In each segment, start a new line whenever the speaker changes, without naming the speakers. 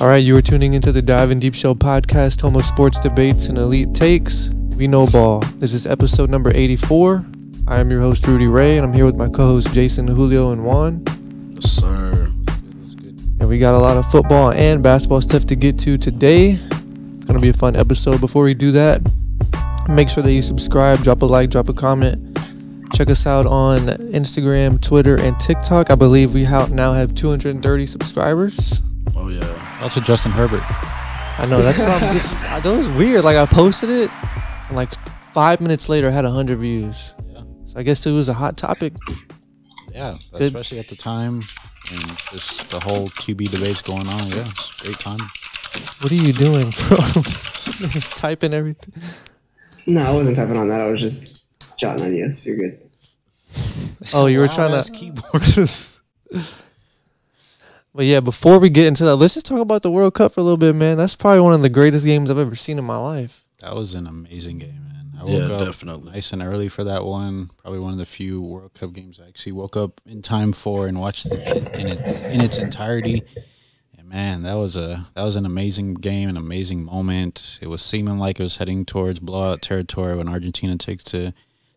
All right, you are tuning into the Dive and Deep Show podcast, home of sports debates and elite takes. We know ball. This is episode number 84. I am your host, Rudy Ray, and I'm here with my co hosts, Jason, Julio, and Juan.
Yes, sir.
And we got a lot of football and basketball stuff to get to today. It's going to be a fun episode. Before we do that, make sure that you subscribe, drop a like, drop a comment. Check us out on Instagram, Twitter, and TikTok. I believe we ha- now have 230 subscribers.
Oh yeah.
Also, Justin Herbert.
I know that's what I'm, it's, I- that was weird. Like I posted it, and like five minutes later, I had hundred views.
Yeah.
So I guess it was a hot topic.
Yeah,
Good.
especially at the time and just the whole QB debates going on. Yeah, it's a great time.
What are you doing, bro? Just typing everything.
No, I wasn't typing on that. I was just jotting ideas. You're good.
Oh, you were
Loud
trying
ass
to.
keyboard.
But yeah, before we get into that, let's just talk about the World Cup for a little bit, man. That's probably one of the greatest games I've ever seen in my life.
That was an amazing game, man. I
Yeah,
woke up
definitely.
nice and early for that one. Probably one of the few World Cup games I actually woke up in time for and watched it in, it, in its entirety. And man, that was a that was an amazing game, an amazing moment. It was seeming like it was heading towards blowout territory when Argentina takes a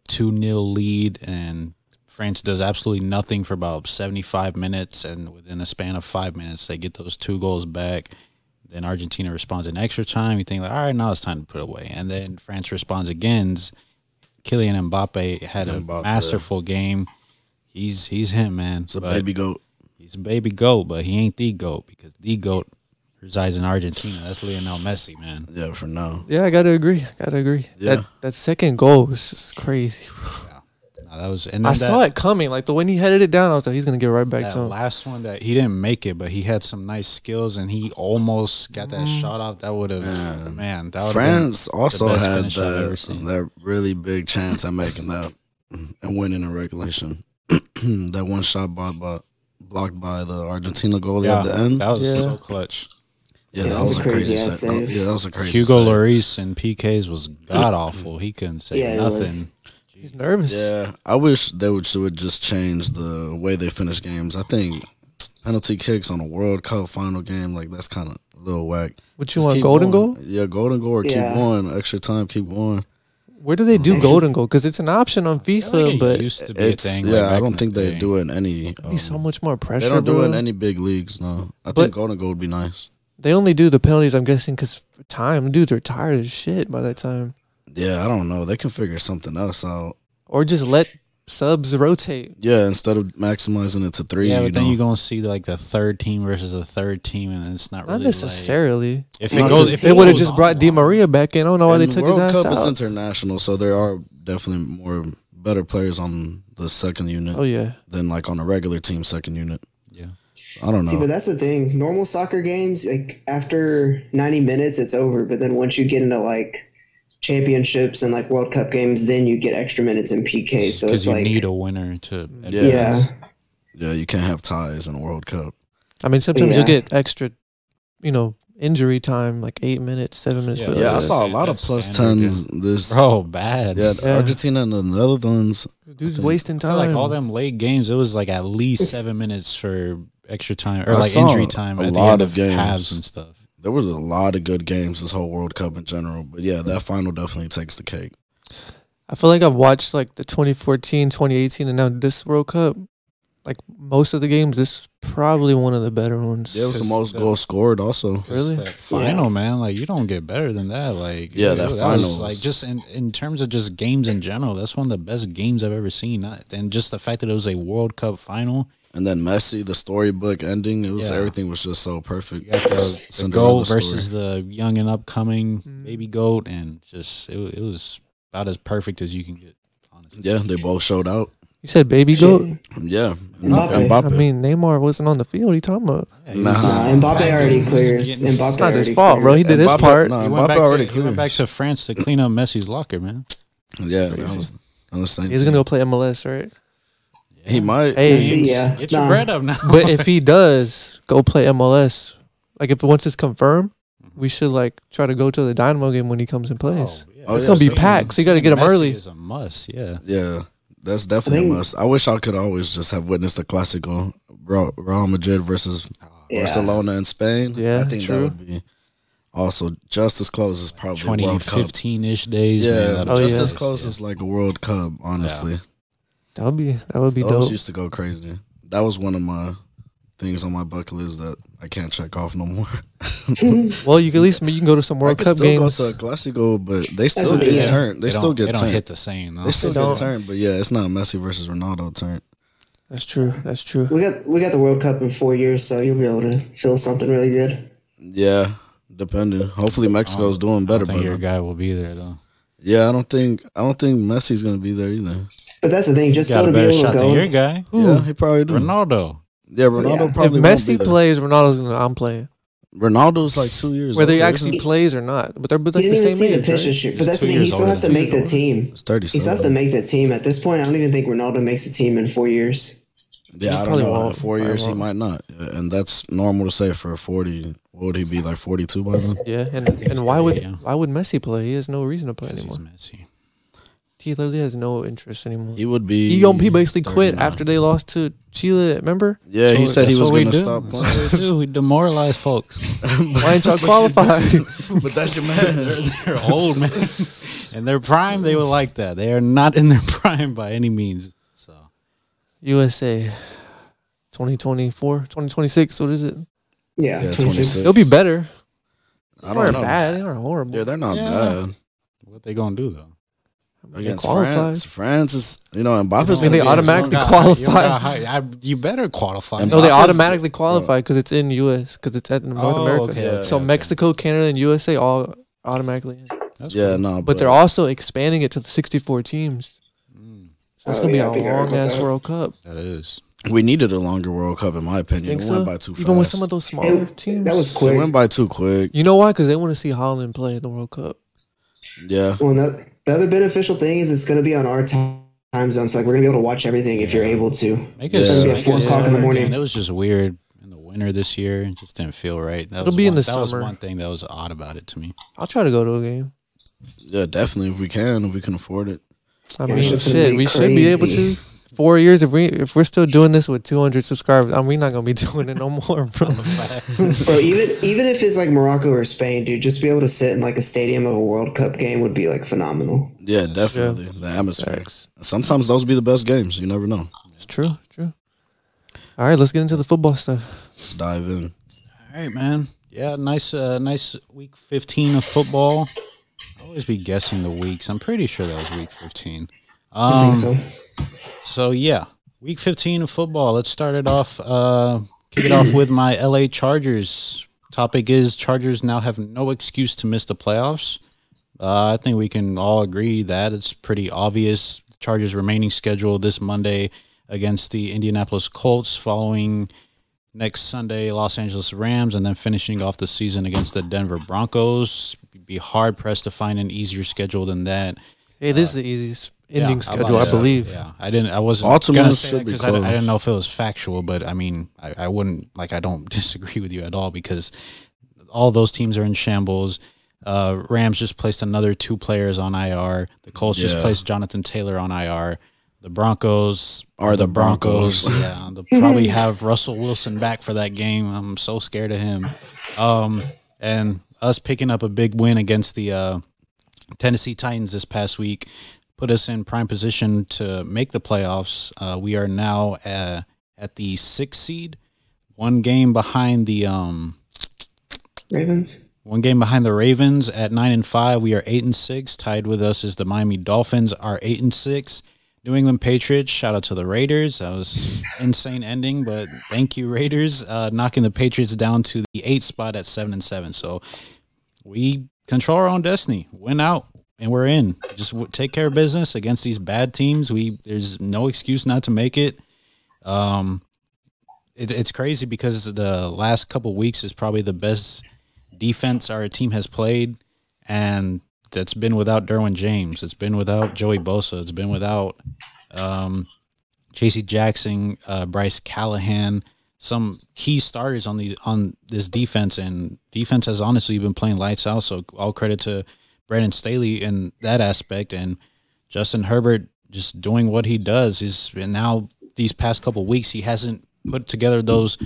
two 0 lead and France does absolutely nothing for about seventy five minutes, and within a span of five minutes, they get those two goals back. Then Argentina responds in extra time. You think like, all right, now it's time to put it away. And then France responds again. Kylian Mbappe had a
Mbappe.
masterful game. He's he's him, man.
It's a
But
baby goat.
He's a baby goat, but he ain't the goat because the goat resides in Argentina. That's Lionel Messi, man.
Yeah, for now.
Yeah, I gotta agree. I gotta agree.
Yeah.
That that second goal was just crazy.
Now, that was and then
I
that,
saw it coming. Like the when he headed it down, I was like, he's gonna get right back
That
to him.
last one that he didn't make it, but he had some nice skills and he almost got that shot off. That would have man. that would
Mm. France also
best
had
finish I've ever
that,
seen.
that really big chance at making that and winning in regulation. that one shot by, by blocked by the Argentina goalie
yeah,
at the end.
that was
Yeah.
so clutch.
yeah,
Yeah,
that was a crazy
crazy-ass
set.
save.
Yeah, that was a crazy
Hugo
save.
Lloris and PKs was god awful. He couldn't say
Yeah, it
nothing.
was.
He's nervous.
Yeah, I wish they would would just change the way they finish games. I think penalty kicks on a World Cup final game like that's kind of a little whack.
What you
Just
want,
keep
golden
going.
goal?
Yeah, golden goal. Or
Yeah.
Keep going. Extra time. Keep going.
Where do they do
Mhm.
golden goal? Because it's an option on
I feel
FIFA,
like it
but
used to be
It's
a thing.
yeah.
like,
I
back
don't
in
think
the
they
day.
do it in any.
it'd
um,
be so much more pressure.
they don't do it in
bro.
any big leagues. No, I
But-
think golden goal would be nice.
They only do the penalties, I'm guessing, because time. Dudes are tired as shit by that time.
Yeah, I don't know. They can figure something else out.
Or just let subs rotate.
Yeah, instead of maximizing it to three.
Yeah,
you
but then
know.
you're gonna see like the third team versus the third team, and it's not,
Not
really
necessarily.
Like, if
Not
it goes,
necessarily.
if
they would have
goes
just brought Di
on-
Maria back in. I don't know why Oh, they
And
took
World
his ass
Cup is
out.
international, so there are definitely more better players on the second unit
oh yeah,
than like on a regular team second unit.
Yeah.
I don't know.
See, but that's the thing. Normal soccer games, like after 90 minutes, it's over. But then once you get into like championships and like World Cup games, then you get extra minutes in PK. So it's
you
like,
need a winner to
Yeah.
advance.
yeah,
yeah, you can't have ties in a World Cup.
I mean sometimes you'll
Yeah.
get extra, you know, injury time like eight minutes, seven minutes.
Yeah,
but
Yeah, I
that's-
saw a lot of
That's
plus
standard, yeah.
tens this.
bro, bad.
Yeah,
Yeah.
Argentina and the Netherlands.
dudes
think-
wasting
I feel
time.
like all them late games, it was like at least seven minutes for extra time or
I
like
saw
injury time.
a
at
lot
the end
of games.
halves and stuff.
There was a lot of good games this whole World Cup in general, but yeah, that final definitely takes the cake.
I feel like I've watched like the 2014, 2018, and now this World Cup. Like most of the games, this is probably one of the better ones.
Yeah, it was the
Because
most
the-
goals scored. Also,
Really?
That final, man. Like you don't get better than that. Like
Yeah, that
was,
finals.
Like just in in terms of just games in general, that's one of the best games I've ever seen. Not- And just the fact that it was a World Cup final.
and then Messi, the storybook ending. It was
Yeah.
everything was just so perfect.
You got the, the
Cinderella
goat
story.
versus the young and upcoming
Mm.
baby goat, and just it, wa- it was about as perfect as you can get. Honestly,
Yeah, they both showed out.
You said baby goat.
Yeah, and
Mbappe.
Mbappe.
I mean, Neymar wasn't on the field. He talking about?
Yeah, he
Nah.
was-
Nah, Mbappe already clears.
He
Mbappe
It's not his
already
fault, bro. He
clears.
did his
Mbappe-
part.
nah,
went,
Mbappe
back
already
to, he went back
clears.
to France to clean up Messi's locker, man.
Yeah, that was, that was the same
He's
thing.
gonna go play MLS, right?
He might.
Hey,
Messi, yeah.
Get
Nah.
your bread up now.
but if he does go play MLS, like if once it's confirmed,
Mm-hmm.
we should like try to go to the Dynamo game when he comes
Oh,
Oh,
and plays.
It's
gonna be packed, so you gotta get 'em
Messi
early.
Is a must, yeah.
Yeah, that's definitely
think-
a must. I wish I could always just have witnessed the classical Real Real Madrid versus
Yeah.
Barcelona and Spain.
Yeah,
I think
true.
that would be also just as close as probably
Twenty
World Cup.
fifteen ish days. man,
Yeah,
that'd
Oh,
be
just
yeah.
as
nice,
close
yeah.
as like a World Cup. Honestly,
That would be that would be
those
dope.
used to go crazy. That was one of my things on my bucket list that I can't check off no more.
Well, you can at least you can go to some
I
World
could
Cup
still
games.
go to a Classico, but they still
what
get
I mean.
turned. They,
It
still
don't-
get
it don't
turned.
hit the same. Though.
They still
don't.
get turned, but yeah, it's not Messi versus Ronaldo turned.
That's true. That's true.
We got we got the World Cup in four years, so you'll be able to feel something really good.
Yeah, depending. Hopefully Mexico's doing
I
better,
don't think
but
your guy will be there though.
yeah, I don't think I don't think Messi's gonna be there either.
But that's the thing, just
Got
so
a
to be
better
able
shot
to
than
go.
your guy,
Yeah, he probably do.
Ronaldo.
Yeah, Ronaldo
Yeah.
If
probably. won't be
Messi
there.
plays, Ronaldo's gonna. I'm playing.
Ronaldo's like two years.
Whether he
older,
actually
isn't
plays or not, but they're but
He
like the
didn't even
same
see the
age.
pitch
right?
this year
He's
because that's
two
the thing. He
years
still
older
has to
than
make the
Ronaldo. he?
team.
He's
He still has to
thirty-seven.
make the team. At this point, I don't even think Ronaldo makes the team in four years.
He
Yeah, I don't
probably
know.
won't.
In four
Probably
years, he
won't.
might not, Yeah, and that's normal to say for a forty. What would he be like forty-two by then?
Yeah, and and
he's
why would
38, yeah.
why would Messi play? He has no reason to play
'cause He's
anymore.
Messi.
He literally has no interest anymore.
He would be.
He, um, he basically quit
39.
after they lost to Chile. Remember?
Yeah, he
So
said he
that's
was
what we
going to
do.
stop
That's what we, do. we demoralize folks.
Why ain't y'all qualified?
playing, but that's your man.
They're old man. In their prime, they were like that. They are not in their prime by any means. So
USA 2024, 2026. What is it?
Yeah,
Yeah,
26.
twenty-six.
They'll be better.
I
They aren't
don't know.
bad. They aren't horrible.
Yeah, they're not
Yeah.
bad.
what they gonna do though?
I mean, they
against
qualified.
France. France is, you know, Mbappe's
I mean, they
gonna be as
automatically
long-
You don't
qualify.
got high- I- you better qualify.
And
No, they
Mbappe's-
automatically
Oh.
qualify because it's in U.S. because it's at North
Oh,
America.
okay,
Yeah.
so
okay, okay.
Mexico, Canada, and USA all automatically in.
That's
Yeah,
cool.
no,
But they're also expanding it to the 64 teams.
Mm,
So it's
Oh,
gonna
yeah, I
be
think I
a
heard
long
about
ass
that.
World Cup.
that is.
We needed a longer World Cup, in my opinion.
Think
it
so?
went by too fast.
Even with some of those smaller
It-
teams.
that was
it
quick.
went by too quick.
You know why? Because they want to see Holland play in the World Cup.
Yeah,
Well, no- the other beneficial thing is it's going to be on our ti- time zone. So like we're going to be able to watch everything if you're able to.
Make
Yeah.
it,
It's gonna be
make
at four
it
o'clock in the
summer
morning.
again. It was just weird in the winter this year. It just didn't feel right. That
It'll
was
be in
one-
the
That was
summer.
one thing that was odd about it to me.
I'll try to go to a game.
yeah, definitely. If we can, if we can afford it.
I
Yeah,
mean, shit,
it's just gonna be
we should be able to.
crazy.
Four years, if we if we're still doing this with 200 subscribers, I mean, we're not gonna be doing it no more, bro.
Bro, even even if it's like Morocco or Spain, dude, just be able to sit in like a stadium of a World Cup game would be like phenomenal.
Yeah, definitely. The atmosphere. Sometimes those be the best games. You never know.
It's true, it's true. All right, let's get into the football stuff.
Let's dive in.
All right, man. Yeah, nice, uh, nice week fifteen of football. I always be guessing the weeks. I'm pretty sure that was week fifteen.
I
Um,
think so.
So yeah, week 15 of football. Let's start it off. Uh, kick it off with my LA Chargers. Topic is Chargers now have no excuse to miss the playoffs. Uh, I think we can all agree that it's pretty obvious. Chargers remaining schedule this Monday against the Indianapolis Colts, following next Sunday Los Angeles Rams, and then finishing off the season against the Denver Broncos. Be hard pressed to find an easier schedule than that.
It is the easiest ending
Uh, Yeah,
schedule,
about
I
that.
believe.
Yeah, I didn't. I wasn't.
Baltimore
gonna say
should
that
be
'cause I, didn't- I didn't
close.
know if it was factual, but I mean, I, I wouldn't like. I don't disagree with you at all because all those teams are in shambles. Uh, Rams just placed another two players on IR. The Colts just
Yeah.
placed Jonathan Taylor on IR. The Broncos
Are the Broncos.
yeah, they'll probably have Russell Wilson back for that game. I'm so scared of him. Um, and us picking up a big win against the uh, Tennessee Titans this past week put us in prime position to make the playoffs. Uh, we are now uh, at the sixth seed, one game behind the um,
Ravens.
one game behind the Ravens at nine and five. We are eight and six. Tied with us is the Miami Dolphins are eight and six. New England Patriots, shout out to the Raiders. That was insane ending, but thank you, Raiders, uh, knocking the Patriots down to the eighth spot at seven and seven. So we control our own destiny. Win out and we're in. Just w- take care of business against these bad teams. We there's no excuse not to make it. Um, it, it's crazy because the last couple weeks is probably the best defense our team has played, and that's been without Derwin James. It's been without Joey Bosa. It's been without um, J.C. Jackson, uh, Bryce Callahan, some key starters on these on this defense. And defense has honestly been playing lights out. So all credit to Brandon Staley in that aspect, and Justin Herbert just doing what he does. Is and now these past couple weeks he hasn't put together those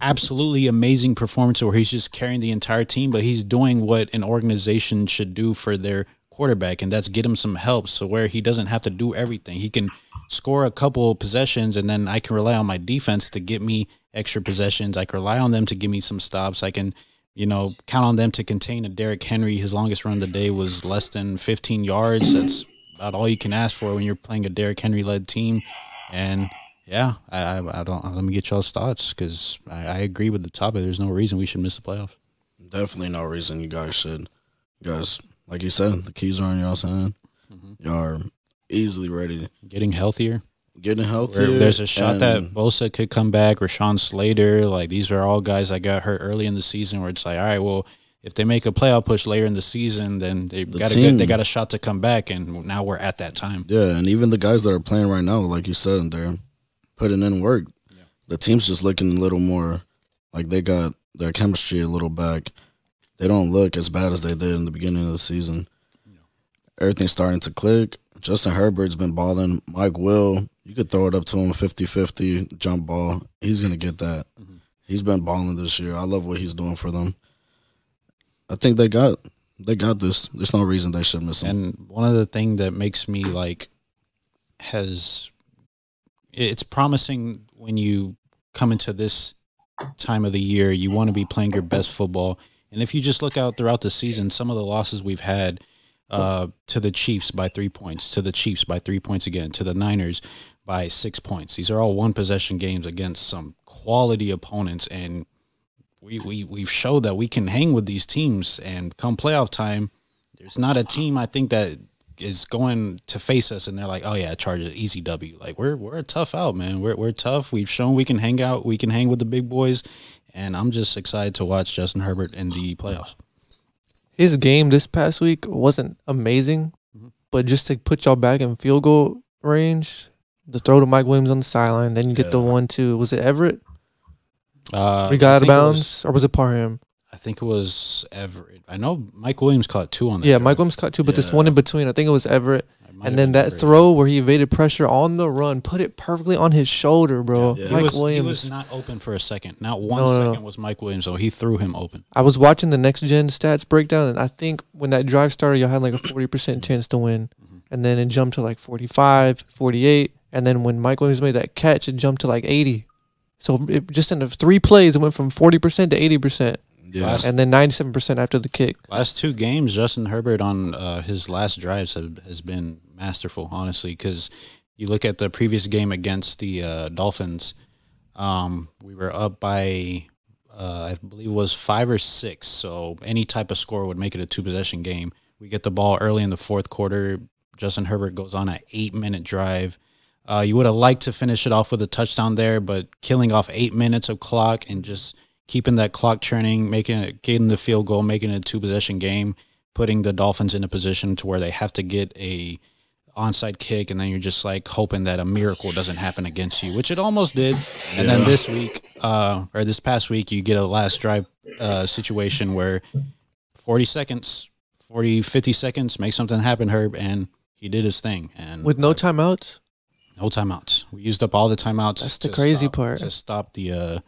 absolutely amazing performance where he's just carrying the entire team, but he's doing what an organization should do for their quarterback, and that's get him some help. So where he doesn't have to do everything, he can score a couple of possessions, and then I can rely on my defense to get me extra possessions. I can rely on them to give me some stops. I can. You know, count on them to contain a Derrick Henry. His longest run of the day was less than 15 yards. That's about all you can ask for when you're playing a Derrick Henry led team. And yeah, I, I, I don't. Let me get y'all's thoughts because I, I agree with the topic. There's no reason we should miss the playoffs.
Definitely no reason you guys should. You guys, like you said, the keys are in y'all's hand.
Mm-hmm.
Y'all are easily ready.
Getting healthier.
Getting
Where
healthier.
there's a shot that
and
Bosa could come back. Rashawn Slater. Like these are all guys that got hurt early in the season. Where it's like, all right, well, if they make a playoff push later in the season, then they got a
team.
good, they got a shot to come back. And now we're at that time.
Yeah, and even the guys that are playing right now, like you said, they're putting in work. The team's just looking a little more like they got their chemistry a little back. They don't look as bad as they did in the beginning of the season. Everything's starting to click. Justin Herbert's been balling. Mike Will, you could throw it up to him 50 50, jump ball. He's going to get that. He's been balling this year. I love what he's doing for them. I think they got they got this. There's no reason they should miss him.
And one of the thing that makes me like has it's promising when you come into this time of the year, you want to be playing your best football. And if you just look out throughout the season, some of the losses we've had uh, to the Chiefs by three points, to the Chiefs by three points again, to the Niners by six points. These are all one possession games against some quality opponents, and we we we've showed that we can hang with these teams. And come playoff time, there's not a team I think that is going to face us and they're like, oh yeah, Chargers easy W. Like we're we're a tough out, man. We're we're tough. We've shown we can hang out, we can hang with the big boys, and I'm just excited to watch Justin Herbert in the playoffs.
His game this past week wasn't amazing,
Mm-hmm.
but just to put y'all back in field goal range, the throw to Mike Williams on the sideline, then you get the one two. Was it Everett?
Uh,
We got out
I
of
think it
bounds,
was-
or was it Parham?
I think it was Everett. I know Mike Williams caught two on that.
Yeah,
drive.
Mike Williams caught two, but this one in between, I think it was Everett.
It might have
And then
been
that
Everett.
throw where he evaded pressure on the run, put it perfectly on his shoulder, bro.
Yeah.
He
Mike
was,
Williams.
He was not open for a second. Not one
No,
second
no, no.
was Mike Williams, so he threw him open.
I was watching the next gen stats breakdown, and I think when that drive started, y'all had like a 40% chance to win. And then it jumped to like 45, 48. And then when Mike Williams made that catch, it jumped to like 80. So it just in the three plays, it went from 40% to 80%,
yeah.
and then 97% after the kick.
Last two games, Justin Herbert on uh, his last drives have, has been masterful, honestly. Because you look at the previous game against the uh, Dolphins, um, we were up by, uh, I believe, it was five or six. So any type of score would make it a two possession game. We get the ball early in the fourth quarter. Justin Herbert goes on an eight minute drive. Uh, you would have liked to finish it off with a touchdown there, but killing off eight minutes of clock and just keeping that clock churning, making it, getting the field goal, making it a two possession game, putting the Dolphins in a position to where they have to get a onside kick, and then you're just like hoping that a miracle doesn't happen against you, which it almost did. And then this week, uh, or this past week, you get a last drive uh, situation where 40 seconds, 40, 50 seconds, make something happen, Herb, and he did his thing. And
With no timeouts,
no timeouts. We used up all the timeouts.
That's the
to
crazy
stop-
part.
to stop the uh,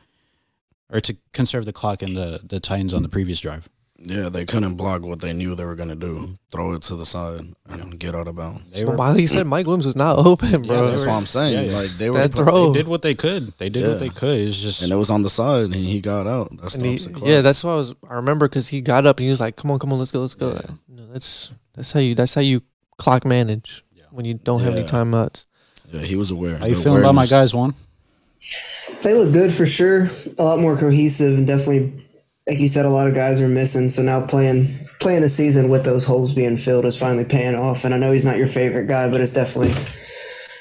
or to conserve the clock and the the Titans on the previous drive.
Yeah, they couldn't block what they knew they were gonna do. Throw it to the side and get out of bounds.
They were,
While he said Mike Williams was not open,
Yeah,
bro.
they
That's
were-
what I'm saying.
yeah, yeah.
Like they were,
that
pro-
throw.
they did what they could. They did what they could. It's just
and it was on the side, and he got out. That's
And
the
he,
opposite clock.
yeah, that's why I was. I remember because he got up and he was like, "Come on, come on, let's go, let's go."
Yeah.
No, that's that's how you that's how you clock manage when you don't have any
Yeah.
timeouts.
Yeah, he was aware.
how you feeling about my guys, Juan?
They look good for sure. A lot more cohesive and definitely, like you said, a lot of guys are missing. So now playing playing a season with those holes being filled is finally paying off. And I know he's not your favorite guy, but it's definitely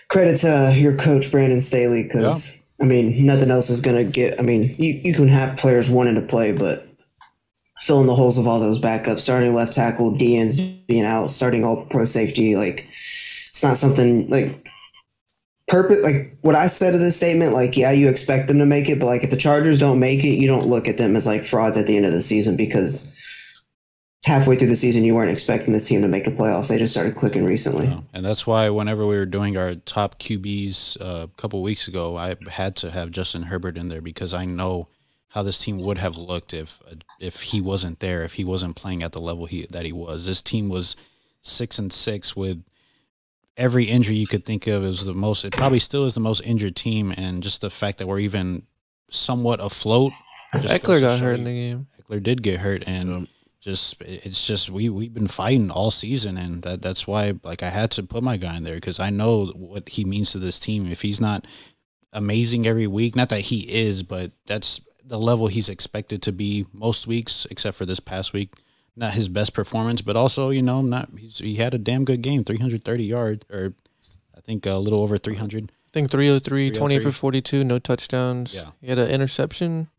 credit to your coach Brandon Staley because I mean nothing else is gonna get. I mean you you can have players wanting to play, but filling the holes of all those backups, starting left tackle, DNs being out, starting all pro safety, like it's not something like purpose like what I said to this statement, like yeah, you expect them to make it, but like if the Chargers don't make it, you don't look at them as like frauds at the end of the season because halfway through the season you weren't expecting this team to make a playoffs. They just started clicking recently.
No. And that's why whenever we were doing our top QBs uh, a couple weeks ago, I had to have Justin Herbert in there because I know how this team would have looked if uh, if he wasn't there, if he wasn't playing at the level he that he was. This team was six and six with every injury you could think of. It was the most. It probably still is the most injured team, and just the fact that we're even somewhat afloat. just goes
Eckler
to
got
show
hurt
you-
in the game.
Eckler did get hurt, and
Um,
just it's just we we've been fighting all season, and that that's why like I had to put my guy in there because I know what he means to this team. If he's not amazing every week, not that he is, but that's the level he's expected to be most weeks, except for this past week. Not his best performance, but also you know not he's, he had a damn good game, three hundred thirty yards or. I think a little over 300.
I think 303, 20 for
303.
42, no touchdowns.
Yeah.
He had an interception.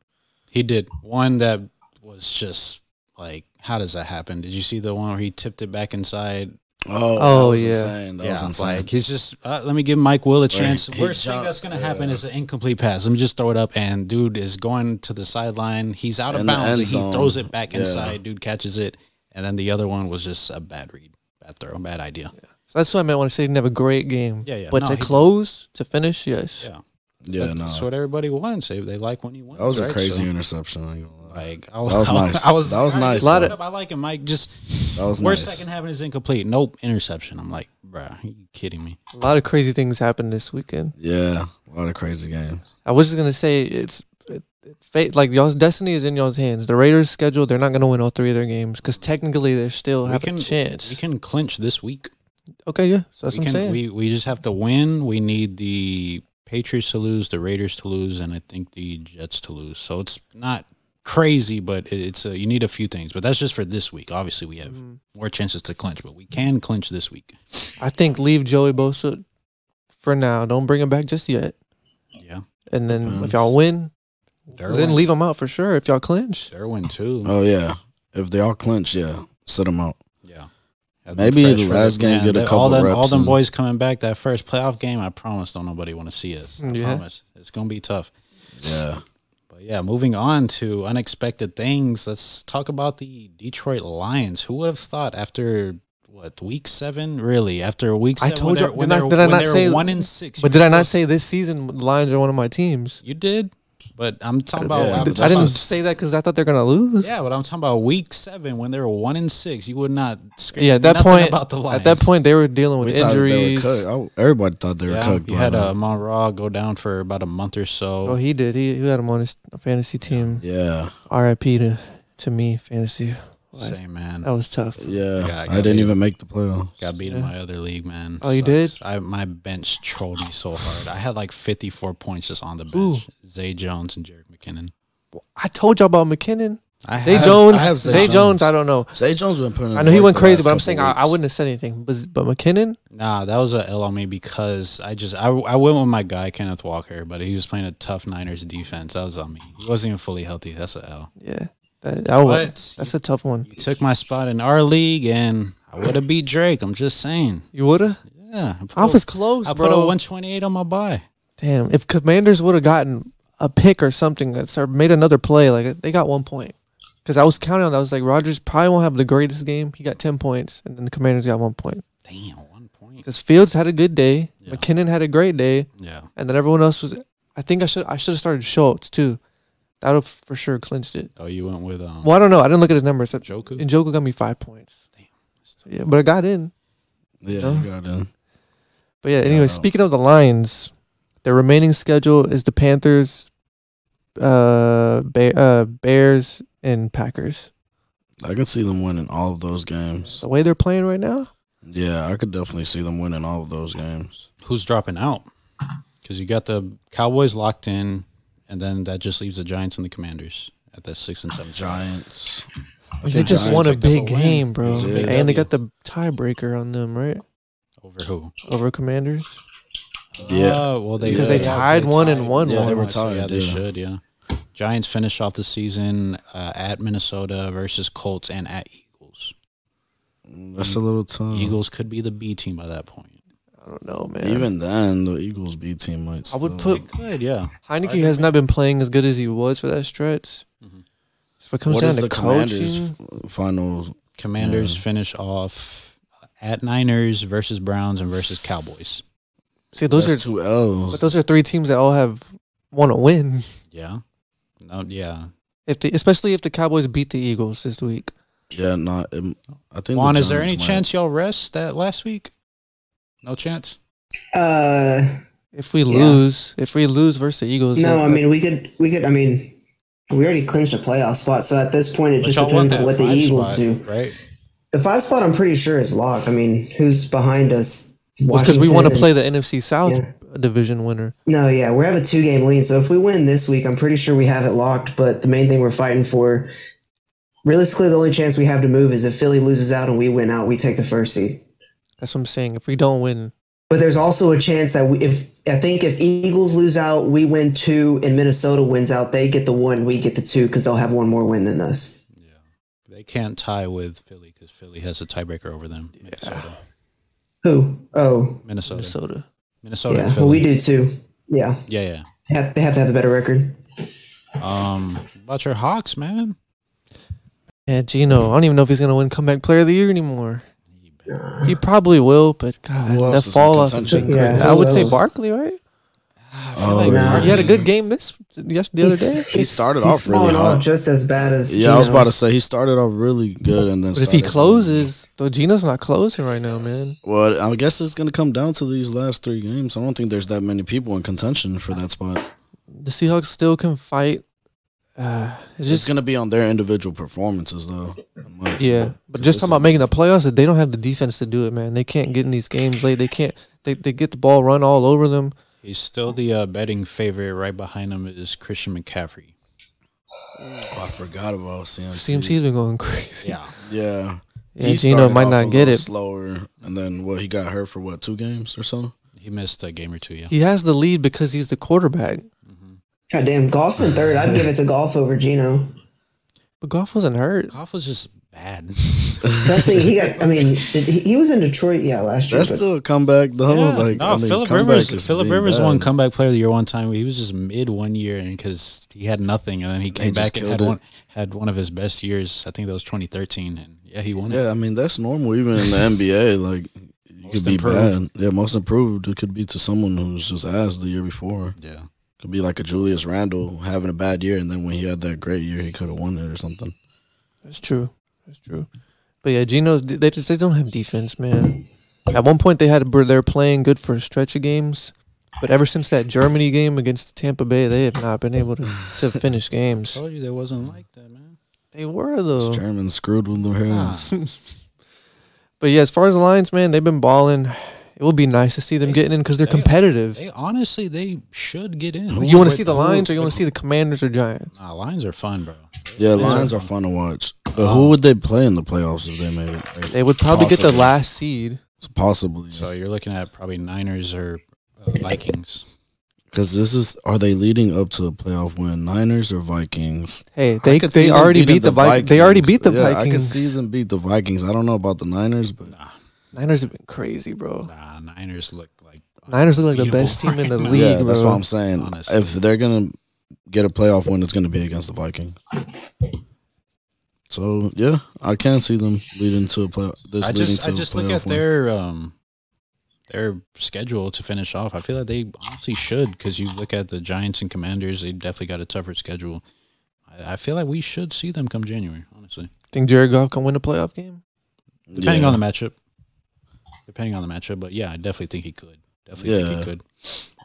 He did one that was just like, how does that happen? Did you see the one where he tipped it back inside
Oh,
Oh,
that was
yeah.
insane. That was
yeah,
insane.
like he's just uh, let me give Mike Will a chance.
he
Worst thing
jumped,
that's gonna
yeah.
happen is an incomplete pass. Let me just throw it up, and dude is going to the sideline. He's out of
In the
bounds,
end
and he
zone.
throws it back
Yeah.
inside. Dude catches it, and then the other one was just a bad read, bad throw, bad idea.
So that's what I meant when I said he didn't have a great game.
Yeah, yeah.
But
No,
to
he-
close, to finish, yes.
Yeah,
yeah,
But
no,
that's what everybody wants. They, they like when he wins.
that was a
right?
crazy
So,
interception. I ain't gonna lie.
like I
That was nice.
I was
That was
"All
nice,
just
Lot
throw
of-
it up. I like him, Mike. Just
That was
worst
nice.
that can happen is incomplete. Nope, interception. I'm like, bruh, you kidding me?
A lot of crazy things happened this weekend.
Yeah, a lot of crazy games.
I was just gonna say it's it, it, fate. Like y'all's destiny is in y'all's hands. The Raiders' schedule, they're not gonna win all three of their games because technically they still have a chance.
We can clinch this week.
okay, yeah, so that's
we
what I'm saying.
We we just have to win. We need the Patriots to lose, the Raiders to lose, and I think the Jets to lose. So it's not crazy, but it- it's a, you need a few things. But that's just for this week. Obviously, we have
Mm-hmm.
more chances to clinch, but we can clinch this week.
I think leave Joey Bosa for now. Don't bring him back just yet.
Yeah,
And then if
Depends.
y'all win, then
Derwin.
leave him out for sure. If y'all clinch,
Derwin too.
Oh yeah, if they all clinch, yeah, sit them out.
Yeah. Have
Maybe
them
the
fresh
last
for the-
game get a
that- all
couple
them, All
reps
them
and-
boys coming back that first playoff game. I promise, don't nobody want to see us. I
Yeah.
promise, it's gonna be tough.
Yeah,
But yeah, moving on to unexpected things. Let's talk about the Detroit Lions. Who would have thought after what week seven? Really, after week
I
seven,
told
when
you-
they're- when
did I-
they're-
did I
when
not
they're
say-
one in six?
but
you're
did I not
still-
say this season the Lions are one of my teams?
you did? But I'm talking about. I'm
Yeah, but
I
talking
didn't
about-
say that because I thought they're gonna lose.
Yeah, but I'm talking about week seven when they were one in six. You would not. scream
Yeah, at that
nothing
point,
about the Lions.
at that point they were dealing with
we thought they were
injuries.
cooked. Oh, everybody thought they were
yeah,
cooked.
you
bro.
had uh, Monroe go down for about a month or
Oh,
so.
he did. He, he had him on his fantasy team.
yeah,
R.I.P. to to me fantasy.
Same man.
That was tough.
yeah.
Yeah, I
I
got
didn't
beat.
even make the playoffs.
Got beat in my other league, man.
Oh, you
Sucks. I my bench trolled me so hard. I had like fifty four points just on the bench. Zay Jones and Jarek McKinnon.
I told y'all about McKinnon.
I
Zay
have-
Jones.
I have
Zay,
Zay
Jones.
Jones.
I don't know.
Zay Jones been putting. in
I know he
work
went
the
crazy,
last
but I'm
couple
saying I, I
weeks.
wouldn't have said anything. But but McKinnon,
Nah, that was a L on me because I just I, I went with my guy Kenneth Walker, but he was playing a tough Niners defense. That was on me. He wasn't even fully healthy. That's a L.
yeah, that, that was,
But
that's a tough one.
You took my spot in our league, and I would have beat Drake. I'm just saying.
You woulda.
Yeah, I, put
I
a-
was close,
I put a
bro.
128 on my buy.
Damn, if Commanders would have gotten a pick or something that's or made another play, like they got one point. Because I was counting on that. I was like, Rodgers probably won't have the greatest game. He got 10 points, and then the Commanders got one point.
Damn, one point.
Because Fields had a good day. McKinnon had a great day.
Yeah.
and then everyone else was. I think I should I should have started Schultz too. That would for sure clinched it.
Oh, you went with um.
Well, I don't know. I didn't look at his numbers. So
Joku?
Njoku got me five points. So, yeah, but I got in.
Yeah, you got in.
But yeah. Anyway,
no.
speaking of the Lions, their remaining schedule is the Panthers, uh, Bear, uh, Bears, and Packers.
I could see them winning all of those games.
The way they're playing right now,
Yeah, I could definitely see them winning all of those games.
who's dropping out because you got the Cowboys locked in, and then that just leaves the Giants and the Commanders at that six and seven. spot.
Giants.
they just won a
picked up a
big
win.
game, bro,
was a big
and they
W.
got the tiebreaker on them, right,
over who?
over Commanders.
Yeah.
Uh, well, they
Because they
yeah,
tied one and won
Yeah, they were
so Yeah,
tied,
they
yeah.
should. Yeah. Giants finish off the season uh, at Minnesota versus Colts and at Eagles.
That's a little tough.
Eagles could be the B team by that point.
I don't know, man.
Even then, the Eagles B team might.
I would
still-
put
Good, yeah.
Heineke has not been playing as good as he was for that stretch. If it comes
Mm-hmm. What
down
is
to
the
coaching,
Commanders' final?
Commanders finish off at Niners versus Browns and versus Cowboys.
see those are
that's two L's.
but those are three teams that all have want to win.
Yeah. No, yeah.
If the, especially if the Cowboys beat the Eagles this week.
Yeah, not. Um, I think.
Juan,
the
is there any
Giants might-
chance y'all rest that last week? No chance.
Uh,
If we
Yeah.
lose, if we lose versus the Eagles,
no,
uh,
I mean we could we could I mean we already clinched a playoff spot, so at this point it
But
just
y'all
depends
want that
on what the
five
Eagles
spot,
do.
right?
The five spot I'm pretty sure is locked. I mean, who's behind us?
because we
Washington
want to
and-
play the NFC South
Yeah.
division winner.
No, yeah, we have a two game lead. So if we win this week, I'm pretty sure we have it locked. But the main thing we're fighting for, realistically, the only chance we have to move is if Philly loses out and we win out, we take the first seed.
That's what I'm saying. If we don't win,
But there's also a chance that we, if I think if Eagles lose out, we win two, and Minnesota wins out, they get the one, we get the two because they'll have one more win than us.
Yeah. They can't tie with Philly because Philly has a tiebreaker over them. Minnesota.
Who? Oh,
Minnesota. Minnesota,
Minnesota,
yeah.
and
Well,
Philly.
we do too. Yeah,
Yeah, yeah.
They have, they have to have a better record.
Um, about your Hawks, man.
yeah, Gino. I don't even know if he's gonna win comeback player of the year anymore. He probably will, but God,
Who else
that
is in
fall off has
contention?
been crazy.
Yeah,
I
who
would say
else?
Barkley, right?
Oh,
nah.
He had a good game this yes the other day.
He started
He's
off really
falling off
hot.
just as bad as
Yeah, I was
Geno.
about to say he started off really good, and then.
But if he
started-
closes, though, Gino's not closing right now, man.
well, I guess it's gonna come down to these last three games. I don't think there's that many people in contention for that spot.
The Seahawks still can fight. Uh, it's
It's
just
gonna be on their individual performances, though. in my
yeah,
opinion.
but
'Cause
just
it's
talking about
like-
making the playoffs, that they don't have the defense to do it, man. They can't get in these games late. They can't. They, they get the ball run all over them.
He's still the uh, betting favorite. Right behind him is Christian McCaffrey.
Oh, I forgot about CMC.
CMC's been going crazy.
Yeah.
Yeah,
Yeah, Gino
started
might
off a
not get
little
it.
slower, and then well, he got hurt for what two games or so.
He missed a game or two, yeah.
He has the lead because he's the quarterback.
God damn, golf's in third. I'd give it to golf over Gino.
But Goff wasn't hurt.
Goff was just bad.
That's the thing. He got. I mean, did, he, he was in Detroit. Yeah, last year.
That's
but
still a comeback, though.
Yeah,
Oh, like
no,
I mean,
Philip
comeback
Rivers.
is
Philip
being
Rivers
bad.
won comeback player of the year one time. He was just mid one year, and because he had nothing, and then he came
just
back and had
killed it.
one had one of his best years. I think that was 2013, and yeah, he won it.
Yeah, I mean that's normal even in the NBA. Like you could
Most
be
improved.
bad. Yeah, most improved. It could be to someone who's just ass the year before.
Yeah,
Could be like a Julius Randle having a bad year, and then when he had that great year, he could have won it or something.
That's true. That's true. But yeah, Gino, they just they don't have defense, man. At one point, they had they're playing good for a stretch of games, but ever since that Germany game against Tampa Bay, they have not been able to, to finish games.
told you that wasn't like that, man.
They were
These
though.
Germans screwed with their hands.
But yeah, as far as the Lions, man, they've been balling. It will be nice to see them getting in because they're competitive.
They honestly, they should get in.
You want to see the Lions or you want to see the Commanders or Giants?
Nah, Lions are fun, bro.
Yeah, Lions are fun to watch. But who would they play in the playoffs if they made it? Like,
They would probably get the
possibly-
last seed.
Possibly,
So you're looking at probably Niners or uh, Vikings.
because this is are they leading up to a playoff win? Niners or Vikings?
Hey,
I
they
could see
they
them
already
beating
beat the Vi- They already beat the
Yeah, I can
Vikings.
see them beat the Vikings. I don't know about the Niners, but
Niners have been crazy, bro.
Nah, Niners look like
Niners look like the
unbeatable
best team in the
right now.
league,
yeah,
bro.
that's what I'm saying.
Honestly.
If they're gonna get a playoff win, it's gonna be against the Vikings. So yeah, I can see them leading to a playoff. This
I
leading
just
to
I just
a
look
playoff
at
win.
their um their schedule to finish off. I feel like they honestly should because you look at the Giants and Commanders, they definitely got a tougher schedule. I, I feel like we should see them come January, honestly.
Think Jared Goff can win a playoff game?
Depending
Yeah.
on the matchup. Depending on the matchup, but yeah, I definitely think he could. Definitely think
Yeah.
he could.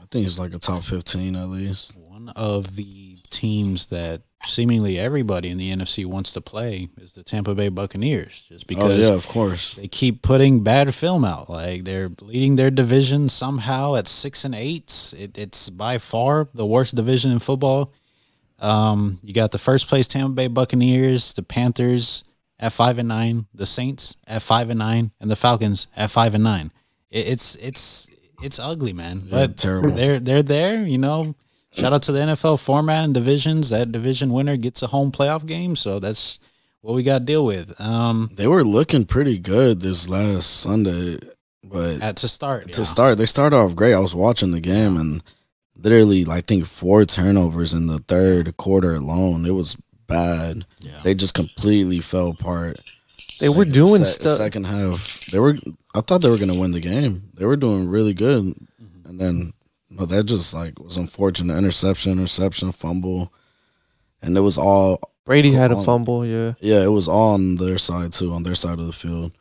I think it's like a top fifteen at least.
One of the teams that seemingly everybody in the NFC wants to play is the Tampa Bay Buccaneers, just because
oh yeah, of course.
they keep putting bad film out. Like they're leading their division somehow at six and eight. It, it's by far the worst division in football. Um, you got the first place Tampa Bay Buccaneers, the Panthers at five and nine, the Saints at five and nine, and the Falcons at five and nine. It, it's it's it's ugly, man.
Yeah,
But
terrible.
they're they're there. You know, shout out to the NFL format and divisions. That division winner gets a home playoff game, so that's what we got to deal with. Um,
They were looking pretty good this last Sunday, but
at to start.
to
yeah.
start, they started off great. I was watching the game and literally, I think four turnovers in the third quarter alone. It was bad.
Yeah.
They just completely fell apart.
They were doing
Se-
stuff.
Second half, they were. I thought they were going to win the game. They were doing really good,
Mm-hmm.
and then no, that just like was unfortunate interception, interception, fumble. and it was all
Brady had a
Cool.
fumble. Yeah,
yeah, it was all on their side too, on their side of the field.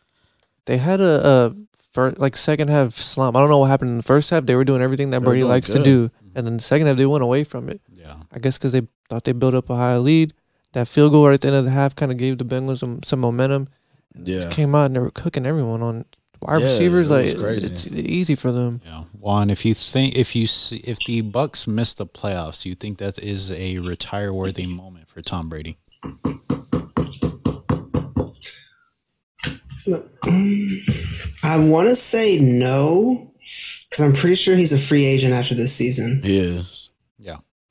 they had a, a fir- like second half slump. I don't know what happened in the first half. They were doing everything that
They were
Brady
doing
likes to
good.
do, and then the second half they went away from it.
Yeah.
I guess because they thought they built up a high lead. That field goal right at the end of the half kind of gave the Bengals some, some momentum.
Yeah,
Just came out and they were cooking everyone on wide
Yeah,
receivers.
it
Like
was crazy.
it's easy for them.
Yeah. Juan, if you think if you see if the Bucks miss the playoffs, you think that is a retire worthy moment for Tom Brady.
I want to say no, because I'm pretty sure he's a free agent after this season.
yeah.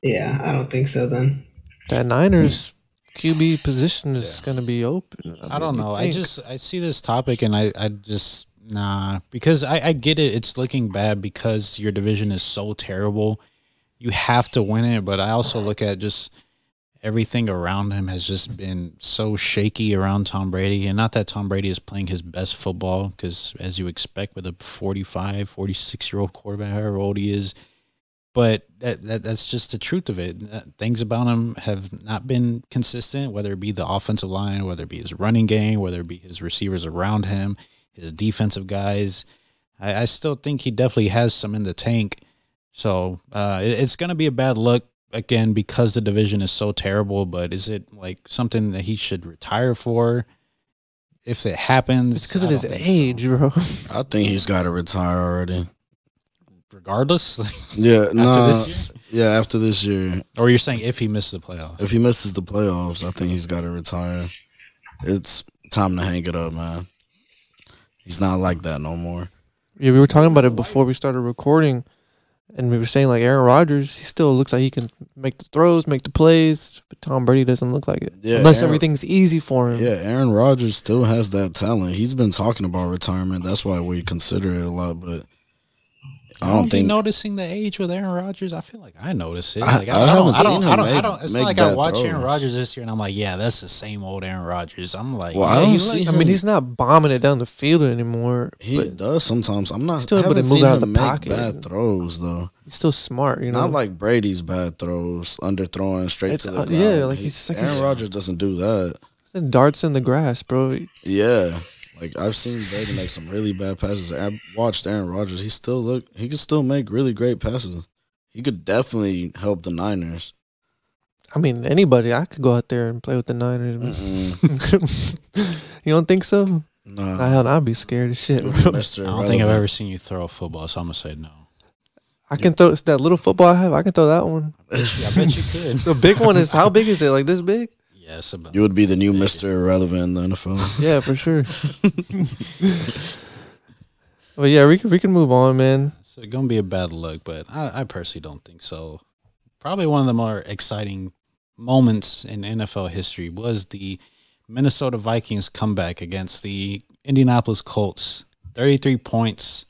Yeah, I don't think so. Then
That Niners QB position is going to be open.
I don't
mean, you
know. I
think.
just I see this topic and I I just nah because I I get it. It's looking bad because your division is so terrible. You have to win it, but I also look at just everything around him has just been so shaky around Tom Brady and not that Tom Brady is playing his best football cuz as you expect with a 45, 46 year old quarterback however old he is but that, that that's just the truth of it. Uh, Things about him have not been consistent, whether it be the offensive line, whether it be his running game, whether it be his receivers around him, his defensive guys. I, I still think he definitely has some in the tank. So uh, it- it's going to be a bad look again because the division is so terrible. But is it like something that he should retire for? If it happens,
it's because
I
of his
don't think so.
age, bro.
I think he's got to retire already.
regardless,
Yeah,
after
nah,
this year?
yeah. After this year,
or you're saying if he missed the playoffs.
if he misses the playoffs, I think he's got to retire. It's time to hang it up, man. He's not like that no more.
yeah, we were talking about it before we started recording, and we were saying like Aaron Rodgers, he still looks like he can make the throws, make the plays, but Tom Brady doesn't look like it.
Yeah,
Unless
Aaron-
everything's easy for him.
Yeah, Aaron Rodgers still has that talent. He's been talking about retirement. That's why we consider it a lot, but I
Are
don't
you
think
Oh, noticing the age with Aaron Rodgers. I feel like I notice it.
I-
Like,
I
I, I, don't,
haven't
I don't.
seen
I don't.
him
I don't. It's
make-
not like
make
I
bad
watch Aaron
throws.
Rodgers this year and I'm like, yeah, that's the same old Aaron Rodgers. I'm like,
Well, I
yeah,
don't
he
see
look-
I mean, he's not bombing it down the field anymore,
he
but
does sometimes. I'm not
Still
still
able
haven't
to move
seen
out
him
of the
make
pocket.
bad throws though.
he's still smart. You know,
Not like Brady's bad throws, underthrowing straight
It's,
to the
uh,
ground.
yeah, like
He-
he's- like
Aaron
he's-
Rodgers doesn't do that.
And darts in the grass, bro.
Yeah. Like I've seen Brady make some really bad passes. I watched Aaron Rodgers. He still look he could still make really great passes. He could definitely help the Niners.
I mean, anybody, I could go out there and play with the Niners. man.
Mm-mm.
you don't think so? Nah,
Mm, Nah.
hell, no, I'd be scared as shit.
You'll be
Bro.
Mr.
I don't think I've
Irrelevant.
ever seen you throw a football, so I'm gonna say no.
I can throw that little football I have. I can throw that one.
Yeah, I bet you could.
The big one is how big is it? Like this big?
yes, about.
You would be the new Mr. Irrelevant in the NFL.
Yeah, for sure. but yeah, we can we can move on, man.
It's gonna be a bad look, but I, I personally don't think so. Probably one of the more exciting moments in NFL history was the Minnesota Vikings comeback against the Indianapolis Colts. 33 points,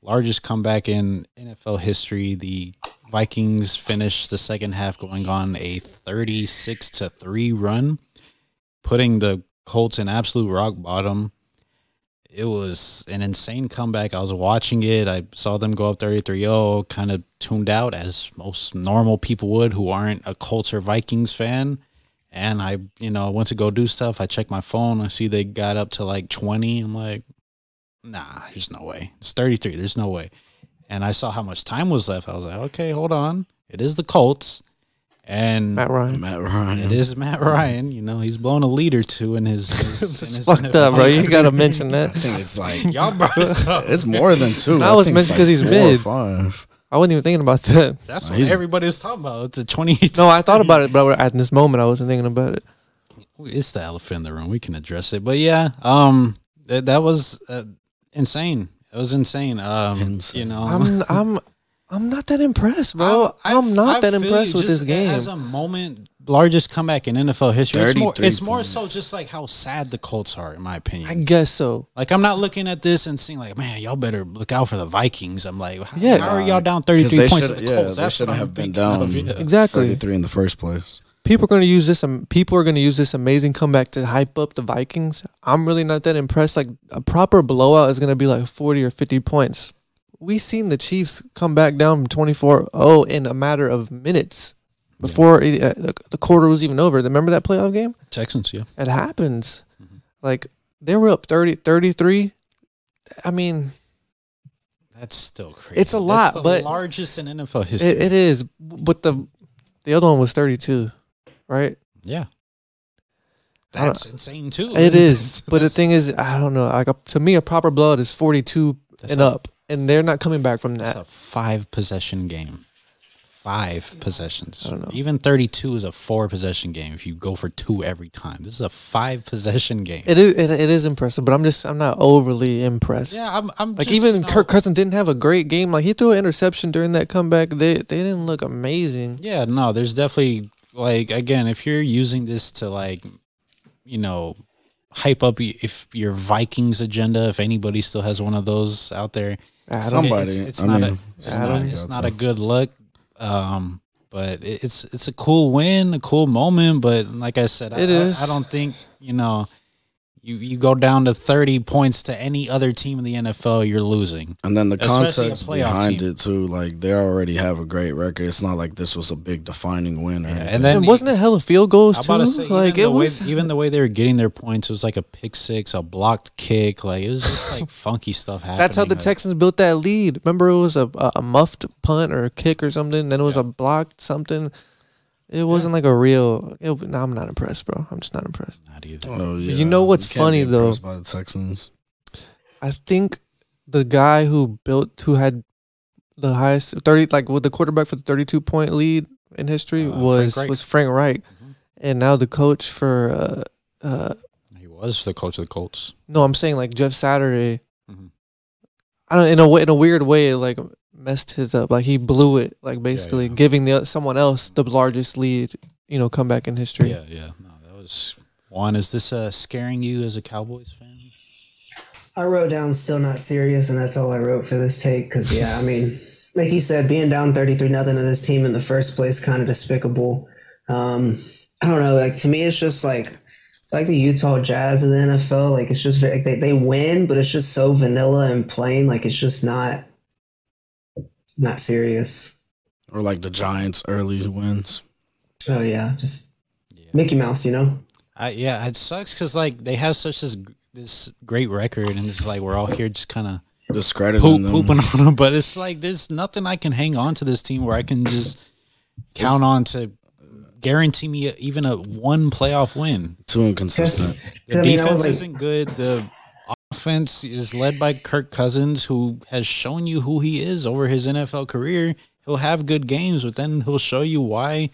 largest comeback in NFL history. The Vikings finished the second half going on a 36 to 3 run, putting the Colts in absolute rock bottom it was an insane comeback. I was watching it. I saw them go up 33-0, kind of tuned out as most normal people would who aren't a Colts or Vikings fan. And I, you know, went to go do stuff. I checked my phone. I see they got up to like 20. I'm like, nah, there's no way. It's 33. There's no way. And I saw how much time was left. I was like, okay, hold on. It is the Colts. And
Matt Ryan.
Matt Ryan.
it is Matt Ryan. You know, he's blown a lead or two in his. his, in his
Fucked up, bro. You gotta mention
I
that.
think it's like
Y'all brought it up.
it's more than two.
I was
think
mentioned
it's
'cause he's
four or
mid.
Five.
I wasn't even thinking about that.
That's
Nah,
what
he's-
everybody was talking about. It's a 28.
No, I thought about it, but at this moment, I wasn't thinking about it.
It's the elephant in the room. We can address it. But yeah, um, that, that was uh, insane. It was insane. Um,
Insane.
you know,
I'm I'm I'm not that impressed, bro.
I-
I'm,
I-
not
I
that
feel
impressed
you.
with this
Just
game.
As a moment, largest comeback in NFL history. It's more,
33
it's more so just like how sad the Colts are, in my opinion.
I guess so.
like I'm not looking at this and seeing like, man, y'all better look out for the Vikings. I'm like, how,
Yeah.
how are y'all down
'Cause
33
they
points?
should-
to the
yeah,
Colts? That's
they
what
shouldn't
I'm
have been
thinking of,
down.
yeah.
Exactly.
Thirty-three in the first place.
People are going to use this. Um, people are going to use this amazing comeback to hype up the Vikings. I'm really not that impressed. Like a proper blowout is going to be like 40 or 50 points. oh We seen the Chiefs come back down from 24-0 in a matter of minutes. before it, uh, the- the quarter was even over. Remember that playoff game?
Texans, yeah.
It happens.
Mm-hmm.
Like they were up 30, 33. I mean,
That's still crazy.
It's a
That's
lot,
the
but-
largest in NFL
it,
history.
it is. But the the other one was thirty two, right?
yeah.
I don't-
That's insane too.
It is. But the
That's-
thing is, I don't know. Like a, to me, a proper blood is forty two
that's
and
a-
up, and they're not coming back from
That's
that.
a five possession game. Five possessions.
I don't know.
Even 32 is a four possession game if you go for two every time. This is a five possession game.
It is. It, it is impressive, but I'm just. I'm not overly impressed.
yeah, I'm, I'm
Like
just,
even
you know-
Kirk Cousins didn't have a great game. Like he threw an interception during that comeback. They they didn't look amazing.
Yeah, no, there's definitely like again, if you're using this to like, you know, hype up y- if your Vikings agenda, if anybody still has one of those out there,
I don't-
Somebody-
it's, it's
I
not
mean,
a, it's,
I
not,
don't-
it's not a good look. Um, but it, it's it's a cool win, a cool moment. But like I said, I,
It
I-
is.
I don't think you know. You, you go down to 30 points to any other team in the NFL, you're losing.
And then the
Especially a
context
playoff
behind
team.
it too, like they already have a great record. It's not like this was a big defining win or
Yeah, and
anything.
then-
And wasn't it hella field goals
I'm
too?
about to say,
like
even
it
the
was.
way, even the way they were getting their points. It was like a pick six, a blocked kick. Like it was just like funky stuff happening.
That's how the
like,
Texans built that lead. Remember, it was a, a, a muffed punt or a kick or something. Then it was a blocked something. It wasn't like a real. It, no, I'm not impressed, bro. I'm just not impressed.
Not either.
Oh,
you
yeah.
know what's
You can't
funny,
be
though?
impressed By the Texans,
I think the guy who built, who had the highest thirty, like with the quarterback for the 32 point lead in history,
Uh, Frank
was
Reich.
was Frank Reich, Mm-hmm.
Mhm.
and now the coach for. Uh, uh,
He was the coach of the Colts.
no, I'm saying like Jeff Saturday.
Mhm.
I don't in a way, in a weird way it like messed his up. Like he blew it. Like basically
yeah.
giving the someone else the largest lead. You know, comeback in history.
Yeah, yeah. No, that was Juan. Is this uh, scaring you as a Cowboys fan?
I wrote down still not serious, and that's all I wrote for this take. Because yeah, I mean, like you said, being down thirty three nothing to this team in the first place kind of despicable. Um, I don't know. Like to me, it's just like it's like the Utah Jazz of the NFL. Like it's just like they they win, but it's just so vanilla and plain. Like it's just not not serious.
or like the Giants' early wins.
So yeah, just
Yeah,
Mickey Mouse, you know.
I, yeah. It sucks because like they have such this this great record, and it's like we're all here just kind of
Discrediting
poop,
them.
pooping on them. But it's like there's nothing I can hang on to this team where I can just count on to guarantee me even a one playoff win.
Too inconsistent.
The
I mean, I
defense
was like-
isn't good. The offense is led by Kirk Cousins, who has shown you who he is over his NFL career. He'll have good games, but then he'll show you why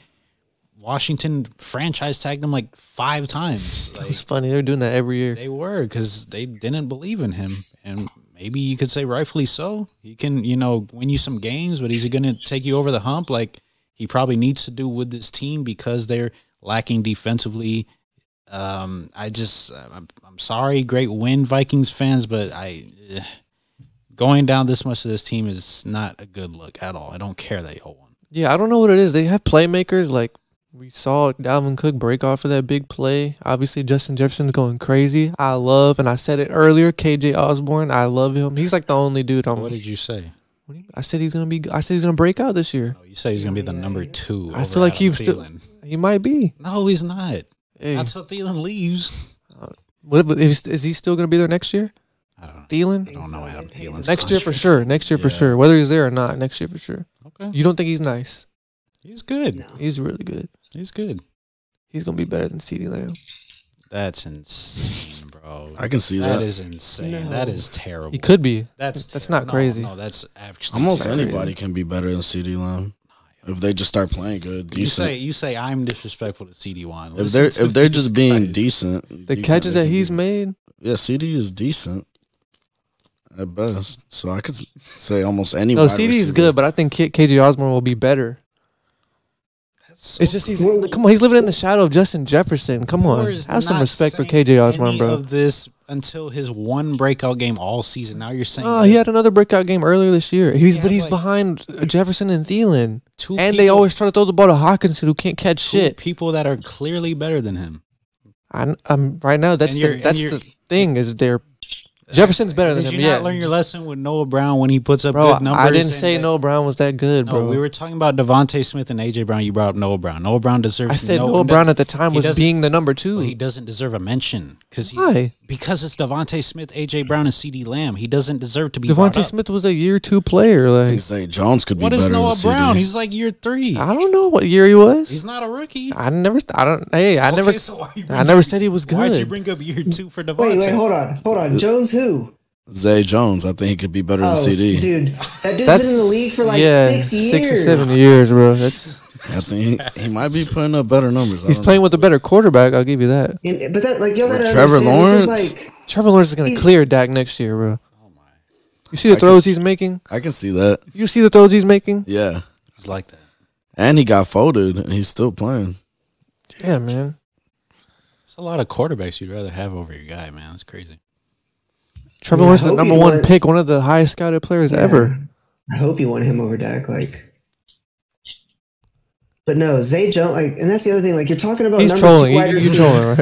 Washington franchise tagged him like five times. Like,
It's funny they're doing that every year.
they were because they didn't believe in him, and maybe you could say rightfully so. He can, you know, win you some games, but is he going to take you over the hump like he probably needs to do with this team because they're lacking defensively? Um, I just, I'm, I'm sorry, great win, Vikings fans, but I eh, going down this much to this team is not a good look at all. I don't care that y'all won.
Yeah, I don't know what it is. They have playmakers like we saw Dalvin Cook break off of that big play. Obviously, Justin Jefferson's going crazy. I love, and I said it earlier, KJ Osborne. I love him. He's like the only dude I'm.
What did you say?
What do you- I said he's gonna be. I said he's gonna break out this year.
Oh, you say he's going to be the number two.
I
over
feel like
Adam
he still-
Thielen.
He might be.
No, he's not.
Hey,
That's how Thielen leaves.
what, but is, is he still gonna be there next year?
I don't know. I
Thielen.
don't know Adam Thielen's
Next year for
contract.
sure. Next year for
Yeah.
sure. Whether he's there or not, next year for sure.
Okay,
You don't think he's nice?
he's good.
No.
He's really good.
He's good.
He's gonna be better than Ceedee Lamb.
That's insane, bro.
I can see
that
that.
is insane.
No.
That is terrible.
He could be.
That's
that's not
terrible. No,
crazy.
No, that's actually
Almost
That's crazy.
anybody can be better than CD Lamb if they just start playing good,
You say
decent.
you say I'm disrespectful to CD One.
If they're if they're just being decent,
The
you can-
catches
they
that
can
he's
be-
made.
yeah, CD is decent at best. So I could s- say almost any.
No,
wide
CD's
receiver.
good, but I think K- KJ Osborne will be better. It's just he's come on. He's living in the shadow of Justin Jefferson. Come on, have some respect for KJ Osborne, bro.
Of this until his one breakout game all season. Now you're saying
Oh,
that
he had another breakout game earlier this year. He's
Yeah,
but he's
like-
behind Jefferson and Thielen,
two
and they
people-
always try to throw the ball to Hawkinson who can't catch
two
shit.
people that are clearly better than him.
I, am right now. That's
And
the,
you're- and
that's
you're-
the thing is they're Jefferson's better than
Did
him.
you
Yeah,
not learn your lesson with Noah Brown when he puts up
bro.
good numbers?
I didn't
and
say
that-
Noah Brown was that good,
No,
bro.
we were talking about Devonte Smith and AJ Brown. You brought up Noah Brown. Noah Brown deserves.
I said
no-
Noah Brown at the time
he
was
doesn't-
being the number two.
Well, he doesn't deserve a mention because
Why?
Because it's Devonte Smith, AJ Brown, and CD Lamb. He doesn't deserve to be. brought
Devontae
up.
Smith was a year two player.
I
Like
think Zay Jones could be
What
better
is
than
Noah
CD.
Brown? He's like year three.
I don't know what year he was.
He's not a rookie.
I never. I don't. Hey, I
Okay,
never.
so why you
I
bring-
never said he was good.
Why'd you bring up year two for Devontae?
Wait, wait, hold on, hold on. Jones who?
Zay Jones, I think he could be better
Oh,
than CD.
dude, that dude's
That's
been in the league for like
yeah,
six years.
six or seven years, bro. That's
I think he, he might be putting up better numbers. I
he's
don't
playing with a better quarterback. I'll give you that.
And- but that, like, y'all gotta
Trevor
understand, this
Lawrence?
is like,
Trevor Lawrence is gonna
He's-
clear Dak next year, bro. You see the throws he's making.
know. I can see that.
You see the throws he's making.
Yeah,
He's like that.
and he got folded, and he's still playing.
Yeah, man.
It's a lot of quarterbacks you'd rather have over your guy, man. That's crazy.
Trevor
Yeah,
Lawrence is
I
the
hope
number
he
one
went-
pick, one of the highest scouted players ever.
I hope you want him over Dak. Like, but no, Zay Jones. Like, and that's the other thing. Like, you're talking about
He's
Oh, number
trolling.
two
You,
wide
you trolling,
receiver.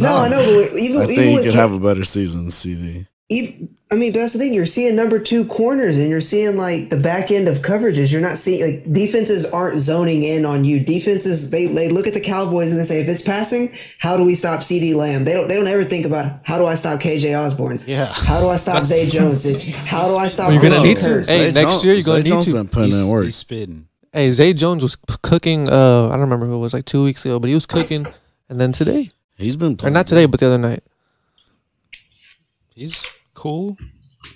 right?
No, I know, but wait, even
I
even
think
with
he could
Ke-
have a better season than CD.
even, I mean, that's the thing. You're seeing number two corners, and you're seeing like the back end of coverages. You're not seeing like defenses aren't zoning in on you. Defenses they they look at the Cowboys and they say, if it's passing, how do we stop C.D. Lamb? They don't they don't ever think about how do I stop K.J. Osborne?
Yeah.
How do I stop
That's
Zay
what
Jones?
I'm
It's,
saying.
how do I stop?
Well, you're gonna
Jalen
need to.
Hurts?
Hey,
Zay
next year you're gonna
Zay
need
Jones
to.
Been putting in work.
he's spitting.
hey, Zay Jones was p- cooking. Uh, I don't remember who it was, like two weeks ago, but he was cooking. And then today,
he's been
or
playing.
not today, but the other night.
He's cool.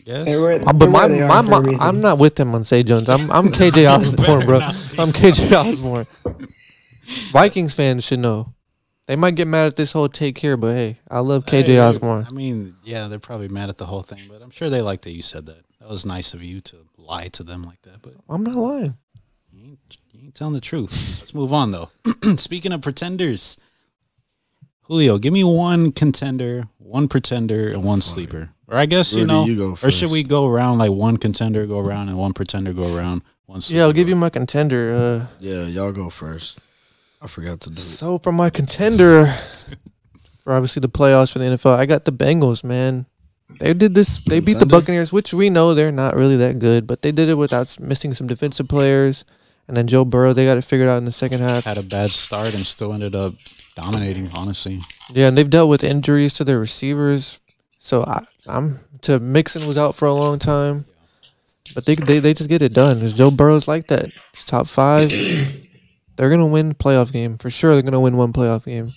Yes.
They were-
Um, but
they
my,
were there
my,
for a
my
reason.
I'm not with him on Say Jones. I'm I'm KJ Osborne, bro. I'm KJ Osborne. Vikings fans should know. They might get mad at this whole take here, but hey, I love KJ
Hey,
Osborne.
I mean, yeah, they're probably mad at the whole thing, but I'm sure they like that you said that. That was nice of you to lie to them like that, but
I'm not lying.
you ain't, you ain't telling the truth. Let's move on, though. Speaking of pretenders, Julio, give me one contender, one pretender, and one sleeper. Or I guess, you
Rudy,
know,
you go
or should
first.
we go around like one contender go around and one pretender go around? One sleeper
Yeah, I'll give
go
you my contender. Uh,
Yeah, y'all go first. I forgot to do it.
so for my contender, for obviously the playoffs for the NFL, I got the Bengals. Man, they did this. They beat the
Contender?
Buccaneers, which we know they're not really that good, but they did it without s- missing some defensive players. And then Joe Burrow, they got it figured out in the second half.
had a bad start and still ended up dominating. Honestly,
Yeah, and they've dealt with injuries to their receivers. So I, I'm to Mixon was out for a long time, but they they, they just get it done. 'Cause Joe Burrow's like that. He's top five. They're gonna win playoff game for sure. They're gonna win one playoff game.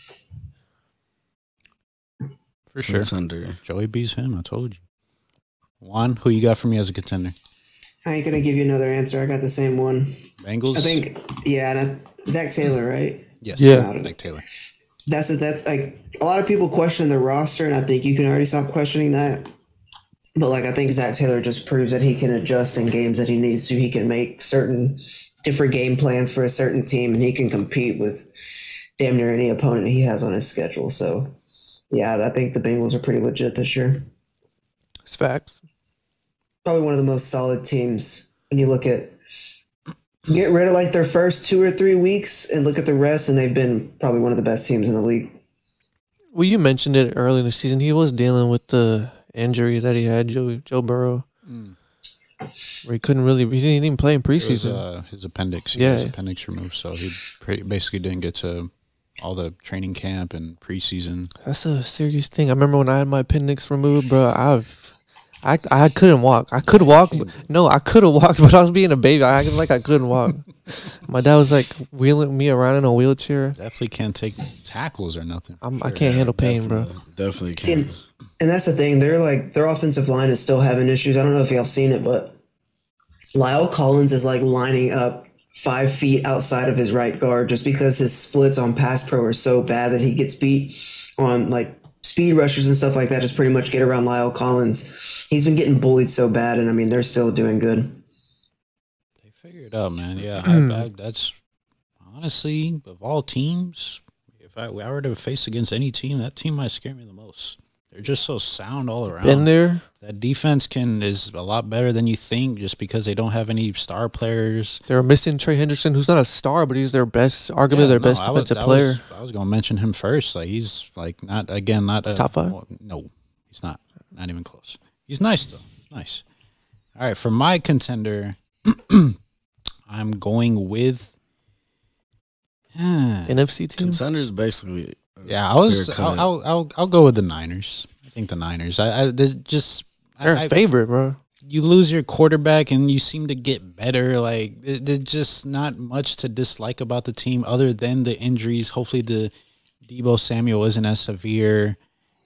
for sure.
Contender.
Joey beats him. I told you. Juan, who you got for me as a contender?
I ain't gonna give you another answer. I got the same one.
Bengals.
I think, yeah, and I, Zach Taylor, right?
Yes.
Yeah.
Nick Taylor.
That's it. That's like a lot of people question the roster, and I think you can already stop questioning that. But like, I think Zach Taylor just proves that he can adjust in games that he needs to. He can make certain different game plans for a certain team, and he can compete with damn near any opponent he has on his schedule. So, yeah, I think the Bengals are pretty legit this year.
It's facts.
probably one of the most solid teams when you look at get rid of like their first two or three weeks and look at the rest and they've been probably one of the best teams in the league
Well, you mentioned it early in the season. He was dealing with the injury that he had, Joe Joe Burrow, where he couldn't really. He didn't even play in
Mm. It was,
preseason.
uh, his appendix. Yeah. His
Yeah.
appendix removed, so he pretty, basically didn't get to all the training camp and preseason.
That's a serious thing. I remember when I had my appendix removed, bro. I've I, I couldn't walk. I could walk. But, no, I could have walked, but I was being a baby. I acted like I couldn't walk. My dad was like wheeling me around in a wheelchair.
Definitely can't take tackles or nothing.
I'm, I can't handle pain, bro.
Definitely can.
and, and that's the thing they're like their offensive line is still having issues i don't know if y'all seen it but lyle collins is like lining up five feet outside of his right guard just because his splits on pass pro are so bad that he gets beat on like speed rushers and stuff like that just pretty much get around lyle collins he's been getting bullied so bad and i mean they're still doing good
They figured it out, man. Yeah, I, I, that's honestly of all teams. If I, I were to face against any team, that team might scare me the most. They're just so sound all around.
Been there.
That defense can is a lot better than you think just because they don't have any star players.
They were missing Trey Henderson, who's not a star, but he's their best, arguably their
no,
best
I was-
defensive
I
player.
was- I was, gonna mention him first. Like he's like not again not a,
top five?
No, he's not. Not even close. He's nice though. Nice. All right, for my contender, I'm going with. yeah,
NFC team.
Contenders basically. are
I was.
clear
I'll,
cut.
I'll, I'll, I'll go with the Niners. I think the Niners. I, I they're just.
They're
I, I-
a favorite, bro.
you lose your quarterback and you seem to get better. Like there- there's just not much to dislike about the team other than the injuries. Hopefully the Debo Samuel isn't as severe.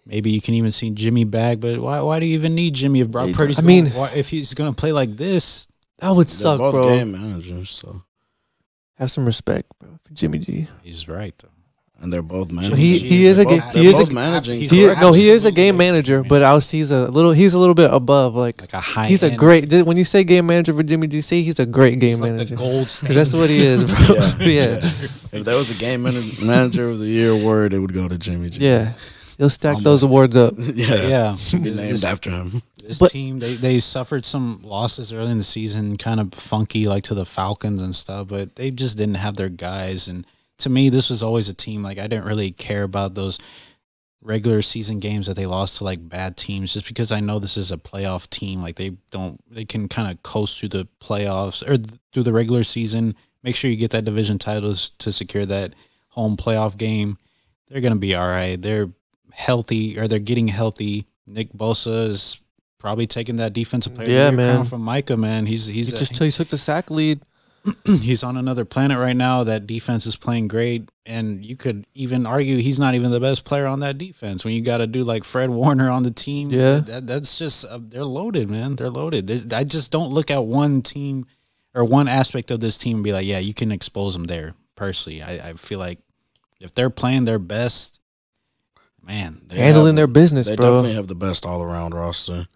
Maybe you can even see Jimmy back, but why, why do you even need Jimmy if Brock Purdy's?
I
gonna-
mean-
why- if he's going to play like this,
That would
They're
suck,
both
bro.
game managers, so
Have some respect, bro, for Jimmy G.
he's right though.
and they're both managing.
he- he is
They're
a ga-
both-
he
they're
is a-
both managing.
He's
He,
correct.
no, he is a
Absolutely.
game manager, but I was, he's a little he's a little bit above. Like,
Like a high.
he's a
end-
great. When you say game manager for Jimmy GC, he's a great game
he's like
manager.
the gold
Cause that's
standard.
what he is, bro. yeah. yeah,
If there was a game manag- manager of the year award, it would go to Jimmy G.
He'll stack those awards up.
yeah,
Yeah,
Be
This-
named
this-
after him.
This
But-
team, they, they suffered some losses early in the season, kind of funky, like to the Falcons and stuff, but they just didn't have their guys. And to me, this was always a team, like, I didn't really care about those regular season games that they lost to, like, bad teams, just because I know this is a playoff team. Like, they don't, they can kind of coast through the playoffs or th- through the regular season. Make sure you get that division titles to secure that home playoff game. They're going to be all right. They're healthy or they're getting healthy. Nick Bosa is probably taking that defensive player of the
Yeah,
year
man.
crown from Micah, man. He's he's
He
a-
just he took the sack lead.
he's on another planet right now. That defense is playing great, and you could even argue he's not even the best player on that defense. When you got to do like Fred Warner on the team,
Yeah.
that, that's just uh, they're loaded, man. They're loaded. They- I just don't look at one team or one aspect of this team and be like, yeah, you can expose them there. Personally, I, I feel like if they're playing their best, man,
They
handling
have-
their business,
They
bro.
definitely have the best all around roster.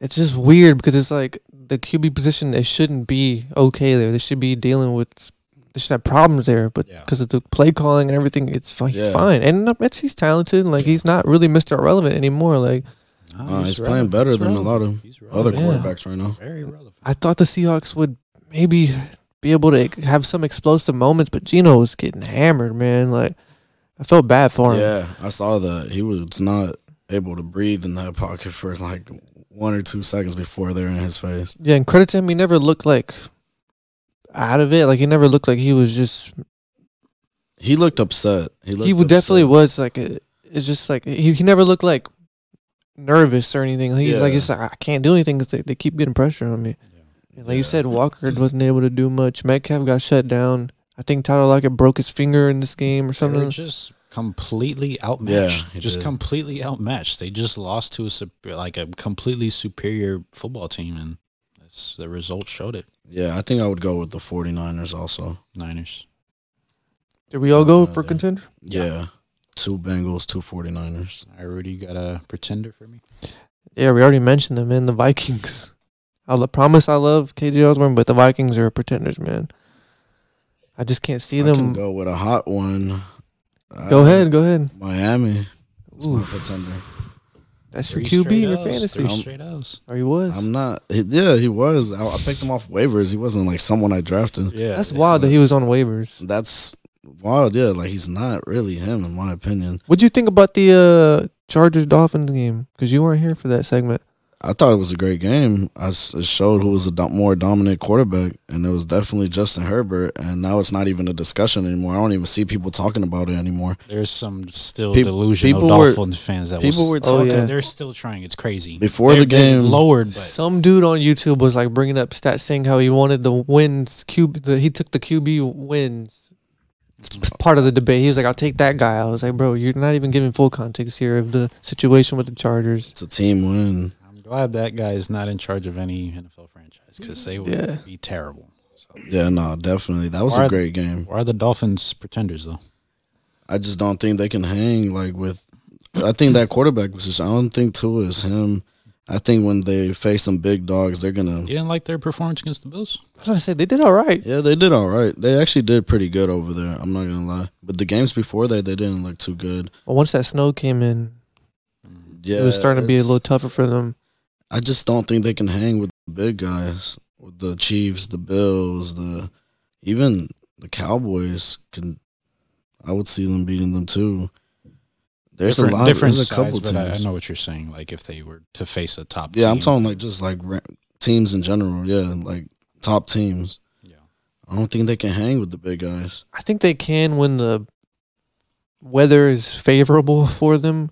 It's just weird because it's like the QB position. It shouldn't be okay there. They should be dealing with. They should have problems there, but
Yeah.
because of the play calling and everything, it's fine. He's
Yeah.
fine, and it's, he's talented. and, Like he's not really Mister Irrelevant anymore. Like
Uh, he's playing better than a lot of
He's
other
Oh, Yeah.
quarterbacks right now.
Very relevant.
I thought the Seahawks would maybe be able to have some explosive moments, but Gino was getting hammered, man. Like I felt bad for him.
Yeah, I saw that. He was not able to breathe in that pocket for like one or two seconds before they're in his face.
Yeah, and credit to him, he never looked like out of it. Like he never looked like he was just.
He looked upset. He, looked
he would definitely
upset.
was like. A, it's just like he, he never looked like nervous or anything. He's like
Yeah.
he's like I can't do anything 'cause they, they keep getting pressure on me. And like you
Yeah.
said, Walker wasn't able to do much. Metcalf got shut down. I think Tyler Lockett broke his finger in this game or
They
something.
were just completely outmatched.
Yeah, he
just
did.
completely outmatched. They just lost to a sup- like a completely superior football team, and that's the result showed it.
Yeah, I think I would go with the 49ers also.
Niners.
Did we all go
Uh,
for contender?
Yeah. Two Bengals, two 49ers.
All right, Rudy, you got a pretender for me?
Yeah, we already mentioned them, man. The Vikings. I lo- promise I love KJ Osborne, but the Vikings are pretenders, man. I just can't see
I can
them. Go,
go with a hot one. I-
ahead, go ahead.
Miami. It's my
Oof.
pretender.
That's your
Three
QB
straight
in your
Ls,
fantasy.
Three straight Ls.
Or he was.
I'm not. he- Yeah, he was. I, I picked him off waivers. He wasn't like someone I drafted.
Yeah,
That's wild that he was on waivers.
That's wild. Yeah, like he's not really him in my opinion.
What'd you think about the uh, Chargers Dolphins game? Because you weren't here for that segment.
I thought it was a great game. I s- it showed who was a do- more dominant quarterback, and it was definitely Justin Herbert. And now it's not even a discussion anymore. I don't even see people talking about it anymore.
There's some still
Peop-
delusional
people were-
Dolphins fans that
people
was,
were
Oh,
talking.
yeah.
They're still trying. It's crazy.
Before
They're-
the
they're
game,
lowered, but
Some dude on YouTube was like bringing up stats saying how he wanted the wins. QB, the, he took the QB wins. It's part of the debate. He was like, "I'll take that guy." I was like, "Bro, you're not even giving full context here of the situation with the Chargers."
it's a team win.
I'm glad that guy is not in charge of any NFL franchise because they would
Yeah.
be terrible. So,
Yeah, no, definitely. That was
Or-
a great game.
why are the Dolphins pretenders though?
I just don't think they can hang like with. I think that quarterback position. I don't think Tua is him. I think when they face some big dogs, they're gonna.
You didn't like their performance against the Bills?
I was gonna say they did all right.
Yeah, they did all right. They actually did pretty good over there. I'm not gonna lie. But the games before that, they didn't look too good.
But once that snow came in,
Yeah,
it was starting to be a
it's-
little tougher for them.
I just don't think they can hang with the big guys, with the Chiefs, the Bills, the even the Cowboys. Can I would see them beating them too. There's
different,
a lot.
different
there's a couple
sides, but I, I
teams.
know what you're saying. Like if they were to face a top,
Yeah, I'm
team.
talking like just like ra- teams in general. Yeah, like top teams.
Yeah.
I don't think they can hang with the big guys.
I think they can when the weather is favorable for them,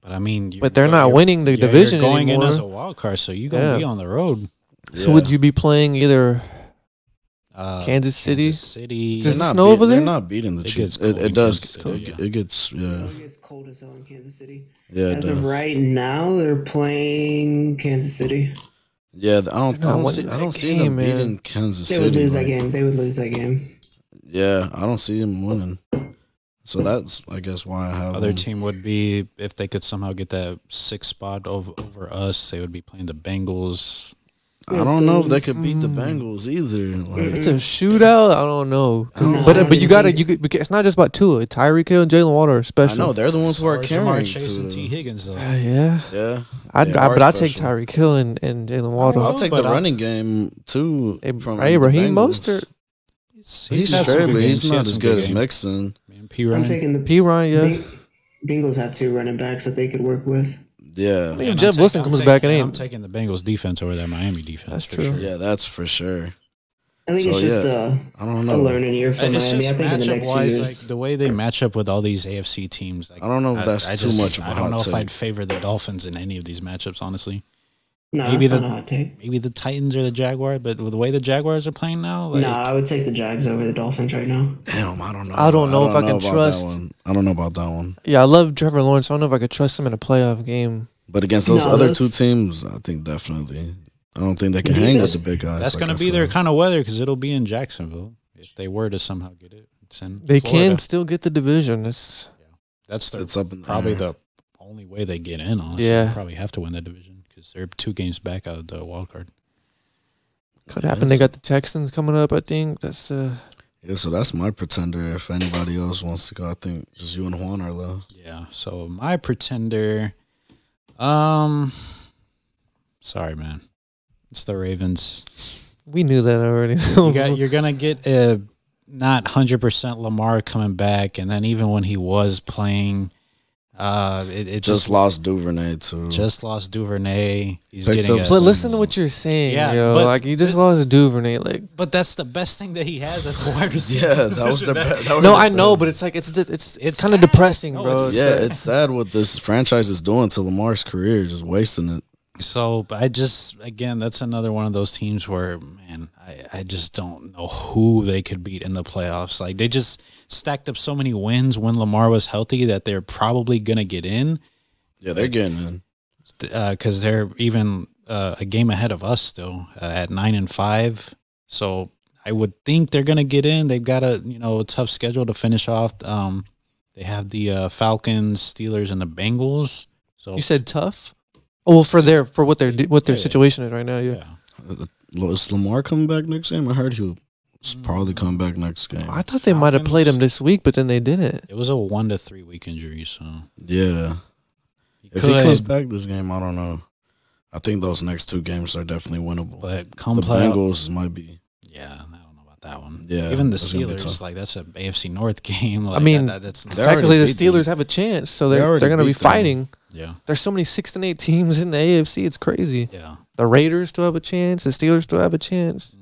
But I mean, you're
but they're
go-
not
you're-
winning the
you're- you're
division
going
anymore.
in as a wild card, so you gonna
Yeah.
be on the road.
So would you be playing either?
Uh,
Kansas City?
City.
Does
They're
it
not
snow
beat-
over there?
They're not beating the
It gets
Chiefs. It,
cold
it
in
does.
Kansas City,
It, it gets. Yeah.
It gets cold as hell in Kansas City.
Yeah. It
As of
does.
right now, they're playing Kansas City.
Yeah. I don't.
They're
I
not
don't,
winning
see, I
that
don't see
game,
them
man.
beating Kansas
They
City.
would lose that
like-
game. They would lose that game.
Yeah, I don't see them winning. So that's, I guess, why I have
Other
them.
team would be if they could somehow get that sixth spot over, over us. They would be playing the Bengals.
I don't know if they could beat the
Hmm.
Mm.
Bengals either. Like,
It's a shootout. I don't know, 'Cause-
No.
but but you gotta you. could- It's not just about Tua. Tyreek Hill and Jalen Water are
I
special.
know they're the ones who
Or
are
Jamar
carrying
Chase and T
to.
Higgins though.
Uh, yeah,
Yeah,
I'd,
They
I,
are
but I'll take
special.
Tyreek Hill and, and Jalen Water.
I'll take the
but I-
running game too.
Ab-
from
Ibrahim
the Bengals.
Mostert,
He's,
He's,
had some good
straight, but
games.
he's
He
not
had
as
some good
good as
games.
Mixon.
Man, P.
I'm
Ryan.
taking the
P Ryan, yeah.
Beng- Bengals have two running backs that they could work with.
Yeah,
If
I'm
Jeff
taking-
Wilson
I'm
comes
taking-
back and
and
in.
I'm taking the Bengals defense over that Miami defense.
That's
for
true.
sure.
yeah, that's for sure.
I think it's
So,
just
yeah.
uh
I don't
a,
know.
learning year for
It's
Miami. I
just
think in the next
matchup
few
wise,
years.
like the way they match up with all these AFC teams. Like,
I don't know if that's too
just-
much of a
I don't
hot
know if
take.
I'd favor the Dolphins in any of these matchups. Honestly,
no,
maybe
that's
the-
not a hot take.
maybe the Titans or the Jaguars, but with the way the Jaguars are playing now, like,
no, I would take the Jags over the Dolphins right now.
Damn, I don't know.
I don't know if I can
about that
trust-
one. I don't know about that one.
Yeah, I love Trevor Lawrence. I don't know if I could trust him in a playoff game.
But against those
No,
other
those-
two teams, I think definitely. I don't think they can hang with the big guys.
that's
like
going
I
to be their
said.
kind of weather because it'll be in Jacksonville if they were to somehow get it. It's in
They
Florida.
can still get the division. It's
That's their,
It's up in the
probably
air.
the only way they get in. Honestly,
Yeah.
they probably have to win the division because they're two games back out of the wild card.
could happen. They got the Texans coming up. I think that's uh,
Yeah, so that's my pretender. If anybody else wants to go, I think just you and Juan are low.
Yeah. So my pretender, um, sorry, man, it's the Ravens.
we knew that already.
You got, you're gonna get a not hundred percent Lamar coming back, and then even when he was playing, uh, it, it
Just
just
lost Duvernay to
just lost Duvernay. He's
Picked
getting
up
a,
but listen to what you're saying.
Yeah,
yo.
but-
like you just lost Duvernay. Like
But that's the best thing that he has at the wide receiver.
yeah, that was
position.
the be- that was
no,
the
I know,
best.
but it's like it's it's it's
It's
kind of
sad.
depressing,
No,
bro.
it's-
It's
yeah,
like-
it's sad what this franchise is doing to Lamar's career, just wasting it.
So but I just again, that's another one of those teams where man, I, I just don't know who they could beat in the playoffs. Like they just stacked up so many wins when Lamar was healthy that they're probably gonna get in
Yeah, they're getting in.
because they're even uh, a game ahead of us still uh, at nine and five. So I would think they're gonna get in. They've got a you know a tough schedule to finish off. Um, they have the uh, Falcons, Steelers, and the Bengals. So
you said tough. Oh well, for their for what their what their
Yeah, yeah.
situation is right now. Yeah,
yeah.
Is Lamar coming back next game? I heard he'll s-
Mm.
probably come back next game.
I thought they might have played him this week, but then they didn't.
It was a one to three week injury, so
Yeah,
he
if
could,
he comes back this game, I don't know. I think those next two games are definitely winnable.
but
the
come play.
Bengals might be.
Yeah, I don't know about that one.
Yeah,
even the
that's gonna be tough.
Steelers, like that's a AFC North game. Like,
mean,
that, that's
They
Technically, the
already beat them.
Steelers have a chance, so
They
they're they
already
are going to be
beat them.
fighting.
yeah,
There's so many six and eight teams in the AFC. It's crazy.
yeah.
The Raiders still have a chance. The Steelers still have a chance.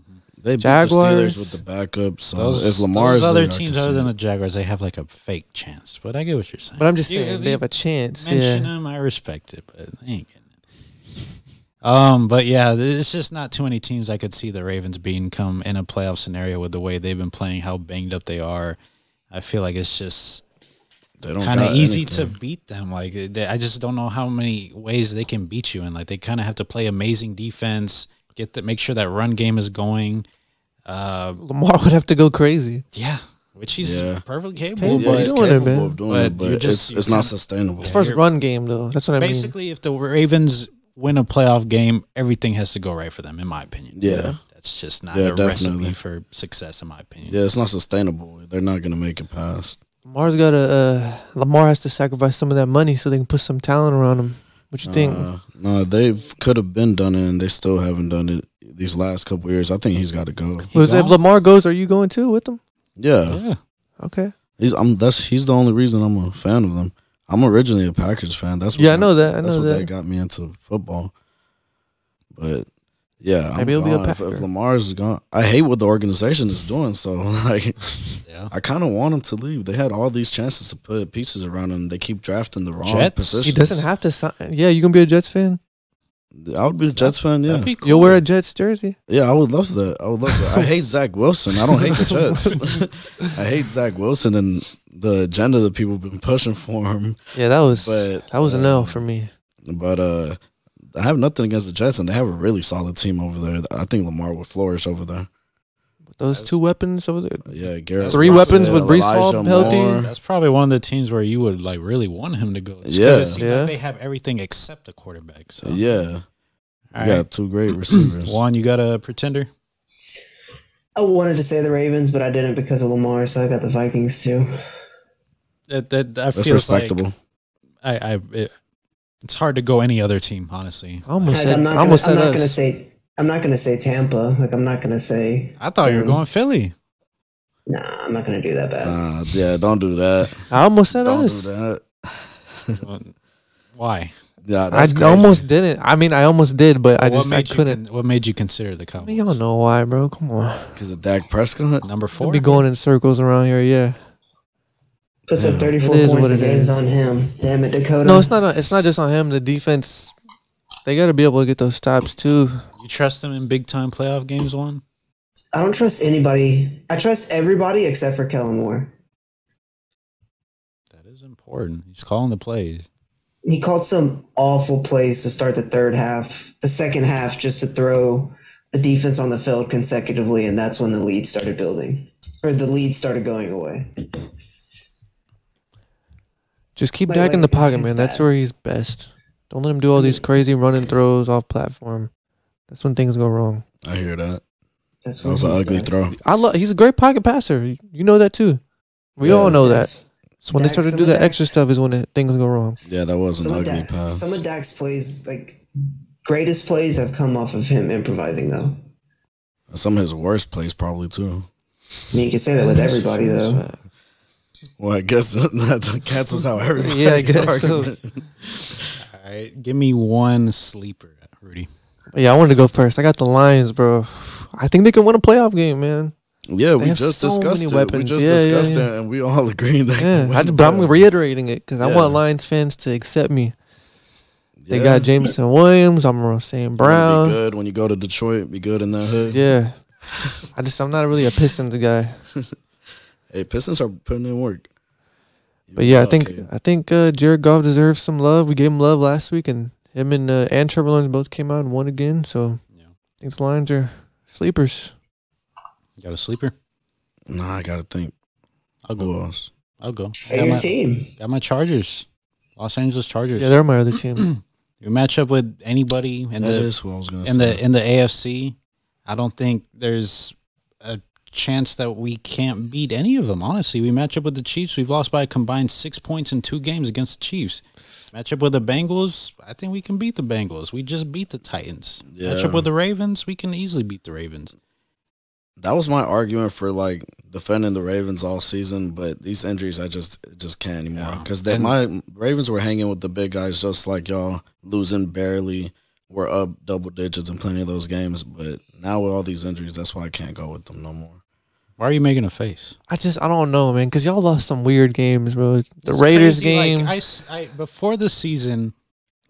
They beat
Jaguars.
the Steelers with the backup. So
Those,
if Lamar's
those other
there, I can
teams
see
other than
it.
the Jaguars, they have like a fake chance. But I get what you're saying.
But I'm just
You-
saying they
you
have a chance.
Mention
Yeah.
them, I respect it, but they ain't getting it. Um, but yeah, th- it's just not too many teams I could see the Ravens being come in a playoff scenario with the way they've been playing, how banged up they are. I feel like it's just
they don't
kind of
got
easy
anything.
to beat them. Like they, I just don't know how many ways they can beat you, and like they kind of have to play amazing defense, get the make sure that run game is going. Uh,
Lamar would have to go crazy.
yeah, which he's
Yeah.
perfectly
Yeah,
capable.
yeah, he's
but
he's
doing it,
capable
man.
of doing
But
it, but
you just-
it's,
you
it's not
kinda-
sustainable.
As far as
you're-
run game though, that's what I mean.
basically, if the Ravens win a playoff game, everything has to go right for them, in my opinion.
Yeah.
that's just not
Yeah,
a
definitely.
recipe for success, in my opinion.
Yeah, it's not sustainable. They're not gonna make it past.
Lamar's got to. Uh, Lamar has to sacrifice some of that money so they can put some talent around him. What you think?
Uh, no, they could have been done it, and they still haven't done it these last couple years. I think he's got to go.
He
Was- if
gone?
Lamar goes, are you going too with him?
Yeah,
Yeah.
Okay.
he's. I'm. That's he's the only reason I'm a fan of them. I'm originally a Packers fan. That's what
Yeah, I know that. I
that's
know
what
that.
that got me into football. But yeah, I'm
Maybe he'll be a
gone. if, if
Packer.
Lamar's gone, I hate what the organization is doing. So like,
Yeah.
I kind of want him to leave. They had all these chances to put pieces around him. They keep drafting the wrong
Jets?
positions.
He doesn't have to sign. Yeah, you gonna be a Jets fan?
I would be a Jets fan. Yeah,
That'd be cool.
You'll wear a Jets jersey.
yeah, I would love that. I would love that. I hate Zach Wilson. I don't hate the Jets. I hate Zach Wilson and the agenda that people have been pushing for him.
Yeah, that was
But,
that was a
uh,
no for me.
But uh, I have nothing against the Jets, and they have a really solid team over there. I think Lamar would flourish over there.
Those two weapons over there.
Yeah, Garrett.
Three
Wilson,
weapons with Brees Hall
Elijah
healthy.
Moore.
That's probably one of the teams where you would like really want him to go. It's 'cause
Yeah.
it seems like
Yeah.
they have everything except a quarterback. So
Yeah,
All
you
right.
got two great receivers.
Juan, you got a pretender?
I wanted to say the Ravens, but I didn't because of Lamar, so I got the Vikings too.
That that, that
That's
feels
respectable.
Like I, I it, it's hard to go any other team, honestly.
I almost
Like,
said.
I'm not
I
gonna,
almost
I'm
said
not gonna
us.
say I'm not gonna say Tampa. Like I'm not gonna say
I thought you were
Mm.
going Philly.
nah. I'm not gonna do that bad.
Uh, yeah, don't do that.
I almost said
Don't do
us.
that.
Why?
Yeah,
I
that's crazy.
almost didn't. I mean, I almost did, but I just I
made
couldn't.
You con- what made you consider the
I
Cowboys?
mean, y'all know why, bro. Come on.
because of Dak Prescott.
Number
We'll
four.
be going in circles around here. Yeah.
Puts up 34
It is
points
what
a
it
game's
is.
on him. Damn it, Dakota.
No, it's not. it's not just on him. The defense, they got to be able to get those stops too.
You trust them in big time playoff games, Juan?
I don't trust anybody. I trust everybody except for Kellen Moore.
That is important. He's calling the plays.
He called some awful plays to start the third half, the second half, just to throw the defense on the field consecutively, and that's when the lead started building, or the lead started going away.
Just keep
Like-
Dak in the
like, it's-
pocket,
it's
man. That's
that.
where he's best. Don't let him do all these crazy running throws off platform. That's when things go wrong.
I hear that.
That's
That was an
what he
ugly
does.
throw.
I love. He's a great pocket passer. You know that too. We
Yeah.
all know that.
That's-
It's when they
Dak's
started to
some
do
of
that
Dak's-
extra stuff is when it, things go wrong.
Yeah, that was an
Some of,
ugly
Dak,
pass.
some of Dak's plays, like greatest plays, have come off of him improvising, though.
Some of his worst plays, probably too.
I mean, you can say that with everybody, though.
Well, I guess that cancels out everybody.
Yeah, I guess so.
All right. Give me one sleeper, Rudy.
But yeah, I wanted to go first. I got the Lions, bro. I think they can win a playoff game, man.
Yeah, we
have
just
so
discussed
many
it. We
weapons.
just
Yeah, yeah,
discussed
yeah.
it, and we all agreed that.
Yeah, I
we-
just, but I'm reiterating it because I
Yeah.
want Lions fans to accept me. They
Yeah.
got Jameson Williams. I'm Sam
Be
Brown.
good when you go to Detroit. Be good in that hood.
Yeah, I just I'm not really a Pistons guy,
Hey, Pistons are putting in work.
but yeah, I
Okay.
think I think uh, Jared Goff deserves some love. We gave him love last week, and him and uh, and Trevor Lawrence both came out and won again. So
Yeah.
I think the Lions are sleepers.
You got a sleeper?
Nah, I gotta think.
I'll go.
Who else?
I'll go.
Say
got,
your
my,
team.
got my Chargers. Los Angeles Chargers.
Yeah, they're my other team.
you match up with anybody in
that
the
is who I was gonna
in
say.
the in the AFC. I don't think there's a chance that we can't beat any of them. Honestly, we match up with the Chiefs. We've lost by a combined six points in two games against the Chiefs. Match up with the Bengals. I think we can beat the Bengals. We just beat the Titans. Match
Yeah.
up with the Ravens. We can easily beat the Ravens.
that was my argument for like defending the Ravens all season, but these injuries I just just can't anymore
Yeah.
because they
And-
my Ravens were hanging with the big guys just like y'all losing barely. We're up double digits in plenty of those games, but now with all these injuries, that's why I can't go with them no more.
Why are you making a face?
I just I don't know, man, because y'all lost some weird games, bro. The
It's
Raiders
crazy, like,
game.
I s- I- before the season,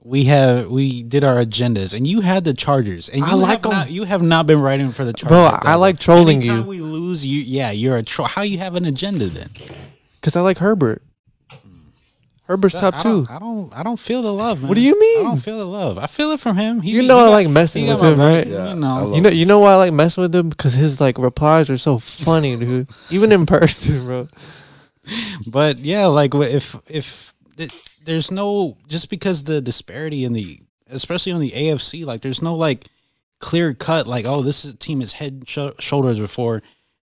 we have we did our agendas, and you had the Chargers, and you
I like
have
'em.
not, You have not been writing for the Chargers,
Bro, I
though.
like trolling you.
Anytime we lose, you yeah, you're a troll. How you have an agenda then?
Because I like Herbert. Herbert's top
Hmm. I
two.
don't, I don't. I don't feel the love, man.
do you
I
mean?
don't feel the love. I feel it from him. He,
You
he
know I
got-
like messing
he
with
got my
him, right?
back,
Yeah,
You
I
know.
love
You know, you know why I like messing with him because his like replies are so funny, dude. Even in person, bro.
But yeah, like wh- if if th- there's no just because the disparity in the especially on the AFC, like there's no like clear cut like oh this is, team is head and sho- shoulders before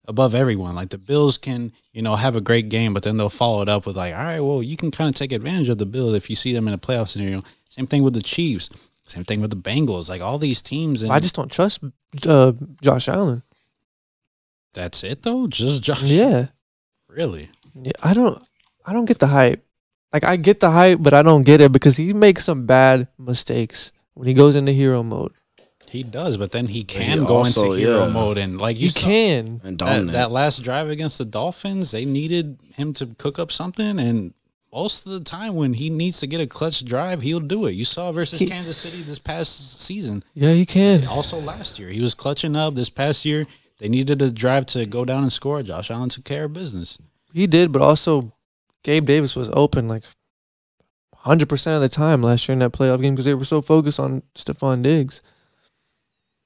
above everyone. Like the Bills can you know have a great game, but then they'll follow it up with like all right, well you can kind of take advantage of the Bills if you see them in a playoff scenario. Same thing with the Chiefs. Same thing with the Bengals. Like all these teams. And
I just don't trust uh, Josh Allen.
that's it though. Just Josh.
Yeah.
Really.
Yeah, I don't. I don't get the hype. Like I get the hype, but I don't get it because he makes some bad mistakes when he goes into hero mode.
He does, but then he
he
can go
also-
into hero
yeah.
mode and like you,
You
saw
can.
and
that,
dominant.
that last drive against the Dolphins, they needed him to cook up something and most of the time when he needs to get a clutch drive, he'll do it. You saw versus
He-
Kansas City this past season.
Yeah, you can.
Also last year, he was clutching up. This past year, they needed a drive to go down and score. Josh Allen took care of business.
He did, but also Gabe Davis was open like 100% of the time last year in that playoff game because they were so focused on Stephon Diggs.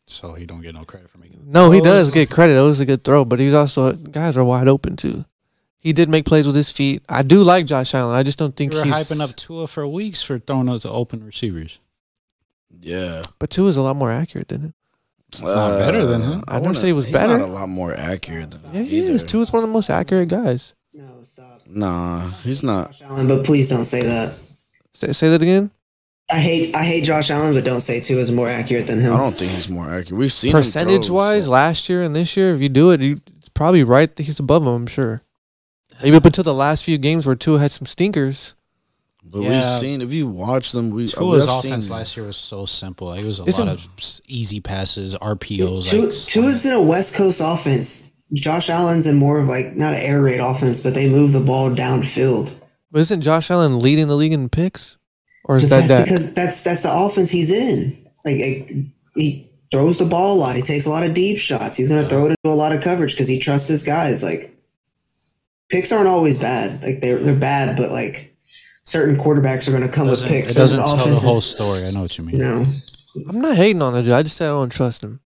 So he don't get no credit for making.
No, he
throws.
does get credit. It was a good throw, but he's also, guys are wide open too. He did make plays with his feet. I do like Josh Allen. I just don't
We
think
were
he's.
hyping up Tua for weeks for throwing out to open receivers.
yeah,
but two is a lot more accurate than him.
it's
not better
Uh,
than him.
I never said he was better.
Not a lot more accurate than
Yeah,
him
he is.
either.
Two is one of the most accurate guys.
No, stop.
Nah, he's not.
Josh Allen, but please don't say that.
Say, say that again.
I hate I hate Josh Allen, but don't say two is more accurate than
I
him.
don't think he's more accurate. We've seen him throw
Percentage wise,
before.
last year and this year, if you do it, you, it's probably right. He's above him, I'm sure. Maybe up until the last few games where Tua had some stinkers.
But
Yeah.
we've seen if you watch them, we
Tua's
we have seen
offense
that.
last year was so simple. Like, it was a
It's
lot
a-
of s- easy passes, RPOs.
Two,
like,
two is in a West Coast offense. Josh Allen's in more of like not an air raid offense, but they move the ball downfield.
But isn't Josh Allen leading the league in picks? Or is
But
that
that's
that?
because that's that's the offense he's in. Like it- he throws the ball a lot. He takes a lot of deep shots. He's going to throw it into a lot of coverage because he trusts his guys. Like picks aren't always bad. Like they're they're bad, but like certain quarterbacks are going to come with
doesn't,
picks.
it doesn't
Certain
tell the
offenses-
whole story. I know what you mean.
No,
I'm not hating on the dude. I just said I don't trust him.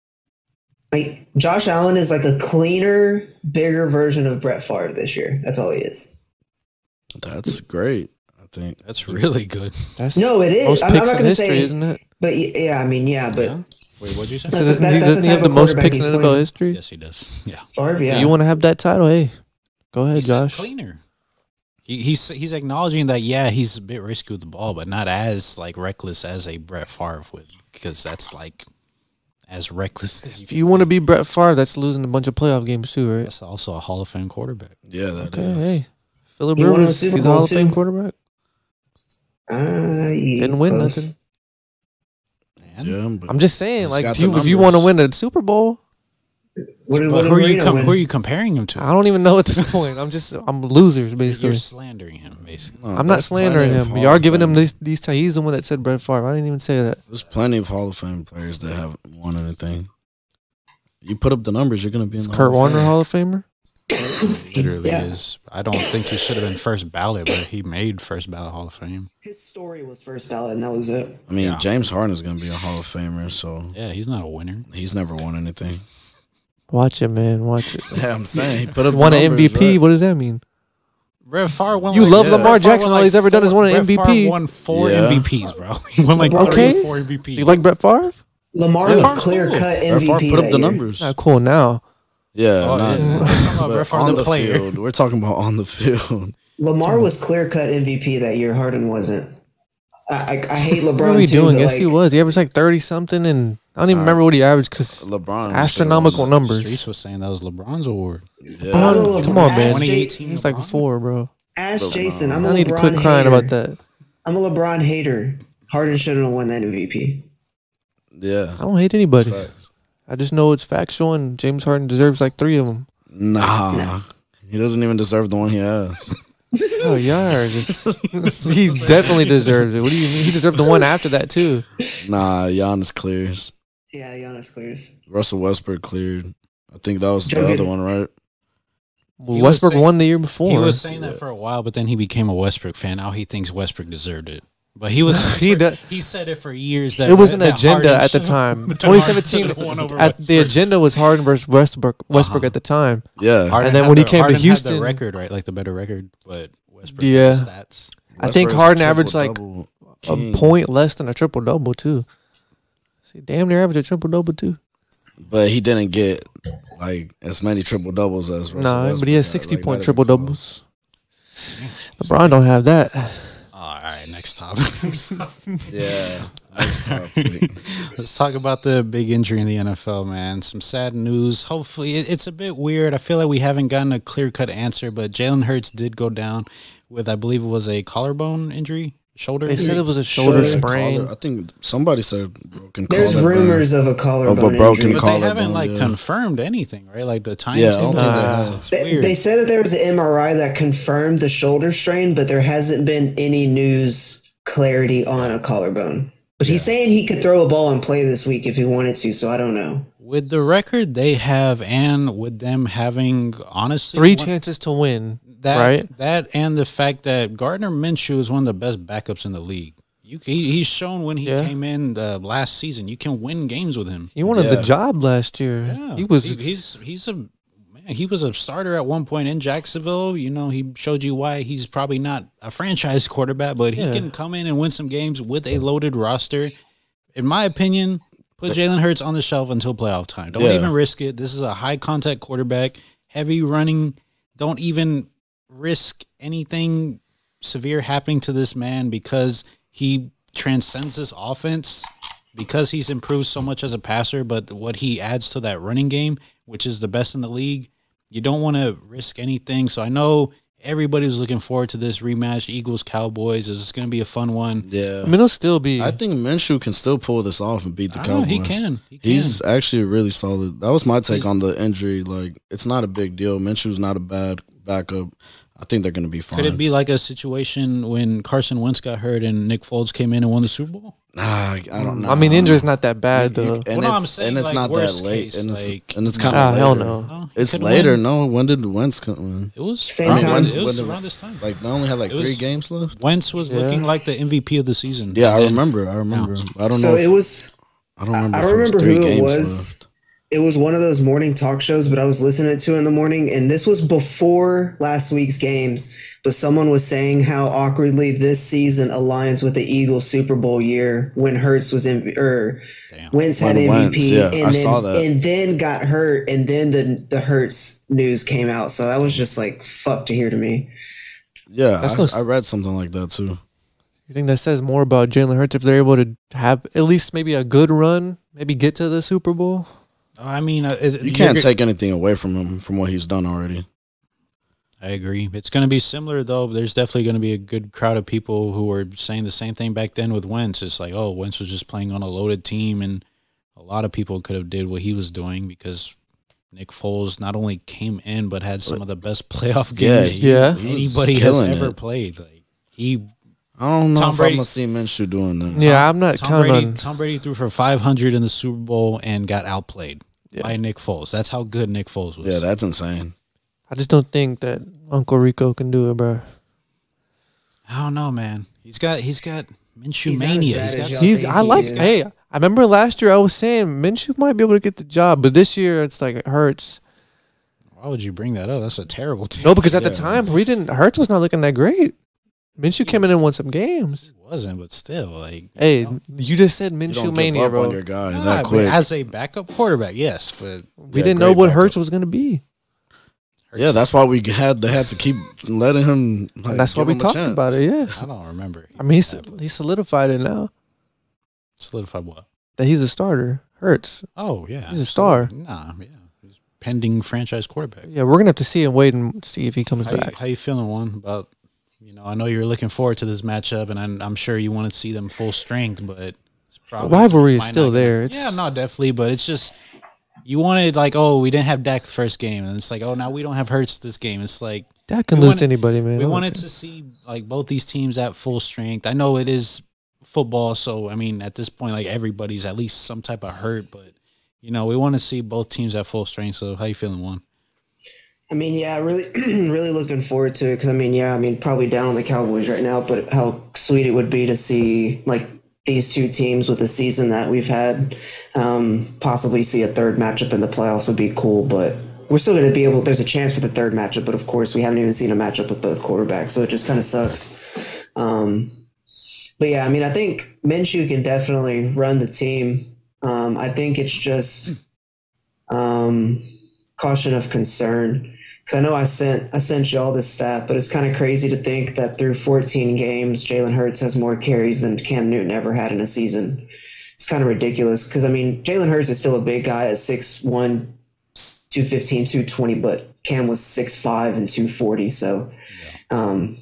like Josh Allen is like a cleaner, bigger version of Brett Favre this year. That's all he is.
That's great. I think
That's really good.
That's
No, it is.
most
I'm, I'm
picks
not
in
going to
history,
say,
isn't it?
but y- yeah, I mean, yeah, but
Yeah? Wait, what'd you
So
That's-
say?
doesn't
that-
he,
that's the
doesn't he
type
have the
of
most
quarterback
picks in
he's
NFL
playing.
history?
Yes, he does. Yeah.
Favre,
If
yeah.
You want to have that title? Hey, go ahead,
He said
Josh.
Cleaner. He, he's he's acknowledging that yeah he's a bit risky with the ball, but not as like reckless as a Brett Favre would, because that's like as reckless as you
If you want to be Brett Favre, that's losing a bunch of playoff games too, right?
That's also a Hall of Fame quarterback.
yeah, that is.
Okay, hey. Philip
He won a
Rivers,
Super
he's a
Bowl,
Hall of Fame
too.
quarterback.
Ah, you
Didn't win
close.
nothing.
Man.
Yeah, but
I'm just saying,
He's
like,
got
do you,
the
if you want
numbers.
to win a Super Bowl,
What, did- what
But
did
who are you
Marino
com-
win?
who are you comparing him to?
I don't even know at this point. I'm just, I'm losers, basically.
You're slandering him, basically.
no,
I'm not
there's plenty
slandering
of
him.
Hall
Y'all
of
giving him
Fame-
these, these ties. He's the one that said Brett Favre. I didn't even say that.
There's plenty of Hall of Fame players that haven't won anything. You put up the numbers, you're gonna be in
Is
the
Kurt
Hall of
Warner
Fame.
Hall of Famer?
Literally
Yeah.
is. I don't think he should have been first ballot, but he made first ballot Hall of Fame.
His story was first ballot, and that was it.
I mean,
Yeah.
James Harden is gonna be a Hall of Famer, so
Yeah, he's not a winner.
he's never won anything.
Watch it, man. Watch it.
Yeah, I'm saying he put up
Won
the
an
numbers,
MVP.
right?
What does that mean?
Brett Favre won.
You
like-
love
Lamar
Brett Favre
Jackson,
won
all he's ever done is win an
Brett Favre
MVP.
won four
Yeah.
MVPs, bro. He won like
Okay.
three or four
Do
MVPs.
you like Brett Favre?
Lamar
Yeah.
was clear cut
Brett
MVP.
Favre put
that
up the
year.
numbers.
Not cool now.
Yeah,
Oh, yeah. We're talking about
not, but
Brett Favre,
on
the player.
field. We're talking about on the field.
Lamar was clear cut MVP that year. Harden wasn't. I, I, I hate LeBron.
What are we
too,
doing?
but,
Yes,
like,
he was. He averaged like thirty something, and I don't even remember what he averaged because
LeBron
astronomical
Streets
numbers.
was saying that was LeBron's award.
Yeah.
Oh,
Come on, man.
Ask, J-
2018.
It's like four, bro.
ask Jason. I'm a
I need to
LeBron
quit crying
hater.
about that.
I'm a LeBron hater. Harden shouldn't have won that MVP.
Yeah.
I don't hate anybody.
Facts.
I just know it's factual, and James Harden deserves like three of them.
Nah. He doesn't even deserve the one he has.
Oh, yeah, just he definitely deserves it. What do you mean? He deserved the one after that too.
Nah, Giannis clears.
yeah, Giannis clears.
Russell Westbrook cleared. I think that was
Joe
the
Giddey.
other one, right?
Well,
He was
Westbrook
saying-
won the year
He
before.
was saying that for a while, but then he became a Westbrook fan. Now he thinks Westbrook deserved it. But he was
He
he,
does-
said it for years that
it was an
that
agenda
Harden
at the
should've-
time.
that Harden
2017,
should've won over
at the
Westbrook.
agenda was Harden versus Westbrook. Westbrook
Uh-huh.
at the time.
Yeah.
Harden
and then
had
when he
the-
came to
Harden had the
Houston-
record right, like the better record, but Westbrook
Yeah.
yeah. stats.
I think
Westbrook's
Harden averaged, like,
triple-double
a
king.
point less than a triple double too. See, damn near average a triple double too.
But he didn't get like as many triple doubles as Russell
Nah, but he
Westbrook
has
got,
sixty
like, not
point
even
triple
close.
doubles. LeBron don't have that.
All right, next topic.
Yeah. Next topic.
Let's talk about the big injury in the NFL, man. Some sad news. Hopefully, it, it's a bit weird. I feel like we haven't gotten a clear cut answer, but Jalen Hurts did go down with I believe it was a collarbone injury, shoulder.
They said
injury.
it was a shoulder
Shoulder,
sprain.
Collar- I think somebody said broken.
There's
collarbone.
rumors of a collarbone
Of a broken
injury.
but they haven't
collarbone,
like
yeah.
confirmed anything, right? Like the time.
Yeah, I don't think
Uh,
it's
They,
weird.
they said that there was an MRI that confirmed the shoulder strain, but there hasn't been any news clarity on a collarbone. But he's saying he could throw a ball and play this week if he wanted to, so I don't know.
with the record they have, and with them having honestly
Three
one-
chances to win.
that
right?
that and the fact that Gardner Minshew is one of the best backups in the league. You, he, he's shown when he
Yeah.
came in uh, last season, you can win games with him.
He wanted the
Yeah.
job last year.
Yeah,
He was.
he's he's a man. He was a starter at one point in Jacksonville. You know, he showed you why he's probably not a franchise quarterback, but he
Yeah.
can come in and win some games with a loaded roster. In my opinion, put Jalen Hurts on the shelf until playoff time. Don't
Yeah.
even risk it. This is a high contact quarterback, heavy running. Don't even risk anything severe happening to this man because he transcends this offense because he's improved so much as a passer, but what he adds to that running game, which is the best in the league, you don't want to risk anything. So I know everybody's looking forward to this rematch, Eagles Cowboys. This is going to be a fun one.
I
Yeah.
mean, it'll still be.
I think Minshew can still pull this off and beat the
I don't know,
Cowboys.
he can. He can.
He's actually really solid. That was my take
He's-
on the injury. Like, it's not a big deal. Minshew's not a bad backup. I think they're going to be fine.
Could it be like a situation when Carson Wentz got hurt and Nick Foles came in and won the Super Bowl?
Nah, I don't know.
I mean, injury's not that bad though.
and,
Well, no, I'm
it's,
saying,
and it's
like,
not that
worst
late.
case,
and it's,
like,
and it's kind
Ah,
of
hell
later.
no.
No, he
It's
could've
later.
won.
No, when did Wentz come? in?
It was
Same
around-
time.
It was
When-
around this time.
Like, they only had like
It was-
three games left.
Wentz was
Yeah.
looking like the MVP of the season.
Yeah, I
And
remember. I remember. I don't
So
know. If,
it was
I don't remember.
I
if
don't
it was
remember
three
who it
games
was.
left.
it was one of those morning talk shows, but I was listening to it in the morning, and this was before last week's games. But someone was saying how awkwardly this season aligns with the Eagles Super Bowl year when Hurts was in or
Damn.
Wentz had
When
MVP,
Wentz, yeah,
and
I
then
saw that.
and then got hurt, and then the the Hurts news came out. So that was just like fuck to hear to me.
Yeah,
That's
I,
no-
I read something like that too.
You think that says more about Jalen Hurts if they're able to have at least maybe a good run, maybe get to the Super Bowl?
I mean, uh, is,
You can't
you're-
take anything away from him from what he's done already.
I agree. It's going to be similar though. There's definitely going to be a good crowd of people who are saying the same thing back then with Wentz. It's like, oh, Wentz was just playing on a loaded team, and a lot of people could have did what he was doing because Nick Foles not only came in but had some of the best playoff
Yeah,
games
he- yeah.
he was
anybody has
killing
ever
it.
played. Like he,
I don't know
Tom
if
Brady-
I'm gonna see Minshew doing that.
yeah, I'm not
Tom
counting
Brady,
on.
Tom Brady threw for 500 in the Super Bowl and got outplayed
Yeah.
by Nick Foles. That's how good Nick Foles was.
Yeah, that's insane.
I just don't think that Uncle Rico can do it, bro.
I don't know, man. He's got he's got Minshew
He's not as
mania.
bad
He's
as
got
y'all
He's
think
I
he
like.
is.
Hey, I remember last year I was saying Minshew might be able to get the job, but this year it's like it hurts.
Why would you bring that up? That's a terrible team.
No, because at the
Yeah.
time we didn't. Hurts was not looking that great. Minshew came in and won some games.
It wasn't, but still, like
Hey, you just said
You
Minshew
don't
mania,
give up
bro.
on your guy
Nah,
that
but
quick.
as a backup quarterback, yes, but
we
Yeah,
didn't know
great
what
backup.
Hurts was gonna be.
yeah, that's why we had they had to keep letting him. like,
And that's why
give
we
him a
talked
chance.
about it. Yeah,
I don't remember.
I mean he,
Yeah,
sol-
but
he solidified it now
solidified what?
that he's a starter. Hurts.
Oh yeah,
He's a star.
Nah, yeah, he's pending franchise quarterback.
Yeah, we're gonna have to see and wait and see if he comes
How you,
back.
how you feeling, one? About you know, I know you're looking forward to this matchup, and I'm, I'm sure you want to see them full strength, but it's probably
rivalry is
might
still
not-
there. It's-
yeah, no, definitely, but it's just you wanted like, oh, we didn't have Dak the first game, and it's like, oh, now we don't have Hurts this game. It's like
That can
We
lose
wanted-
to anybody, man.
we
I don't
wanted
care.
to see like both these teams at full strength. I know it is football, so I mean at this point, like everybody's at least some type of hurt, but you know we want to see both teams at full strength. So how you feeling, one?
I mean, yeah, really, really looking forward to it because I mean, yeah, I mean, probably down on the Cowboys right now, but how sweet it would be to see like these two teams with the season that we've had, um, possibly see a third matchup in the playoffs would be cool. But we're still going to be able. There's a chance for the third matchup, but of course, we haven't even seen a matchup with both quarterbacks, so it just kind of sucks. Um, but yeah, I mean, I think Minshew can definitely run the team. Um, I think it's just um, caution of concern because I know I sent I sent you all this stat, but it's kind of crazy to think that through 14 games, Jalen Hurts has more carries than Cam Newton ever had in a season. It's kind of ridiculous because I mean, Jalen Hurts is still a big guy at 6'1", 215, 220, but Cam was 6'5 and 240, so um,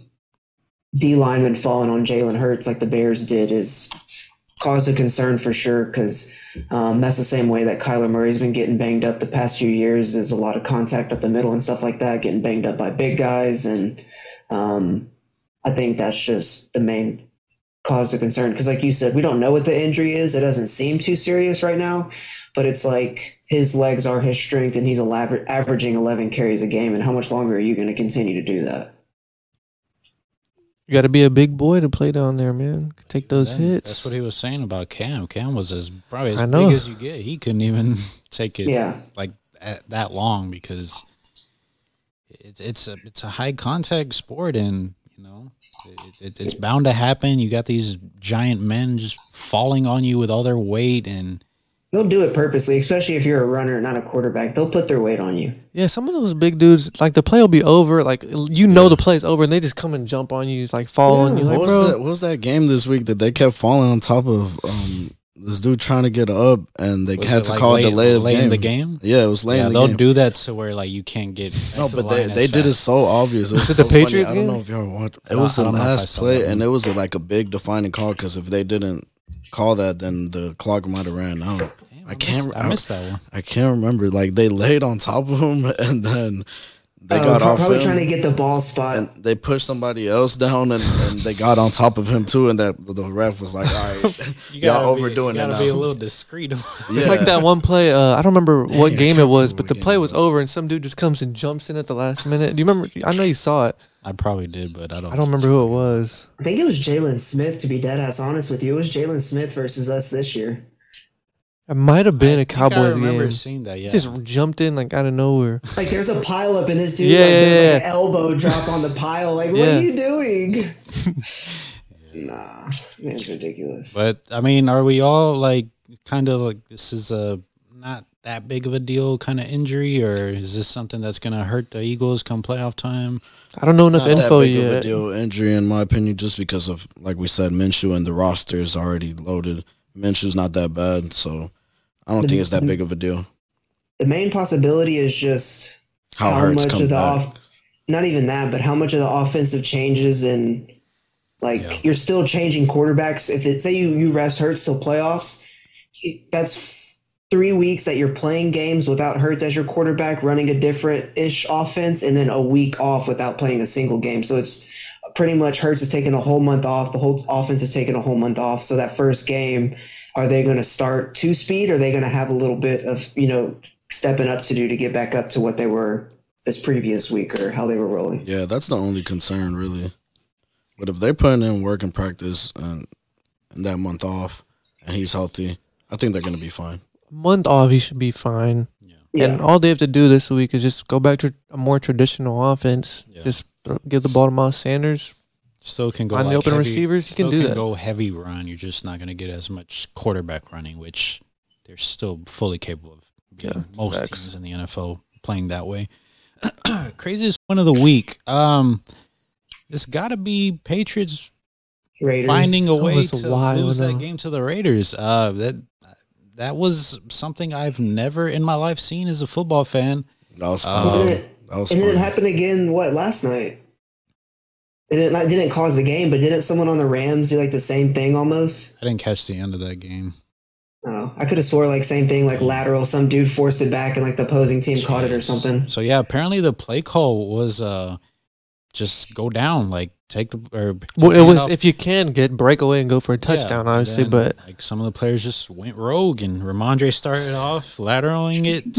D lineman falling on Jalen Hurts like the Bears did is cause of concern for sure because um, that's the same way that Kyler Murray's been getting banged up the past few years. There's a lot of contact up the middle and stuff like that, getting banged up by big guys. And um, I think that's just the main cause of concern because, like you said, we don't know what the injury is. It doesn't seem too serious right now, but it's like his legs are his strength and he's elaborate, averaging 11 carries a game. And how much longer are you going to continue to do that?
You got to be a big boy to play down there, man. Take those
That-
hits.
That's what he was saying about Cam. Cam was as probably
I
as
know.
big as you get. He couldn't even take it
Yeah.
like at, that long because it's it's a it's a high contact sport and you know it, it, it's bound to happen. You got these giant men just falling on you with all their weight and
They'll do it purposely, especially if you're a runner, not a quarterback. They'll put their weight on you.
Yeah, some of those big dudes, like the play will be over, like you know the play's over, and they just come and jump on you, like fall on you,
What
like
was
bro.
that? What was that game this week that they kept falling on top of um, this dude trying to get up and they
was
had
it,
to
like,
call
late-
a delay of
late
game.
in the game?
Yeah, it was late
yeah,
in the
they'll
game.
do that to where like you can't get
no,
to the
but they,
line as
they did it
fast.
so obvious. It was
it
so
the Patriots
funny.
game?
I don't know if y'all watched. It
don't-
was
I
the
don't know if I
last
saw
play,
that
and it was like a big defining call because if they didn't call that, then the clock might have ran out.
Damn,
I can't.
missed- I missed that one.
I can't remember. Like they laid on top of him, and then they
Uh,
got
pro-
off
probably
him,
trying to get the ball spot.
and they pushed somebody else down, and, and they got on top of him too. And that the ref was like, "All right, y'all overdoing
be,
it now."
Gotta be a little discreet.
It's like that one play. Uh, I don't remember what
I
game it was,
can't remember
but
what
the
game
play
it
was
was.
over, and some dude just comes and jumps in at the last minute. Do you remember? I know you saw it.
I probably did, but I don't.
I don't remember who it was.
I think it was Jalen Smith, to be dead ass honest with you. It was Jalen Smith versus us this year.
It might have been a
I think I
Cowboys
remember
game.
seeing that. Yeah,
Just jumped in like out of nowhere.
Like, there's a pile up, and this dude
Yeah,
like,
yeah,
does like
yeah.
an elbow drop on the pile. Like, what
Yeah.
are you doing? nah, man's ridiculous.
But I mean, are we all like kind of like this is a not that big of a deal kind of injury, or is this something that's gonna hurt the Eagles come playoff time?
I don't know enough
Not
info
that big of a
yet.
deal injury, in my opinion, just because of like we said, Minshew and the roster is already loaded. Minshew's not that bad, so I don't think it's that big of a deal.
the main possibility is just
How, Hurts come back?
off not even that but how much of the offensive changes and like
Yeah.
you're still changing quarterbacks if it say you you rest hurts till playoffs it- that's f- three weeks that you're playing games without hurts as your quarterback running a different ish offense and then a week off without playing a single game so it's pretty much hurts is taking a whole month off the whole offense is taking a whole month off so that first game are they going to start two speed are they going to have a little bit of you know stepping up to do to get back up to what they were this previous week or how they were rolling.
Yeah, that's the only concern, really. But if they're putting in work and practice and, and that month off, and he's healthy, I think they're gonna be fine.
Month off, he should be fine.
Yeah.
And all they have to do this week is just go back to a more traditional offense.
Yeah.
Just throw- give the ball to Miles Sanders.
Still can go
On the
like,
open
heavy-
receivers, you can
still
do that.
Go heavy run. You're just not gonna get as much quarterback running, which they're still fully capable of. being.
Yeah,
most
facts.
teams in the NFL playing that way. Craziest one of the week. Um, it's got to be Patriots
Raiders.
finding a
That
way
was
to
wild,
lose
though.
that game to the Raiders. Uh, that that was something I've never in my life seen as a football fan.
That was fine.
Um,
and
that was
then it
fine.
happened again what last night? And it not, didn't cause the game, but didn't someone on the Rams do like the same thing almost?
I didn't catch the end of that game.
Oh, I could have swore like same thing, like lateral. Some dude forced it back, and like the opposing team caught it or
Jeez.
something.
So yeah, apparently the play call was uh, just go down, like take the
Well,
or take
it
off.
was if you can get breakaway and go for a
Yeah,
touchdown,
and
obviously.
then,
But
like some of the players just went rogue, and Ramondre started off lateraling it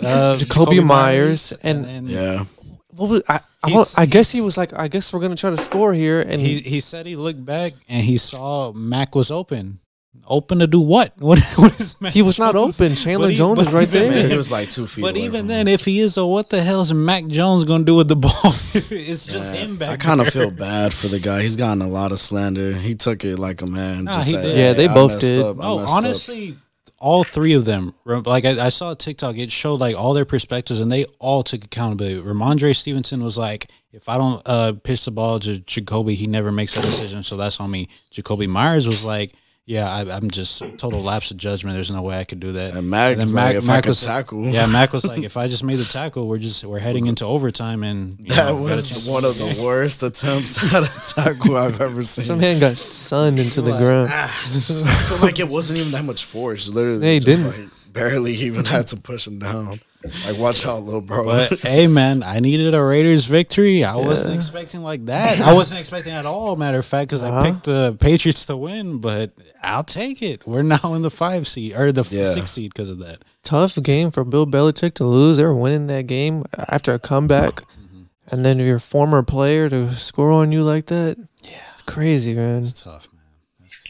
to uh,
Jacoby Myers, and-
then
Yeah,
what was, I, I,
He's-
I guess he
he's-
was like, I guess we're gonna try to score here, and
he he said he looked back and he saw Mac was open. Open to do what? What, what is Mac?
He was not
Jones?
open. Chandler
But he-
Jones
but
is right
even
there.
man, he
then-
was like two feet.
But
away
even
from
then,
him.
if he is, or what the hell is Mac Jones gonna do with the ball? it's just him back.
I kind of
there.
feel bad for the guy. He's gotten a lot of slander. He took it like a man.
Nah,
just
he
said,
did.
Yeah, they
"Hey, I
both
messed
did.
up, I
No,
messed up."
honestly, all three of them. rem- Like I, I saw a TikTok, it showed like all their perspectives, and they all took accountability. Ramondre Stevenson was like, "If I don't uh, pitch the ball to Jacoby, he never makes that decision, so that's on me." Jacoby Myers was like, yeah, I, I'm just total lapse of judgment. There's no way I could do that.
And Mac,
then
was
Mac-
like, if I
Mac
could
was-
tackle,
yeah, Mac was like, if I just made the tackle, we're just we're heading into overtime, and you
that
know, gotta
was
just-
one of the worst attempts at a tackle I've ever seen.
Some hand got sunned into the ground.
I feel like it wasn't even that much force. Literally,
Yeah, he
just,
didn't.
like, barely even had to push him down. Like, watch out, little bro.
But hey, man, I needed a Raiders victory. I wasn't expecting like that. I wasn't expecting at all. Matter of fact, because
Uh-huh.
I picked the Patriots to win, but I'll take it. We're now in the five seed or the f
Yeah.
six seed because of that.
Tough game for Bill Belichick to lose. They were winning that game after a comeback,
Mm-hmm.
and then your former player to score on you like that. Yeah, it's crazy, man.
It's tough, man.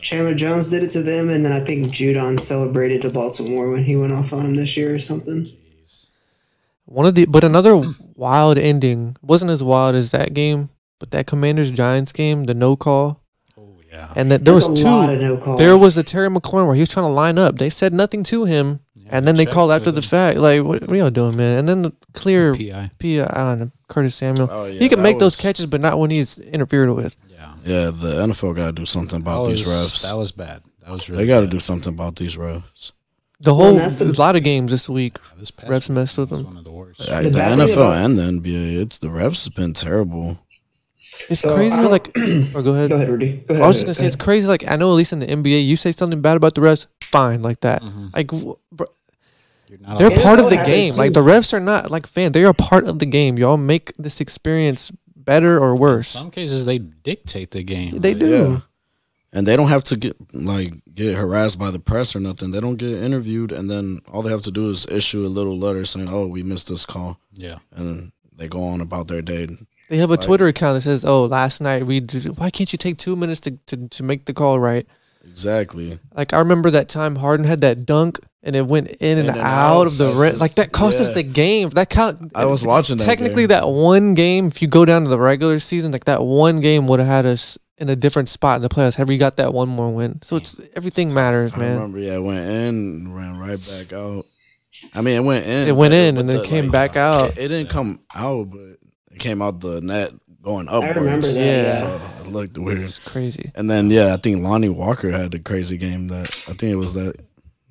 Chandler Jones did it to them, and then I think Judon celebrated to Baltimore when he went off on him this year or something.
One of the but another wild ending wasn't as wild as that game, but that Commanders Giants game, the no call,
Oh yeah,
and that there
There's
was
a
two.
lot of no calls.
There was a Terry McLaurin where he was trying to line up. They said nothing to him, and then they
checked
called
to
after the
them.
fact, like, "What, what are y'all doing, man?" And then the clear
pi.
P. on Curtis Samuel.
Oh, yeah,
he can
that
make those
was-
catches, but not when he's interfered with.
Yeah,
yeah, the NFL got to do something
that
about
was,
these refs.
Oh, that was bad. That was really
they got to
bad.
do something about these refs.
The
Well,
whole
and that's the-
lot of games this week,
Yeah, this past
refs
week
messed with
was
them.
One of the worst.
Like,
The
the
bad thing
NFL
about-
and the NBA, it's the refs have been terrible.
It's
So,
crazy.
I don't-
Like, oh, go ahead.
Go ahead, Rudy. Go ahead,
I was just
Rudy.
gonna say it's crazy. Like, I know at least in the NBA, you say something bad about the refs, fine, like that.
Mm-hmm.
Like, wh- bro,
Uh-huh.
You're not
they're
allowed-
And
part
that's
of the
what happens
game. Like,
too.
the refs are not like fan. They are part of the game. Y'all make this experience better or
in
worse.
some cases they dictate the game.
They do.
Yeah. And they don't have to get like get harassed by the press or nothing. They don't get interviewed, and then all they have to do is issue a little letter saying, "Oh, we missed this call,"
Yeah,
and then they go on about their day.
They have a Twitter account that says, "Oh, last night we. Did, why can't you take two minutes to, to to make the call right?"
Exactly.
Like I remember that time Harden had that dunk and it went in and,
and
out
out.
of the
That's
rim.
it.
Like that cost us
Yeah.
the game. That count.
I was watching that
Technically,
game.
that one game. If you go down to the regular season, like that one game would have had us in a different spot in the playoffs. Had we got that one more win, so it's everything matters,
I
man.
remember, yeah, it went in, ran right back out. I mean, it went in.
It went
but
in
but
and then
the,
came
like,
back out.
It, it didn't come out, but it came out the net going upwards.
remember that,
Yeah.
So it looked weird.
It's crazy.
And then, yeah, I think Lonnie Walker had a crazy game that I think it was that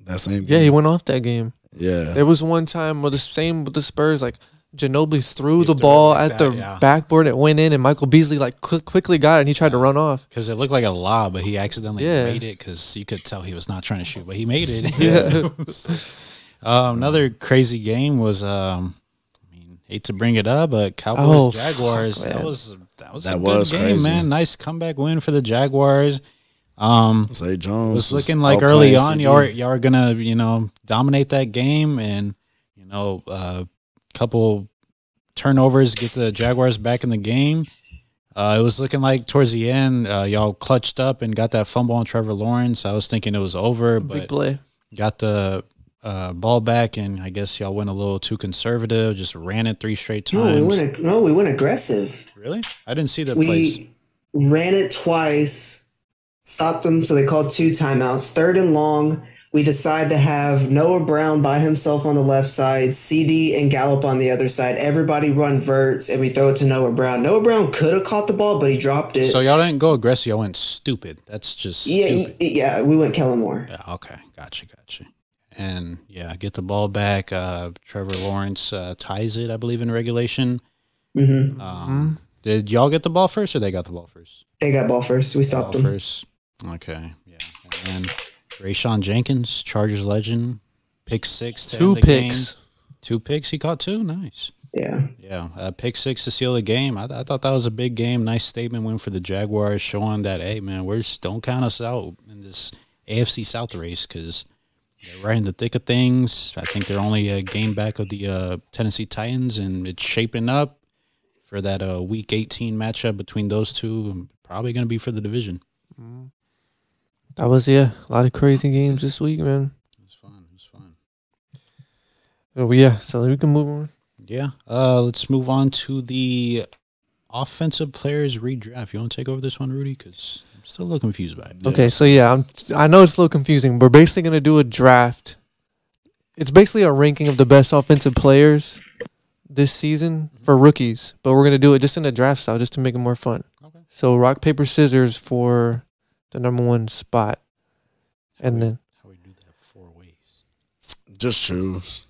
that same
Yeah, he
game.
went off that game.
Yeah.
There was one time where the same with the Spurs, like Ginobili threw the ball at the
that, yeah.
backboard. It went in, and Michael Beasley like quick, quickly got it, and he tried to run off.
because it looked like a lob, but he accidentally
Yeah.
made it because you could tell he was not trying to shoot, but he made it. um, another crazy game was, um, I mean, hate to bring it up, but Cowboys
Oh, fuck,
Jaguars. that
man.
was that was a
That
good
was
game,
crazy.
man. Nice comeback win for the Jaguars. Um,
Zay Jones.
was
was
looking like
out
early
playing
on
CD.
y'all are- y'all are gonna you know dominate that game and you know a couple turnovers get the Jaguars back in the game. Uh, it was looking like towards the end uh, y'all clutched up and got that fumble on Trevor Lawrence. I was thinking it was over,
Big
but
play.
got the uh, ball back and I guess y'all went a little too conservative. Just ran it three straight
No, we
times.
went. ag- No, we went aggressive.
really? I didn't see the plays.
we ran it twice, stopped them, so they called two timeouts. Third and long, we decide to have Noah Brown by himself on the left side, CD and Gallup on the other side. Everybody run verts, and we throw it to Noah Brown. Noah Brown could have caught the ball, but he dropped it.
So y'all didn't go aggressive. Y'all went stupid. That's just
yeah,
stupid.
y- yeah, we went Kellen Moore.
Yeah, okay. Gotcha, gotcha. And yeah, get the ball back. Uh, Trevor Lawrence uh, ties it, I believe, in regulation.
hmm
Um, Did y'all get the ball first or they got the ball first?
They got ball first. We
Ball
stopped them.
first. Okay. Yeah. And then Rayshon Jenkins, Chargers legend, pick six. To
Two
end the game.
picks.
Two picks. He caught two. Nice.
Yeah,
Yeah. Uh, pick six to seal the game. I, th- I thought that was a big game. Nice statement win for the Jaguars, showing that, hey, man, we're just, don't count us out in this AFC South race because they're right in the thick of things. I think they're only a game back of the uh, Tennessee Titans, and it's shaping up for that uh, Week 18 matchup between those two. and Probably going to be for the division.
That was yeah, a lot of crazy games this week, man.
It's fun. It's fun.
Oh yeah, so we can move on.
Yeah. Uh, let's move on to the offensive players redraft. You want to take over this one, Rudy? Because I'm still a little confused by it.
Okay, so yeah, I'm, I know it's a little confusing. We're basically gonna do a draft. It's basically a ranking of the best offensive players this season
Mm-hmm.
for rookies, but we're gonna do it just in a draft style, just to make it more fun.
Okay.
So rock paper scissors for the number one spot. And then
How we do that four ways?
Just choose.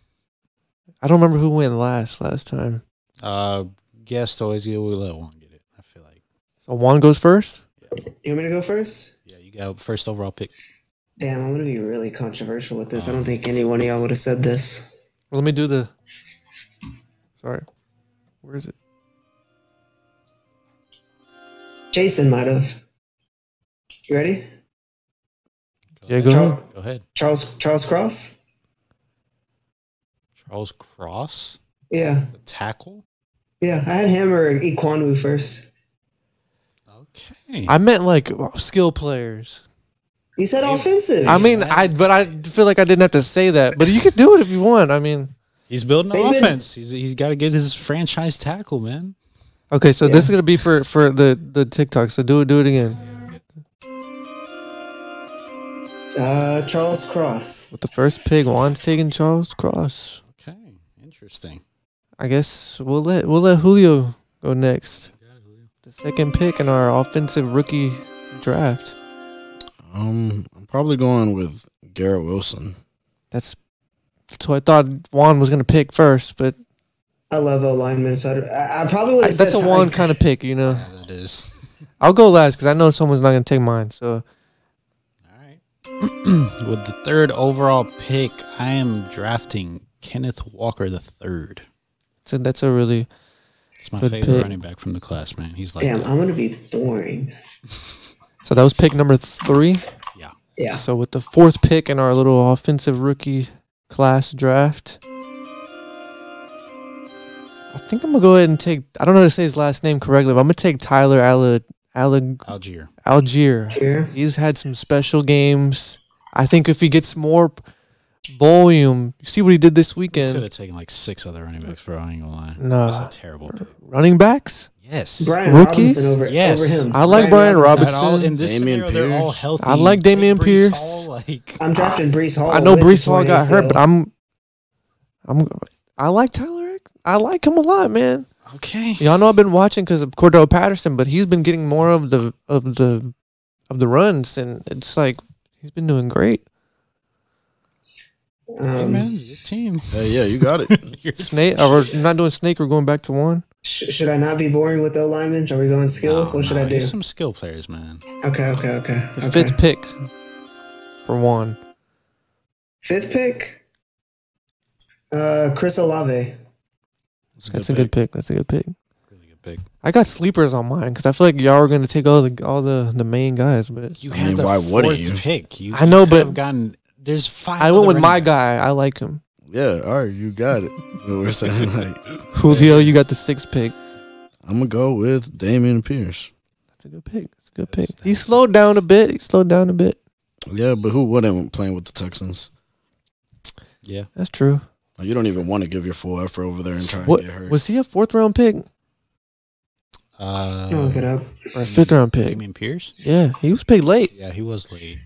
I don't remember who went last last time.
Uh, guest always get we let one get it. I feel like
So Juan goes first.
You want me to go first?
yeah, you got first overall pick.
Damn, I'm gonna be really controversial with this. I don't think any one of y'all would have said this.
Let me do the. Sorry, where is it?
Jason might have. You ready?
Yeah, go ahead.
Char-
Go ahead.
Charles Charles Cross.
Charles Cross,
Yeah,
the tackle.
yeah. I had him or Ikwanwu first.
Okay.
I meant like uh, skill players.
You said offensive.
I mean, I but I feel like I didn't have to say that. But you could do it if you want. I mean,
he's building
They've
an
been-
offense. He's he's got to get his franchise tackle, man.
okay. So this is gonna be for for the the TikTok. So do it do it again
uh, Charles Cross.
with the first pig. Juan's taking Charles Cross.
Okay, interesting.
I guess we'll let we'll let Julio go next. The second pick in our offensive rookie draft.
Um, I'm probably going with Garrett Wilson.
That's that's what I thought Juan was gonna pick first, but
I love O linemen, so I'd- I, I probably would.
I,
have
that's a
said
Juan
Tyke.
kind of pick, you know.
Yeah, that is.
I'll go last because I know someone's not gonna take mine. So
All right. With the third overall pick, I am drafting Kenneth Walker the third.
it's a, that's a really
It's my
Good
favorite
pick.
running back from the class, man. He's like,
Damn,
the-
I'm gonna be boring.
so that was pick number three.
yeah.
Yeah.
So with the fourth pick in our little offensive rookie class draft, I think I'm gonna go ahead and take. I don't know how to say his last name correctly, but I'm gonna take Tyler Ala, Ala,
Algier.
Algier.
Here.
He's had some special games. I think if he gets more volume, you see what he did this
Could
weekend.
have taken like six other running backs, bro. I ain't gonna lie.
Nah.
That's a terrible pick.
Running backs.
Yes.
Brian
Rookies?
Robinson over,
Yes.
over him.
I like Brian
At all,
Robinson.
in this
Damian
scenario, they're all
Pierce.
healthy.
I like
Take
Damian
Brees
Pierce.
Hall, like,
I'm drafting Brees Hall.
I know
with
Brees
the
Hall got
20,
hurt,
so-
but I'm, I'm, I like Tyler. Eck- I like him a lot, man.
okay.
Y'all know I've been watching because of Cordell Patterson, but he's been getting more of the of the of the runs, and it's like he's been doing great.
Hey,
Um,
man, your team.
Hey, yeah, you got it.
Your
Snake, or we're not doing snake. We're going back to one.
sh- should I not be boring with O linemen? Are we going skill?
No,
what should
no,
I do?
get Some skill players, man.
Okay, okay, okay.
The
okay.
fifth pick for one.
Fifth pick. Uh, Chris Olave.
That's a good pick. That's a good pick.
Really good pick.
I got sleepers on mine because I feel like y'all are going to take all the all the the main guys, but
You
I
had
mean,
the
why wouldn't
fourth
you?
pick. You,
I know,
you could
but-
have gotten. There's five.
I
other
went with my
running backs.
guy. I like him.
Yeah, all right, you got it. But we're saying like,
Julio, you got the sixth pick.
I'm gonna go with Damian Pierce.
That's a good pick. That's a good pick.
That's-
He
that's-
slowed down a bit. He slowed down a bit.
Yeah, but who wouldn't playing with the Texans?
Yeah.
That's true.
Like, you don't even want to give your full effort over there and try
What
to get hurt.
was he a fourth round pick
You look it
Uh,
up.
or a fifth round pick?
Damian Pierce.
Yeah, he was paid late.
Yeah, he was late.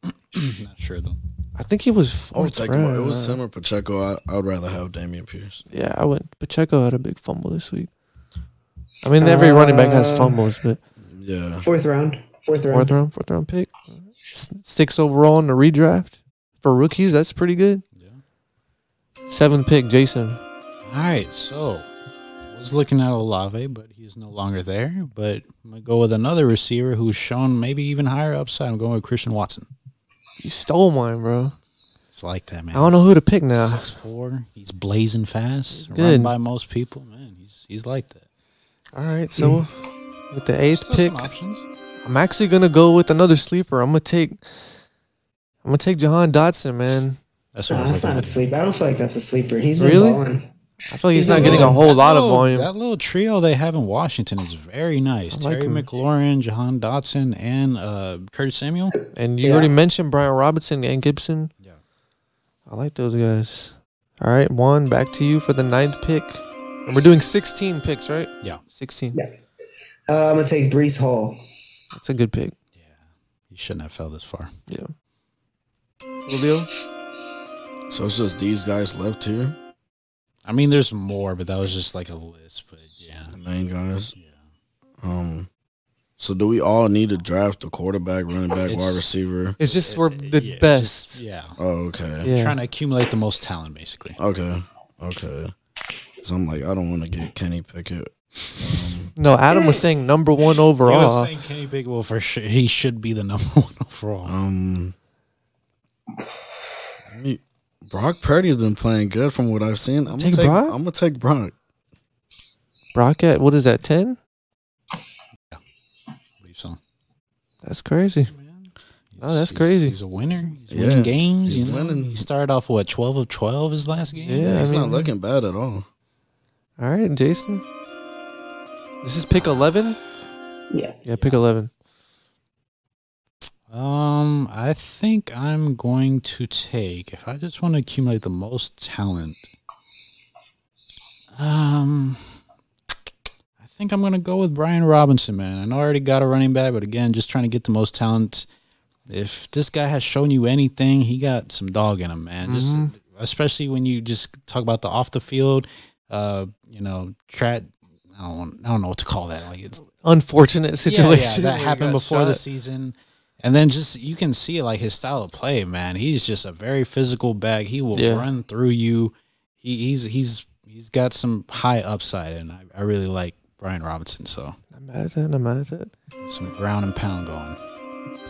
Not sure though.
I think he was
I would
fourth
take
round.
him. It was him or Pacheco. I, I would rather have Damian Pierce.
yeah, I went. Pacheco had a big fumble this week. I mean, every running back has
Uh,
fumbles, but
Yeah,
Fourth round. Fourth round.
fourth round, fourth round pick, S- six overall in the redraft for rookies. That's pretty good.
Yeah.
Seventh pick, Jason.
All right, so I was looking at Olave, but he's no longer there. But I'm gonna go with another receiver who's shown maybe even higher upside. I'm going with Christian Watson.
You stole mine, bro.
It's like that, man.
I don't know who to pick now.
Six four. He's blazing fast.
good.
Run by most people, man. He's he's like that.
All right, so with the eighth
Still
pick,
some options.
I'm actually gonna go with another sleeper. I'm gonna take, I'm gonna take Jahan Dotson, man.
That's what
Nah,
I
that's
was
not
looking
a
at.
sleeper. I don't feel like that's a sleeper. He's been
Really?
balling.
I feel like he's
He's a
not getting a
little-
whole
That
lot of
little-
volume.
That little trio they have in Washington is very nice.
I like
Terry
'em.
McLaurin, Jahan Dotson, and uh, Curtis Samuel.
And you
Yeah.
already mentioned Brian Robinson and Gibson.
Yeah.
I like those guys. All right, Juan, back to you for the ninth pick. And we're doing 16 picks, right?
Yeah.
16.
Yeah. Uh, I'm gonna take Brees Hall.
That's a good pick.
You shouldn't have fell this far.
Yeah. Julio?
so it's just these guys left here,
I mean, there's more, but that was just like a list. But yeah,
the main guys. Um, So do we all need to draft a quarterback, running back, wide
It's-
receiver?
It's just we're the
Yeah,
best.
just- yeah.
Oh, okay.
Yeah.
Trying to accumulate the most talent, basically.
Okay. Okay. So I'm like, I don't want to get Kenny Pickett.
No, Adam was saying number one
He
overall.
was saying Kenny Bigwell for sure. He should be the number one overall.
Um, I mean, Brock Purdy's been playing good from what I've seen. I'm
Take
gonna take,
Brock?
I'm gonna take Brock.
Brock at what is that ten?
I believe so.
That's crazy. Oh, that's
He's-
crazy.
He's a winner. He's
Yeah.
winning games. you
He's
know?
winning.
He started off what twelve of twelve his last game.
Yeah, I
Yeah, he's not
mean-
looking bad at all.
All right, Jason. This is pick eleven.
Yeah.
Yeah, pick eleven.
Um, I think I'm going to take if I just want to accumulate the most talent. Um, I think I'm gonna go with Brian Robinson, man. I know I already got a running back, but again, just trying to get the most talent. If this guy has shown you anything, he got some dog in him, man. Just especially when you just talk about the off the field, uh, you know, trat. I don't, I don't know what to call that. Like it's
Unfortunate
yeah, yeah,
situation.
that
He
happened
got
before the
shot.
season. And then just you can see like his style of play, man. He's just a very physical back. He will
Yeah.
run through you. He, he's he's he's got some high upside, and I, I really like Brian Robinson. So
Not mad at that. Not mad at that.
some ground and pound going.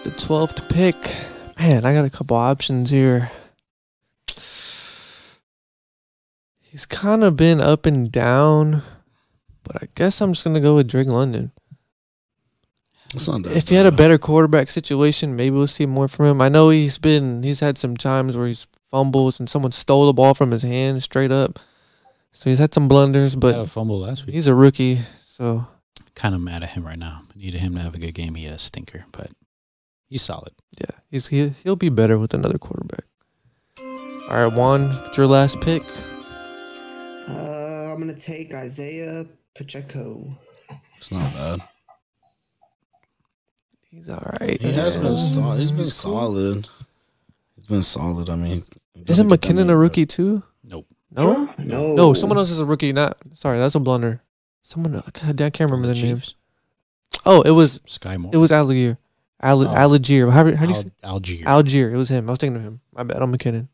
The twelfth pick. Man, I got a couple options here. He's kind of been up and down, but I guess I'm just gonna go with Drake London.
It's not that.
if he had a
bad.
better quarterback situation, maybe we'll see more from him. I know he's been he's had some times where he's fumbles and someone stole the ball from his hand straight up. So he's had some blunders,
had a
but
fumble last week.
he's a rookie. So
Kind of mad at him right now. Needed him to have a good game. He had a stinker, but he's solid.
yeah, he's he, he'll be better with another quarterback. All right, Juan, what's your last pick?
Uh, I'm gonna take Isaiah Pacheco.
it's not bad.
He's all right.
He has
He's
been.
cool.
So, he's been
He's cool.
solid. He's been solid. I mean, he doesn't
Isn't
get that
McKinnon
many
a rookie too?
Nope.
No,
No.
no, someone else is a rookie. Not sorry, that's a blunder. Someone, uh, God, I can't remember the name.
Chiefs.
Oh, it was
Sky Moore.
it was Algier, Al-
Oh.
Algier. How, how do you say?
Al- Algier.
Algier. It was him. I was thinking of him. My bad. I'm McKinnon.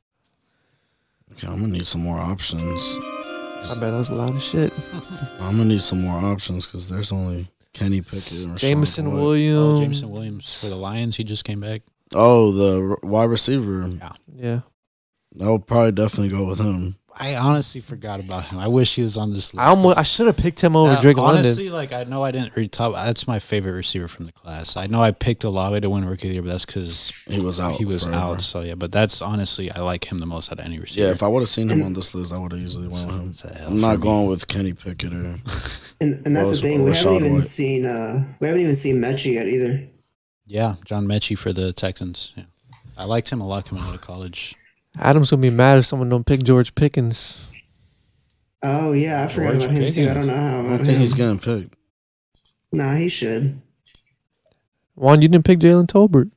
Okay, I'm gonna need some more options.
My bad. That was a lot of shit.
I'm gonna need some more options because there's only Kenny Pickett, and Rashawn
Jameson
Boyd.
Williams.
Oh, Jameson Williams for the Lions. He just came back.
Oh, the r- wide receiver.
Yeah.
I'll probably definitely go with him.
I honestly forgot about him. I wish he was on this list.
I almost, I should have picked him over
Uh,
Drake London.
honestly, like I know I didn't read top. That's my favorite receiver from the class. I know I picked Olave to win Rookie of the Year, but that's because
He was out.
he was
Oh, forever.
out. So yeah, but that's honestly I like him the most out of any receiver.
Yeah, if I would have seen him on this list, I would have easily went with him.
It's a L
I'm not
for me.
going with Kenny Pickett or
And, and that's
Well,
the thing. We
Rashad
haven't even
White.
seen. Uh, we haven't even seen Mechie yet either.
Yeah, John Mechie for the Texans. Yeah, I liked him a lot coming out of college.
Adam's gonna be mad if someone don't pick George Pickens.
Oh yeah, I forgot
George
about him too. I
Pickens.
don't know how.
I
Oh,
About
don't think
him.
he's getting picked.
Nah, he should.
Juan, you didn't pick Jalen Tolbert.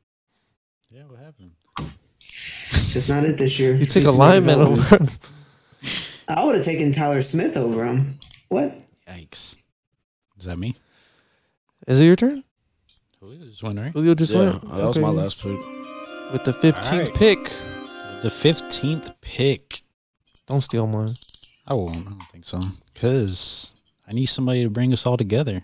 Yeah, what happened?
Just not it this year.
You took
He's
a
not
lineman
going.
over him.
I would have taken Tyler Smith over him. What?
Yikes! Is that me?
Is it your turn?
Julio just went right.
Julio just
yeah,
went.
that was
Okay.
my last pick.
With the 15th
All right.
pick.
The fifteenth pick.
Don't steal mine.
I won't. I don't think so. Cause I need somebody to bring us all together.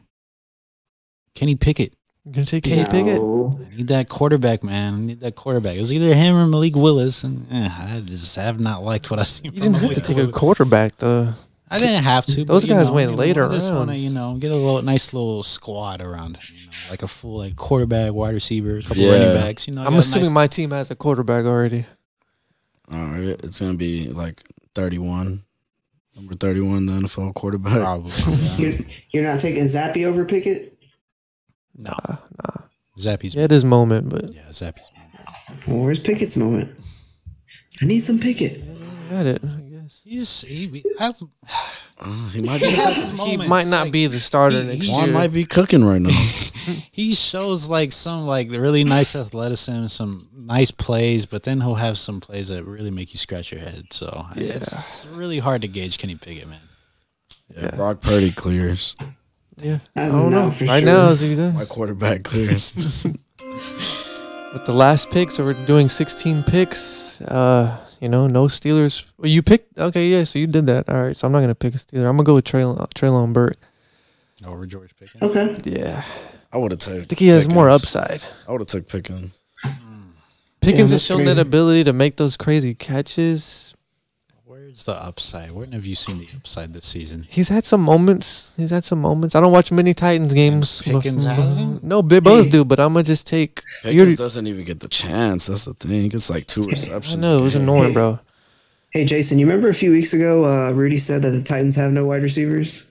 Kenny Pickett.
You gonna take Kenny Pickett?
No.
I need that quarterback, man. I need that quarterback. It was either him or Malik Willis, and eh, I just have not liked what I've seen.
You
from
didn't have
Malik
to take a
Willis.
quarterback though.
I didn't have to. but,
Those
you
guys
know,
went
you know,
later
I just want to,
rounds.
you know, get a little nice little squad around him, you know, like a full like quarterback, wide receiver, a couple
Yeah.
running backs. You know,
I'm
got a
assuming
nice,
my team has a quarterback already.
All right, it's gonna be like 31, number 31, the NFL quarterback.
probably. yeah.
You're, you're not taking Zappy over Pickett?
no,
Nah, nah.
Zappy's.
He had his moment, but
Yeah, Zappy's.
Well, where's Pickett's moment? I need some Pickett.
he had it, I guess.
He's he. I,
Uh, he might be,
He might not be the starter
he-
next
he-
year.
Juan might be cooking right now.
he shows like some like really nice athleticism, some nice plays, but then he'll have some plays that really make you scratch your head. So it's really hard to gauge Kenny Pickett, man.
yeah, Brock Purdy clears.
Yeah, I
As of
don't
now,
know.
for
Right
sure.
now, is he does.
My quarterback clears.
with the last pick, so we're doing 16 picks. Uh, you know, no Steelers. Well, you picked. Okay, yeah. So you did that. All right. So I'm not gonna pick a Steeler. I'm gonna go with Traylon, Traylon Burke.
Over George Pickens.
Okay.
Yeah,
I would have taken.
I think he has more
Pickens.
upside.
I would have took Pickens.
Pickens has
that's
shown
crazy.
that ability to make those crazy catches.
Where's the upside? When have you seen the upside this season?
He's had some moments. He's had some moments. I don't watch many Titans games. but-
Pickens hasn't?
No, they both do. But I'm gonna just take.
Pickens
You're,
doesn't even get the chance. That's the thing. It's like two
I
receptions.
know it was annoying, bro.
Hey, Jason, you remember a few weeks ago, uh, Rudy said that the Titans have no wide receivers?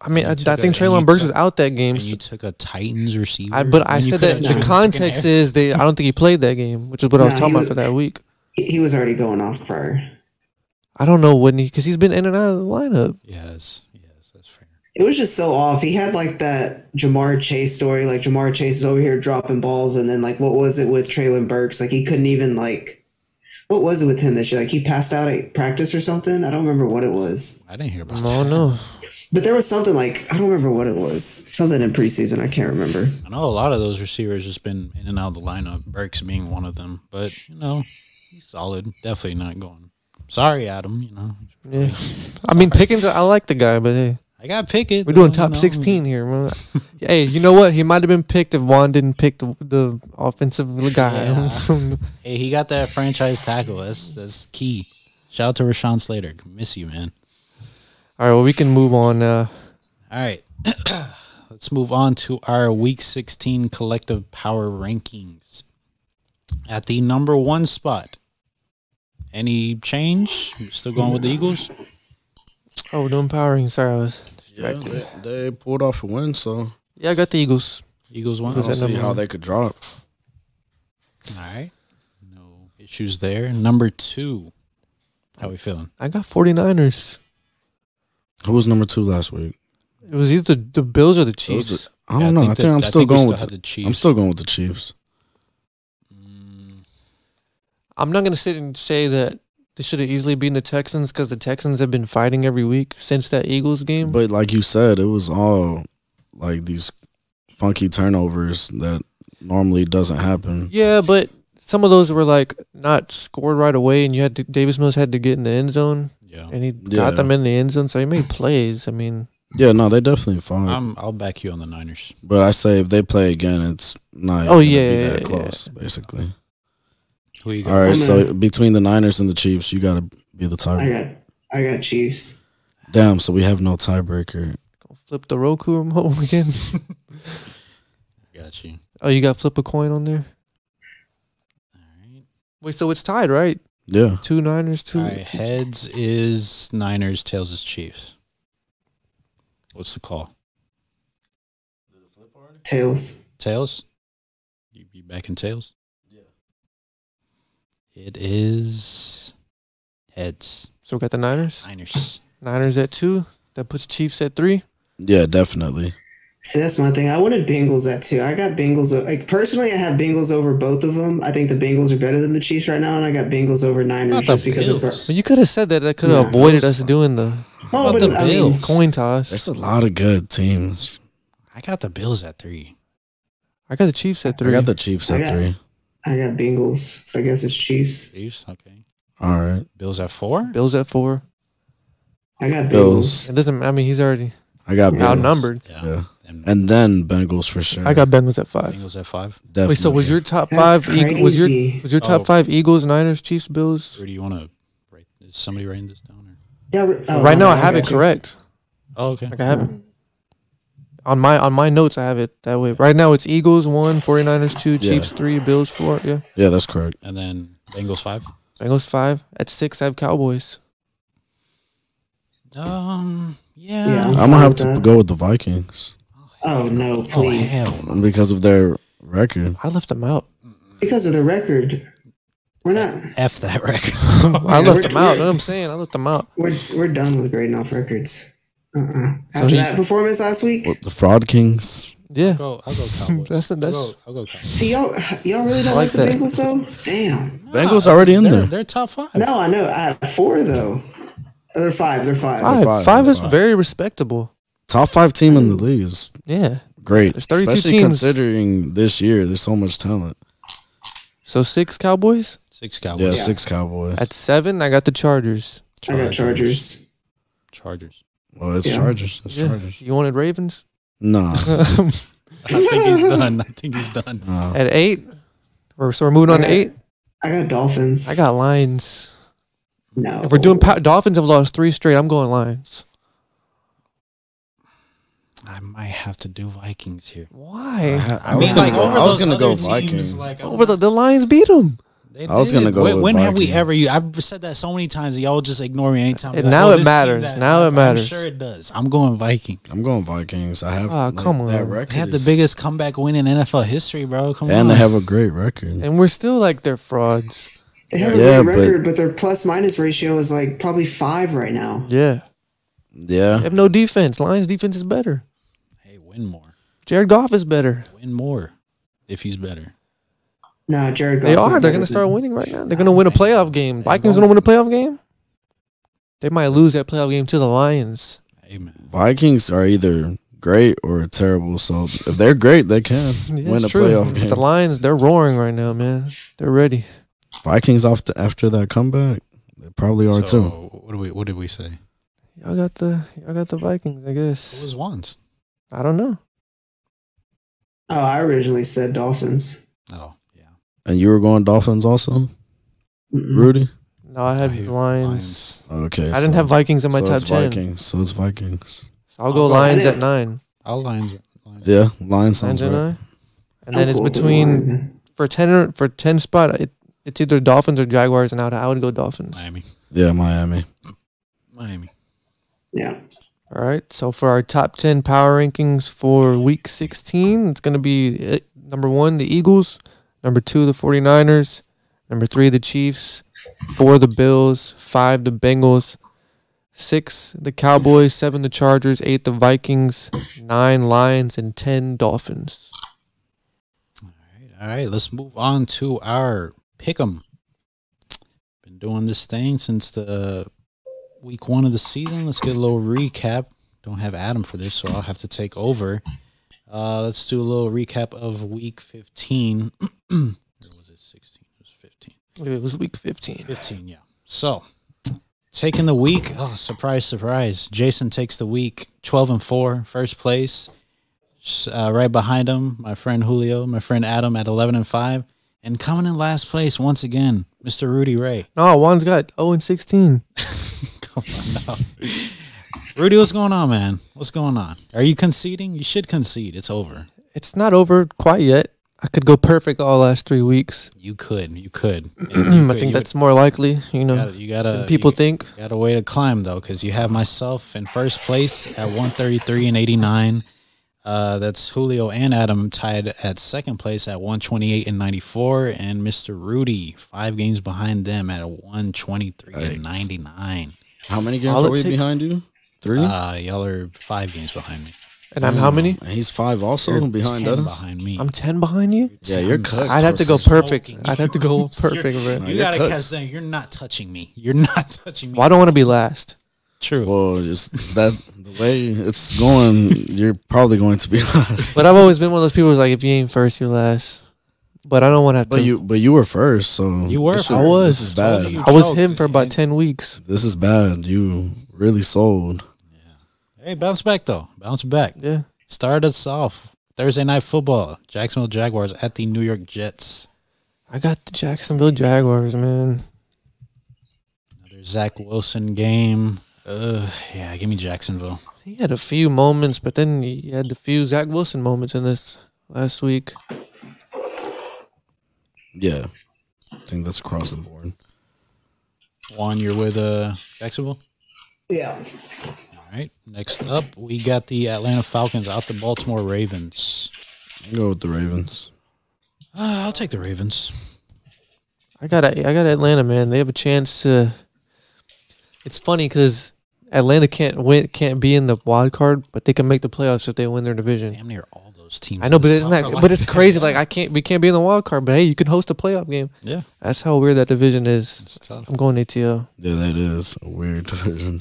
I mean, I, I
You took
think
a- and you
Traylon Burks
took-
was out that game.
And you took a Titans receiver.
I, but I
when you
said
coulda
that
just
the
taken
context
Aaron-
is they. I don't think he played that game, which is what I was
Nah,
talking
he
about
was-
for that week.
He, he was already going off prior.
I don't know when he because he's been in and out of the lineup.
Yes, yes, that's fair.
It was just so off. He had like that Jamar Chase story. Like Jamar Chase is over here dropping balls, and then like what was it with Traylon Burks? Like he couldn't even like. What was it with him this year? Like he passed out at practice or something. I don't remember what it was,
I didn't hear about
I don't
that.
know.
but there was something like I don't remember what it was. Something in preseason. I can't remember.
I know a lot of those receivers just been in and out of the lineup. Burks being one of them, but you know, he's solid. Definitely not going. Sorry, Adam. You know,
Yeah, I mean Pickens. I like the guy, but hey,
I got Pickett.
we're
though,
doing
you
top
know.
sixteen here. Man. hey, you know what? He might have been picked if Juan didn't pick the, the offensive guy.
Yeah. Hey, he got that franchise tackle. That's that's key. Shout out to Rashawn Slater. Miss you, man.
All right, well we can move on uh, now.
All right. Let's move on to our week 16 collective power rankings. At the number one spot, any change? We're still going with the Eagles?
Oh, we're doing power rankings. Sorry, I was.
Yeah, they, they pulled off a win, so
Yeah, I got the Eagles.
Eagles
I
one?
don't
that
see
number
how
one?
they could drop.
All right. No issues there. Number two, how we feeling?
I got 49ers.
Who was number two last week?
It was either the Bills or the
Those
Chiefs.
are- I don't know. I think,
that-
I'm still
we
going with.
had
the,
the Chiefs.
I'm still going with the Chiefs.
Mm,
I'm not gonna sit and say that they should have easily beaten the Texans because the Texans have been fighting every week since that Eagles game.
But like you said, it was all like these funky turnovers that normally doesn't happen.
Yeah, but some of those were like not scored right away, and you had to, Davis Mills had to get in the end zone,
yeah.
and he
Yeah.
got them in the end zone, so he made plays. I mean,
Yeah, no, they definitely fine.
Um,
I'm, I'll back you on the Niners.
but I say if they play again, it's not.
Oh,
gonna
yeah,
be
yeah,
that
yeah,
close basically.
Who you got?
All right,
I'm
so
gonna-
between the Niners and the Chiefs, you gotta be the
I
tiebreaker.
got I got Chiefs.
Damn, so we have no tiebreaker.
flip the Roku remote again.
Got you.
oh, you got flip a coin on there.
All right.
Wait, so it's tied, right?
Yeah,
Two Niners, two.
All right, heads is Niners, tails is Chiefs. What's the call?
Tails.
Tails? You, you back in tails? Yeah. It is heads.
So we got the Niners.
Niners.
Niners at two. That puts Chiefs at three.
yeah, definitely.
See, that's my thing. I wanted Bengals at two. I got Bengals. o- Like personally, I have Bengals over both of them. I think the Bengals are better than the Chiefs right now, and I got Bengals over Niners
Not the
just because of.
Bills.
But you could have said that. That could have
Yeah.
avoided us doing the
Oh,
about
but
the
I mean,
Bills?
coin
There's
toss.
a lot of good teams.
I got the Bills at three.
I got the Chiefs at
I
three.
got the Chiefs
I
at
got-
three.
I got Bengals, so I guess it's Chiefs.
Chiefs? Okay.
All right,
Bills at four?
Bills at four.
I got Bengals.
Bills.
It doesn't. I mean, he's already
I got Bills.
outnumbered.
Yeah.
And
and then Bengals for sure.
I got Bengals at five.
Bengals at five.
definitely.
Wait, so was your top
That's
five? Eagle, was your
crazy.
was your top
Oh.
five Eagles, Niners, Chiefs, Bills?
Where do you want to write? Is somebody writing this down? Or?
Yeah, oh,
right now, I
okay,
have it
got you.
correct.
Oh, okay.
Like I have it. on my on my notes. I have it that way. Right now, it's Eagles one, 49ers two, Chiefs three, Bills four. Yeah,
Yeah, that's correct.
And then Bengals five?
Bengals five. At six, I have Cowboys.
Um,
Yeah.
I'm gonna have to go with the Vikings
Oh no, please!
hell.
because of their record.
I left them out.
Because of the record, we're not.
F that record.
I left them out. You know what I'm saying? I left them out.
We're we're done with grading off records. Uh-uh. After
he-
that performance last week,
What, the Fraud Kings.
Yeah,
go, I'll go Cowboys.
that's
I'll
that's.
go, I'll go Cowboys.
see y'all y'all really don't
like
like, the
that.
Bengals though. Damn.
Bengals already in
they're,
there.
They're top five.
No, I know. I have four though. Or they're five. They're five.
Five.
Five.
Five is
Five.
very respectable.
Top five team in the league is
Yeah.
great.
There's 32
especially
teams.
considering this year there's so much talent.
So six Cowboys
Six
Yeah,
Cowboys.
six Cowboys.
at seven. I got the Chargers.
I got Chargers.
Chargers.
Well, it's
Yeah.
Chargers. It's
Yeah.
Chargers.
You wanted Ravens
Nah.
at
I think he's done. I think he's done.
nah.
eight. We're, so we're moving on to eight.
I got Dolphins.
I got Lions.
no.
If we're
Oh.
doing pa- Dolphins, have lost three straight. I'm going Lions.
I might have to do Vikings here.
I,
Why?
ha- I
I
was
mean,
gonna
like,
go,
over
I was
those
gonna
other
go
teams,
Vikings.
Like,
Over the, the Lions beat them.
They
I was
did.
gonna go
When,
with
when have we
Vikings.
ever? You, I've said that so many times. Y'all just ignore me anytime.
And
Like,
now it
this team
matters.
that-
Now it matters.
I'm sure it does. I'm going Vikings.
I'm going Vikings. I have
Ah,
like,
come
that
on.
record.
They have the
is-
biggest comeback win in NFL history, bro. Come on.
and they have a great record.
And we're still like they're frauds.
They have
Yeah,
a
but-
great record, but, their plus minus ratio is like probably five right now.
Yeah. They
Yeah.
have no defense. Lions defense is better.
hey, win more.
Jared Goff is better.
Win more. If he's better.
No, Jared.
They
Goff's
are.
not
They're
better
going to
than-
start winning right now. They're going to win a playoff game. Vikings going to win a playoff game? They might lose that playoff game to the Lions.
Hey man.
Vikings are either great or terrible. So if they're great, they can
Yeah,
win a
it's true.
playoff game.
The Lions, they're roaring right now, man. They're ready.
Vikings off the, after that comeback, they probably are
So,
too.
What do we what did we say?
Y'all got the y'all got the Vikings, I
It
guess.
was once.
I don't know.
Oh, I originally said Dolphins.
Oh, yeah.
And you were going Dolphins also,
Mm-hmm.
Mm-mm.
Rudy.
No, I had
I hate
Lions.
Okay,
I didn't
so-
have Vikings in my
so
top
it's
ten.
Vikings. So it's Vikings.
So I'll
I'll
go
go
Lions at
Lions.
nine.
I'll lines. lines.
Yeah, Lions sounds
Lions at
right.
nine. And then
I'm
it's
cool with the
between
Lions.
for ten or, for ten spot. It, it's either Dolphins or Jaguars, and I would, I would go Dolphins.
Miami.
Yeah, Miami.
Miami.
Yeah.
All right. So for our top 10 power rankings for week 16, it's going to be uh, number one, the Eagles, number two, the 49ers, number three, the Chiefs, four, the Bills, five, the Bengals, six, the Cowboys, seven, the Chargers, eight, the Vikings, nine, Lions, and 10, Dolphins.
All right, let's move on to our pick 'em. Been doing this thing since the week one of the season. Let's get a little recap. Don't have Adam for this, so I'll have to take over. Uh, let's do a little recap of week 15. or was it 16? It was 15.
It was week 15.
15, yeah. So, taking the week. Oh, surprise, surprise. Jason takes the week 12 and 4, first place. S- Uh, right behind him, my friend Julio, my friend Adam at 11 and 5. And coming in last place once again, Mr. Rudy Ray.
No, Juan's got 0 and 16.
Come on now. Rudy, what's going on, man? What's going on? Are you conceding? You should concede. It's over.
It's not over quite yet. I could go perfect all last three weeks.
You could. You could.
I think that's more likely, you know,
You gotta, you gotta
than people
uh, you-
think.
Got a way to climb though, because you have myself in first place at 133 and 89. Uh, that's Julio and Adam tied at second place at 128 and 94, and Mr. Rudy five games behind them at 123
Yikes.
and 99.
How many games
I'll
are we
take-
behind you? Three.
Uh, y'all are five games behind me.
And I'm how many?
And Uh, he's five also behind
10
us.
behind me.
I'm 10 behind you?
Yeah, you're
I'm
cooked.
I'd have to go
Torres.
perfect.
smoking.
I'd have to go perfect, bro.
Nah,
you
you're
gotta
cooked.
catch saying you're not touching me. You're not touching me.
Well, I don't want to be last.
True.
Well, just that the way it's going, you're probably going to be last.
But I've always been one of those people who's like, if you ain't first, you're last. But I don't want to have
But
to.
you, but you were first, so
You were
This is-
first. I was.
This is
Told
bad.
you.
I was
choked
him for about
and-
10 weeks.
This is bad. You really sold.
hey, bounce back though. Bounce back.
Yeah.
Start us off Thursday night football. Jacksonville Jaguars at the New York Jets.
I got the Jacksonville Jaguars, man.
Another Zach Wilson game. Uh, yeah, give me Jacksonville.
He had a few moments, but then he had a few Zach Wilson moments in this last week.
Yeah, I think that's across the board.
Juan, you're with uh Jacksonville.
Yeah.
All right. Next up, we got the Atlanta Falcons out the Baltimore Ravens.
I'll go with the Ravens.
Uh, I'll take the Ravens.
I got I got Atlanta, man. They have a chance to. It's funny because Atlanta can't win, can't be in the wild card, but they can make the playoffs if they win their division.
Damn near all those teams.
I know,
in the
but it's
South
not.
are
But
like
it's
that.
crazy. Like I can't. We can't be in the wild card. But hey, you can host a playoff game.
yeah,
That's how weird that division is.
it's tough.
I'm going ATL.
Yeah, that is a weird division.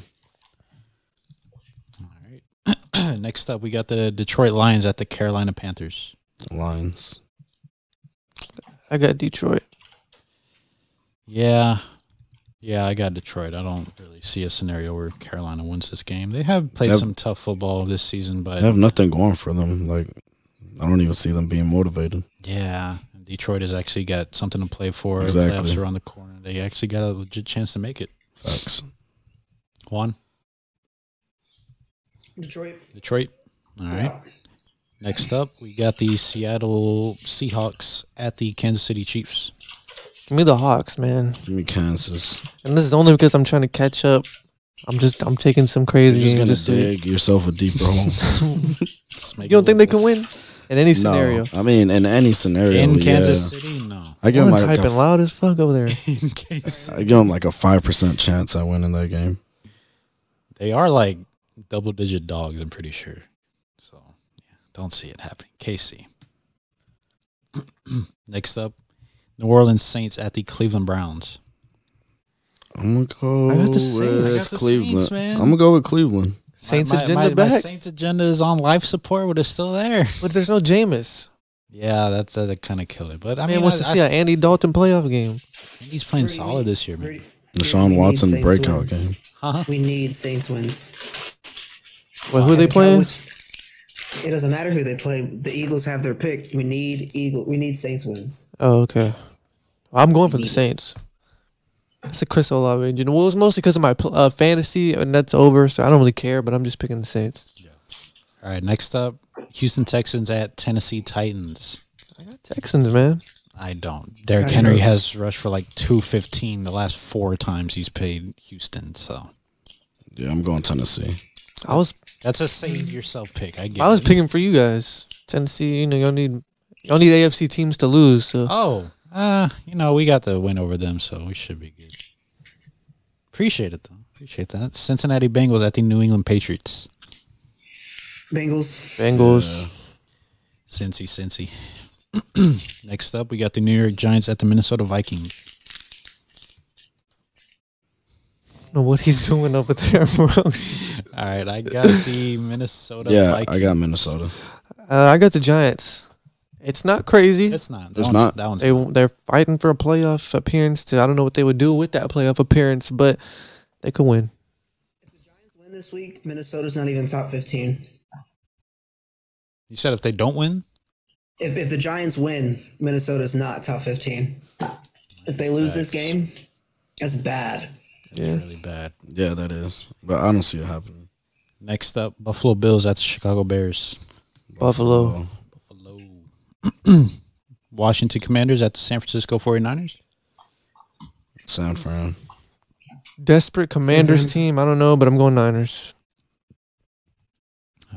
All right. Next up, we got the Detroit Lions at the Carolina Panthers.
Lions.
I got Detroit.
Yeah, yeah, I got Detroit. I don't really see a scenario where Carolina wins this game. They have played
Yep.
some tough football this season, but
They have nothing going for them. Like I don't even see them being motivated.
yeah, Detroit has actually got something to play for. The
Exactly.
Playoffs are on the corner. They actually got a legit chance to make it.
Facts.
One
Detroit.
Detroit. All right. Next up, we got the Seattle Seahawks at the Kansas City Chiefs.
Give me the Hawks, man.
Give me Kansas.
And this is only because I'm trying to catch up. I'm just I'm taking some
You're
crazy
just gonna
games this week.
dig yourself a deeper hole.
Let's
You
make
don't
it
think they can win in any scenario?
No, I mean, in any scenario.
in
yeah.
Kansas City? No.
I give
I'm
them like
typing
a,
loud as fuck over there.
in case
I give them like a five percent chance I win in that game.
they are like double digit dogs, I'm pretty sure. So yeah, don't see it happening. KC. Next up, New Orleans Saints at the Cleveland Browns.
I'm gonna go
I got the Saints.
with
I
got the
Cleveland.
Saints, man.
I'm gonna go with Cleveland.
Saints
My- my-
agenda
my,
back,
My Saints agenda is on life support, but it's still there.
but there's no Jameis.
Yeah, that's that kind of kill it. But I
Man
mean,
wants to
I-
see
I
an Andy Dalton playoff game.
think he's playing solid this year, man.
Pretty- we
Deshaun
need
Watson
Saints
breakout
wins.
game.
Huh?
We need Saints wins.
Wait, who are they
The
playing?
Cowboys- It doesn't matter who they play. The Eagles have their pick. We need Eagle. We need Saints wins.
Oh, okay. I'm going for the Saints. It's a Chris Olave. You know, well, it was mostly because of my pl- uh, fantasy, and that's over, so I don't really care. But I'm just picking the Saints.
All right, next up, Houston Texans at Tennessee Titans.
I got Texans, man.
I don't. Derrick
Titans.
Henry has rushed for like 215 the last four times he's played Houston. So
Yeah, I'm going Tennessee.
I was
that's a save yourself pick. I get
I was
it.
picking for you guys. Tennessee, you know, y'all need y'all need AFC teams to lose. So
Oh, uh, you know, we got the win over them, so we should be good. Appreciate it, though. Appreciate that. Cincinnati Bengals at the New England Patriots.
Bengals.
Bengals.
Cincy, Cincy. Next up, we got the New York Giants at the Minnesota Vikings.
know what he's doing up there, bro. uh,
All right, I got the Minnesota
Yeah,
Vikings.
I got Minnesota.
I got the Giants. It's not crazy.
It's not. That
It's
one's,
not.
That one's
They they're fighting for a playoff appearance. To I don't know what they would do with that playoff appearance, but they could win.
Win this week. Minnesota's not even top fifteen.
You said if they don't win,
If, if the Giants win, Minnesota's not top fifteen. If they lose this game, that's bad.
that's
Yeah.
really bad.
Yeah, that is. But I don't see it happening.
Next up, Buffalo Bills at the Chicago Bears.
Buffalo.
Buffalo. Washington Commanders at the San Francisco 49ers.
San Fran.
Desperate Commanders team. I don't know, but I'm going Niners.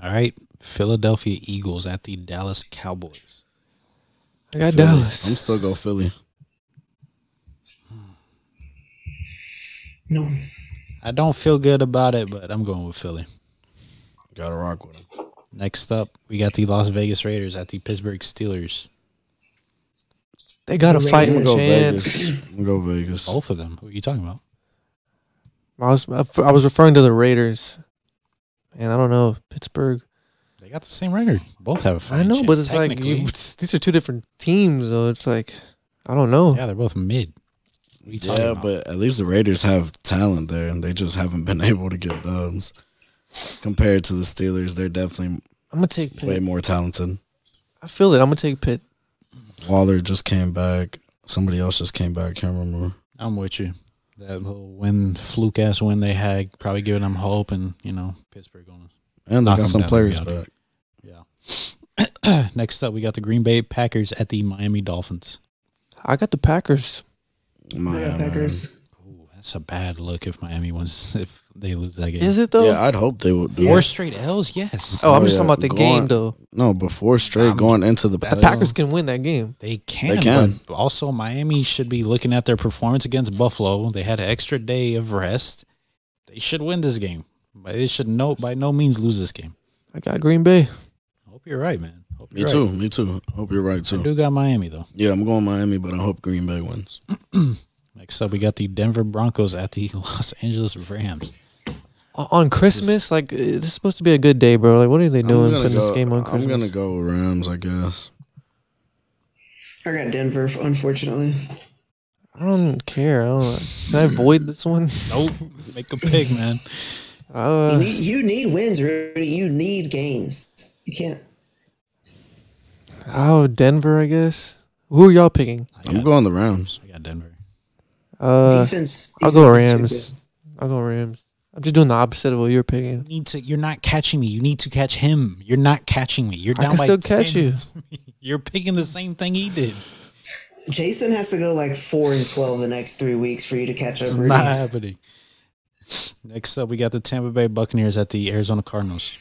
All right. Philadelphia Eagles at the Dallas Cowboys.
I got
Philly. I'm
Dallas.
still go Philly.
No.
I don't feel good about it, but I'm going with Philly.
Gotta rock with him.
Next up, we got the Las Vegas Raiders at the Pittsburgh Steelers.
They got a
I'm
fighting
gonna go
chance.
Vegas. I'm gonna go Vegas.
Both of them. Who are you talking about?
I was I was referring to the Raiders, and I don't know Pittsburgh.
They got the same record. Both have a
I
fighting
know,
chance,
but it's like
technically.
you, these are two different teams, though. It's like I don't know.
yeah, they're both mid. What are you talking
Yeah,
about?
but at least the Raiders have talent there, and they just haven't been able to get dubs. Compared to the Steelers, they're definitely
I'm gonna take
way
Pitt.
more talented.
I feel it. I'm gonna take Pitt.
Waller just came back. Somebody else just came back. I can't remember.
I'm with you. That little win, fluke ass win they had, probably giving them hope, and you know Pittsburgh going.
And they
Knock
got
'em
some
down,
players
Biotic.
back.
Yeah. Next up, we got the Green Bay Packers at the Miami Dolphins.
I got the Packers.
Yeah,
Miami.
Packers.
Ooh, that's a bad look if Miami wins if they lose that game.
Is it though?
Yeah, I'd hope they would do.
Four
it.
straight L's, yes.
oh, I'm
Oh,
just
yeah.
talking about the
Go
game
on.
though.
No, but four straight
I'm-
going into
The
the
that's-
playoffs.
Packers can win that game.
They can,
They can.
but also Miami should be looking at their performance against Buffalo. They had an extra day of rest. They should win this game, but they should no by no means lose this game.
I got Green Bay.
I hope you're right, man. Hope
Me
you're
too.
right.
Me too. I hope you're right
I
too.
do got Miami though.
Yeah, I'm going Miami, but I hope Green Bay wins.
Next up, we got the Denver Broncos at the Los Angeles Rams.
o- on Christmas, like eh, this is supposed to be a good day, bro. Like, what are they doing
gonna
putting this
go-
game on Christmas?
I'm gonna go with Rams, I guess.
I got Denver, f- unfortunately.
I don't care. I don't, can I void this one?
Nope. Make a pig, man.
you,
Uh,
need, you need wins, Rudy. You need games. You can't.
oh, Denver, I guess. Who are y'all picking?
I
I'm
got,
going the Rams.
I got Denver.
Uh,
defense,
I'll go
defense is too
Rams. I'll go Rams. I'm just doing the opposite of what you're picking.
Need to. You're not catching me. You need to catch him. You're not catching me. You're
I
down
can
by
still catch
10. You're picking the same thing he did.
good. Jason has to go like four and twelve the next three weeks for you to catch up.
It's
Rudy.
not happening. Next up, we got the Tampa Bay Buccaneers at the Arizona Cardinals.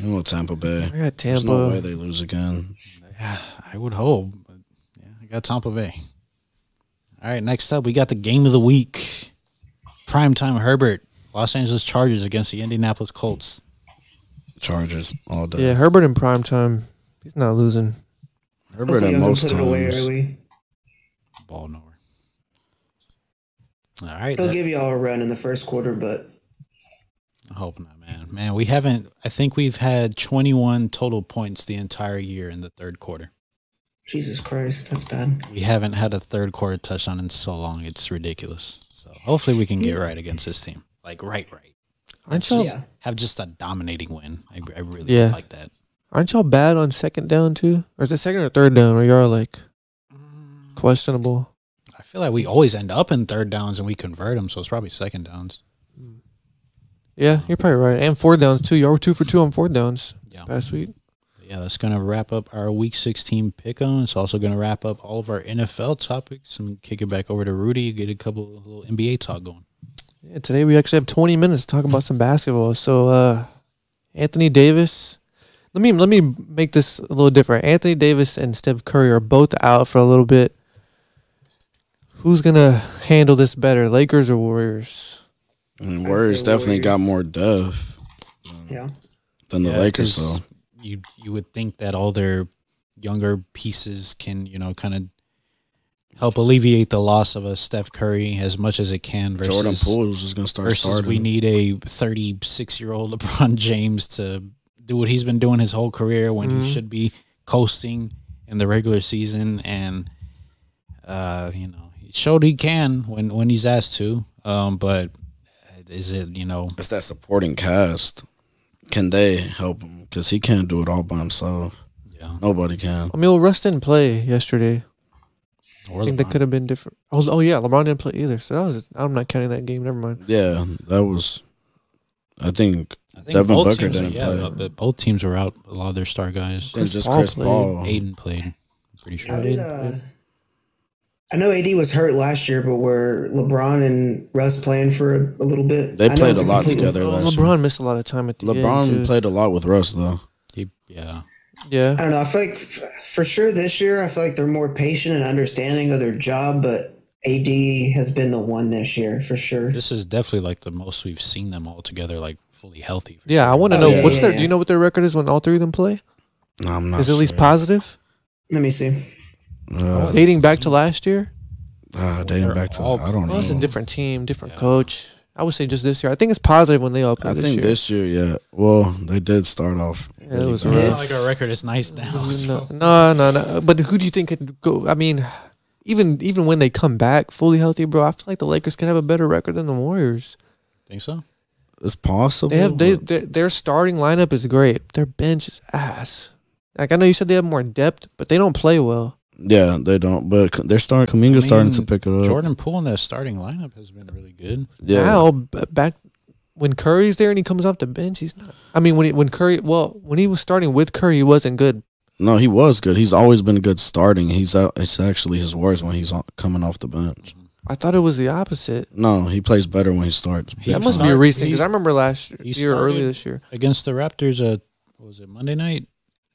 I'm going Tampa Bay.
I got
There's
Tampa.
no way they lose again.
Yeah, I would hope. But yeah, I got Tampa Bay. All right, next up, we got the game of the week. Primetime Herbert, Los Angeles Chargers against the Indianapolis Colts.
Chargers all day.
yeah, Herbert in prime time. He's not losing.
Herbert
Hopefully y'all
at
can
most
put it away
times.
early.
Ball nowhere. All right,
They'll
that-
give you all a run in the first quarter, but
I hope not, man. Man, we haven't. I think we've had 21 total points the entire year in the third quarter.
Jesus Christ, that's bad.
We haven't had a third quarter touchdown in so long. It's ridiculous. So hopefully we can get right against this team. Like right, right.
Aren't y'all
Yeah.
Have just a dominating win. I, I really
Yeah.
like that.
aren't y'all bad on second down too? Or is it second or third down where y'all like
Mm.
questionable?
I feel like we always end up in third downs and we convert them. So it's probably second downs.
Yeah, you're probably right. And four downs too. Y'all were two for two on four downs
Yeah.
last week.
Yeah, that's going to wrap up our week 16 pick 'em. It's also going to wrap up all of our NFL topics and kick it back over to Rudy, get a couple of little NBA talk going.
Yeah, today we actually have 20 minutes to talk about some basketball. So, uh, Anthony Davis. Let me let me make this a little different. Anthony Davis and Steph Curry are both out for a little bit. Who's gonna handle this better, Lakers or Warriors?
I mean,
I'd
Warriors
say
definitely got
Warriors.
more depth
Yeah.
than the
Yeah,
Lakers,
'cause
though.
You you would think that all their younger pieces can you know kind of help alleviate the loss of a Steph Curry as much as it can versus
Jordan Poole's is going to start
versus
starting.
we need a 36 year old LeBron James to do what he's been doing his whole career when
Mhm.
he should be coasting in the regular season and uh you know he showed he can when when he's asked to um but is it you know
it's that supporting cast. Can they help him? Because he can't do it all by himself.
yeah
Nobody can.
I mean, Russ didn't play yesterday.
or
I think that
LeBron.
could have been different. Oh, oh yeah, LeBron didn't play either, so that was. I'm not counting that game. Never mind.
Yeah, that was. I think
I think
Devin
both
Booker
teams,
didn't
yeah,
play.
But, but both teams were out. A lot of their star guys.
Chris
just
Paul
Chris
played.
Paul.
Aiden played. I'm pretty sure.
How did,
Aiden-
uh,
Aiden-
I know AD was hurt last year, but were LeBron and Russ playing for a, a little bit?
They
I know
played
it's
a lot
complete-
together.
Oh,
last
LeBron missed a lot of time at the
LeBron
end. too.
played a lot with Russ, though.
He- yeah.
Yeah,
I don't know. I feel like f- for sure this year, I feel like they're more patient and understanding of their job, but AD has been the one this year for sure.
This is definitely like the most we've seen them all together, like fully healthy. for
yeah. I
sure.
want to
Oh,
know
yeah,
what's
yeah,
their.
yeah.
Do you know what their record is when all three of them play?
No, I'm not.
Is it at least
sure.
positive?
Let me see.
Uh,
Dating back to last year.
ah, dating back to
all-
I don't
Well, that's a
know.
different team, different coach. I would say just this year. I think it's positive when they all play
I
this
think
year.
this year, yeah. Well, they did start off.
it was
bad.
rough.
It's not like our record is nice now. so-
No, no, no, no. But who do you think could go? I mean, even even when they come back fully healthy, bro, I feel like the Lakers could have a better record than the Warriors.
Think so?
It's possible.
They have they,
but
they, their starting lineup is great. Their bench is ass. Like I know you said they have more depth, but they don't play well.
yeah, they don't. But c- they're starting. Kaminga's starting to pick it up.
Jordan Poole in that starting lineup has been really good.
yeah,
Now b- back when Curry's there and he comes off the bench, he's not. I mean, when he, when Curry, well, when he was starting with Curry, he wasn't good.
no, he was good. He's always been good starting. He's out. It's actually his worst when he's on, coming off the bench.
I thought it was the opposite.
No, he plays better when he starts.
He
that must be a
start-
recent because
he-
I remember last year,
he
or early
started-
this year.
Against the Raptors, uh, what was it Monday night?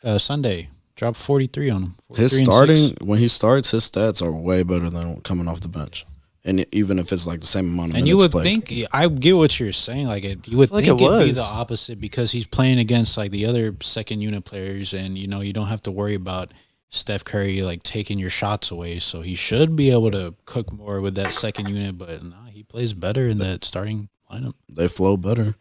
Uh, Sunday. Dropped 43 on them.
His
43 and
starting
six.
when he starts, his stats are way better than coming off the bench, and even if it's like the same amount of
And
minutes
you would
played.
think I get what you're saying. Like it, you would
Like
think
it
it would be
was.
the opposite because he's playing against like the other second unit players, and you know you don't have to worry about Steph Curry like taking your shots away. So he should be able to cook more with that second unit. But nah, he plays better in that starting lineup.
they flow better.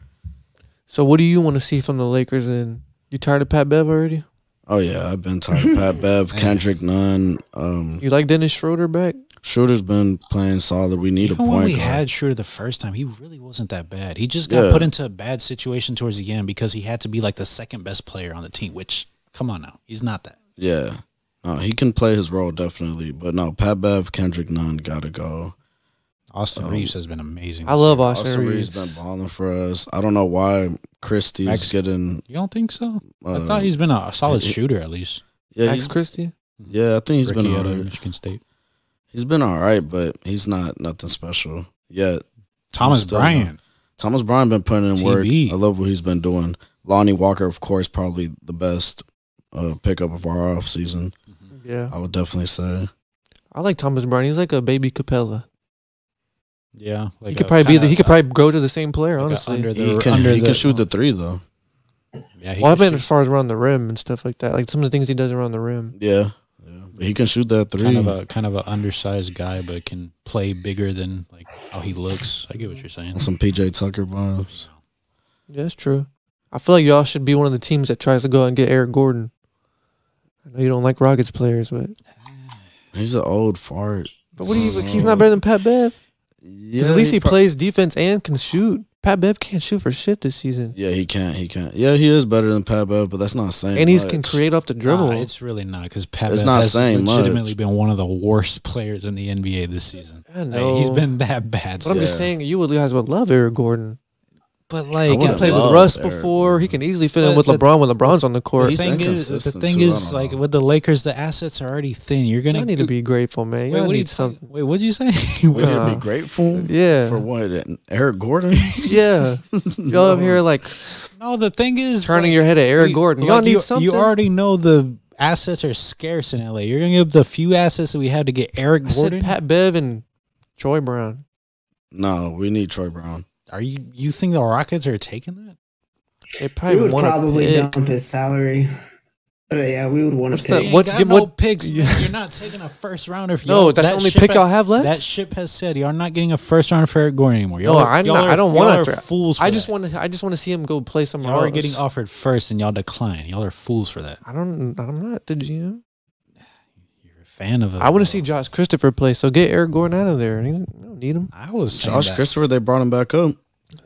So what do you want to see from the Lakers? And you tired of Pat Bev already?
Oh yeah, I've been tired of Pat Bev, Kendrick Nunn. Um,
You like Dennis Schroeder back?
Shooter's been playing solid. We need a
Even
point
when we
guard.
had Schroeder the first time, he really wasn't that bad. He just got
Yeah.
put into a bad situation towards the end because he had to be like the second best player on the team. Which, come on now, he's not that.
yeah, no, he can play his role definitely. But no, Pat Bev, Kendrick Nunn gotta go.
Austin Reeves has been amazing.
I love Austin,
Austin Reed's
Reeves.
been balling for us. I don't know why Christie's
Max-
getting.
you don't think so? I
Uh,
thought he's been a solid
he-
shooter at least.
yeah,
Max
he's,
Christie.
yeah. I think he's
Ricky
been
out of
alright.
Michigan State.
He's been alright, but he's not nothing special yet.
Thomas
still
Bryant.
Thomas Bryant been putting in work.
TB.
I love what he's been doing. Lonnie Walker, of course, probably the best uh, pickup of our off season.
Mm-hmm.
Yeah,
I would definitely say.
I like Thomas Brown. He's like a baby Capella.
Yeah, like
he could
a
probably be. The,
kinda,
he could
uh,
probably grow to the same player.
like a
honestly,
under the
He can,
under
he
the
can shoot the three though.
Yeah, he
well, I've
can
been as far as around the rim and stuff like that. Like some of the things he does around the rim.
Yeah, yeah. But he can shoot that three.
kind of a kind of an undersized guy, but can play bigger than like how he looks. I get what you're saying.
Some PJ Tucker vibes.
Yeah, that's true. I feel like y'all should be one of the teams that tries to go out and get Eric Gordon. I know you don't like Rockets players, but
He's an old fart.
but what do you? He's not better than Pat Bev.
Yeah,
Because at least he
pro-
plays defense and can shoot. Pat Bev can't shoot for shit this season,
Yeah, he can't. He can't. Yeah, he is better than Pat Bev, but that's not saying.
and he
much.
can create off the dribble.
Nah, it's really not because Pat
It's
Bev
not
has
saying much.
legitimately been one of the worst players in the NBA this season.
I
Like,
know.
he's been that bad.
but I'm just
Yeah.
saying, you would- you guys would love Eric Gordon.
but
I
like,
He's
wouldn't
played with
love
Russ
Eric
before. He can easily fit in
But
with
the-
LeBron when LeBron's on the
the
court.
he's
thing is, the
inconsistent,
thing
too. I
is,
don't
like
know.
with the Lakers, the assets are already thin. You're
I
gonna
need to be grateful, man.
Wait,
Y'all
what do you
need
talking?
something.
Wait, what did you say?
Would you
Nah.
be grateful?
uh, Yeah.
For what? And Eric Gordon?
Yeah, y'all up here like
no, the thing is,
turning
like,
your head at Eric
you-
Gordon.
like,
Y'all need
you,
something.
You already know the assets are scarce in LA. You're gonna give up the few assets that we had to get Eric
I said
Gordon.
Pat Bev and Troy Brown.
no, we need Troy Brown.
are you you think the Rockets are taking that?
Uh, They
We
probably
would
want
probably
to pick.
dump his salary. But uh, yeah, we would want
What's
to
that
pick.
They ain't
what's
got
give-
no
what-
picks? man.
Yeah.
You're not taking a first rounder. for
No,
y'all-
that's the
that
only
ship
pick
ha-
y'all have left?
That ship has said y'all not getting a first rounder for Eric Gordon anymore. Y'all
No,
are-
I'm
y'all
not-
are-
I don't want
y'all
it
are
for-
fools. For
I just
that.
want to. I just want to see him go play somewhere
y'all are
else.
getting offered first and y'all decline. Y'all are fools for that.
I don't. I'm not the GM.
You're a fan of. it,
I want
bro.
to see Josh Christopher play. So get Eric Gordon out of there. He- I don't need him.
I was saying
Josh
that.
Christopher, they brought him back up.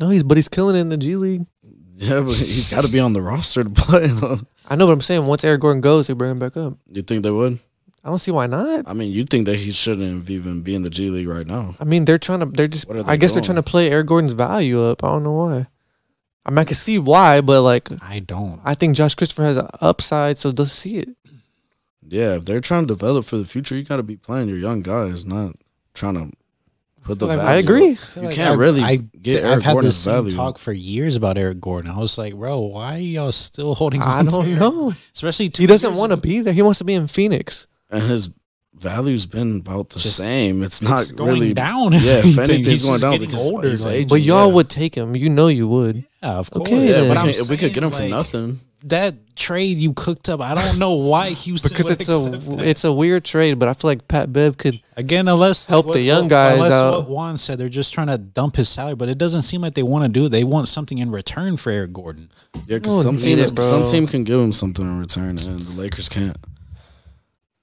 No, he's but he's killing it in the G League.
Yeah, but he's got to be on the roster to play. Though.
I know what I'm saying. Once Eric Gordon goes, they bring him back up.
You think they would?
I don't see why not.
I mean, you think that he shouldn't have even be in the G League right now?
I mean, they're trying to. They're just.
What are
I
they
guess they're
doing?
trying to play Eric Gordon's value up. I don't know why. I mean, I can see why, but like,
I don't.
I think Josh Christopher has an upside. So let's see it.
Yeah, if they're trying to develop for the future, you got to be playing your young guys, not trying to put the.
Like, I
value up.
agree.
feel
You
like
can't
I've-
really
I,
get
I've
Eric
had the
Gordon's
same
value.
talk for years about Eric Gordon. I was like, bro, why are y'all still holding
I
on? to
don't
Eric?
know.
Especially two
He doesn't
years
want to
ago.
be there. He wants to be in Phoenix.
and his value's been about the
Just-
same. It's,
It's
not
going
really
down.
Yeah, if
He's
anything, he's going
just
down
getting
because
older.
his
like-
age.
But y'all
Yeah.
would take him. You know you would.
yeah, of course.
Okay, Yeah,
Yeah,
but
we
I'm
can- if we could
saying,
get him for
like,
nothing,
that trade you cooked up, I don't know why Houston
because
would
it's a
accept that.
it's a weird trade, but I feel like Pat Bev could.
Again, unless
Help the young guys
unless
out.
what Juan said, they're just trying to dump his salary, but it doesn't seem like they want to do. it. They want something in return for Eric Gordon.
No
yeah,
one
because some
need
team
it,
is- some
bro.
team can give him something in return, and the Lakers can't.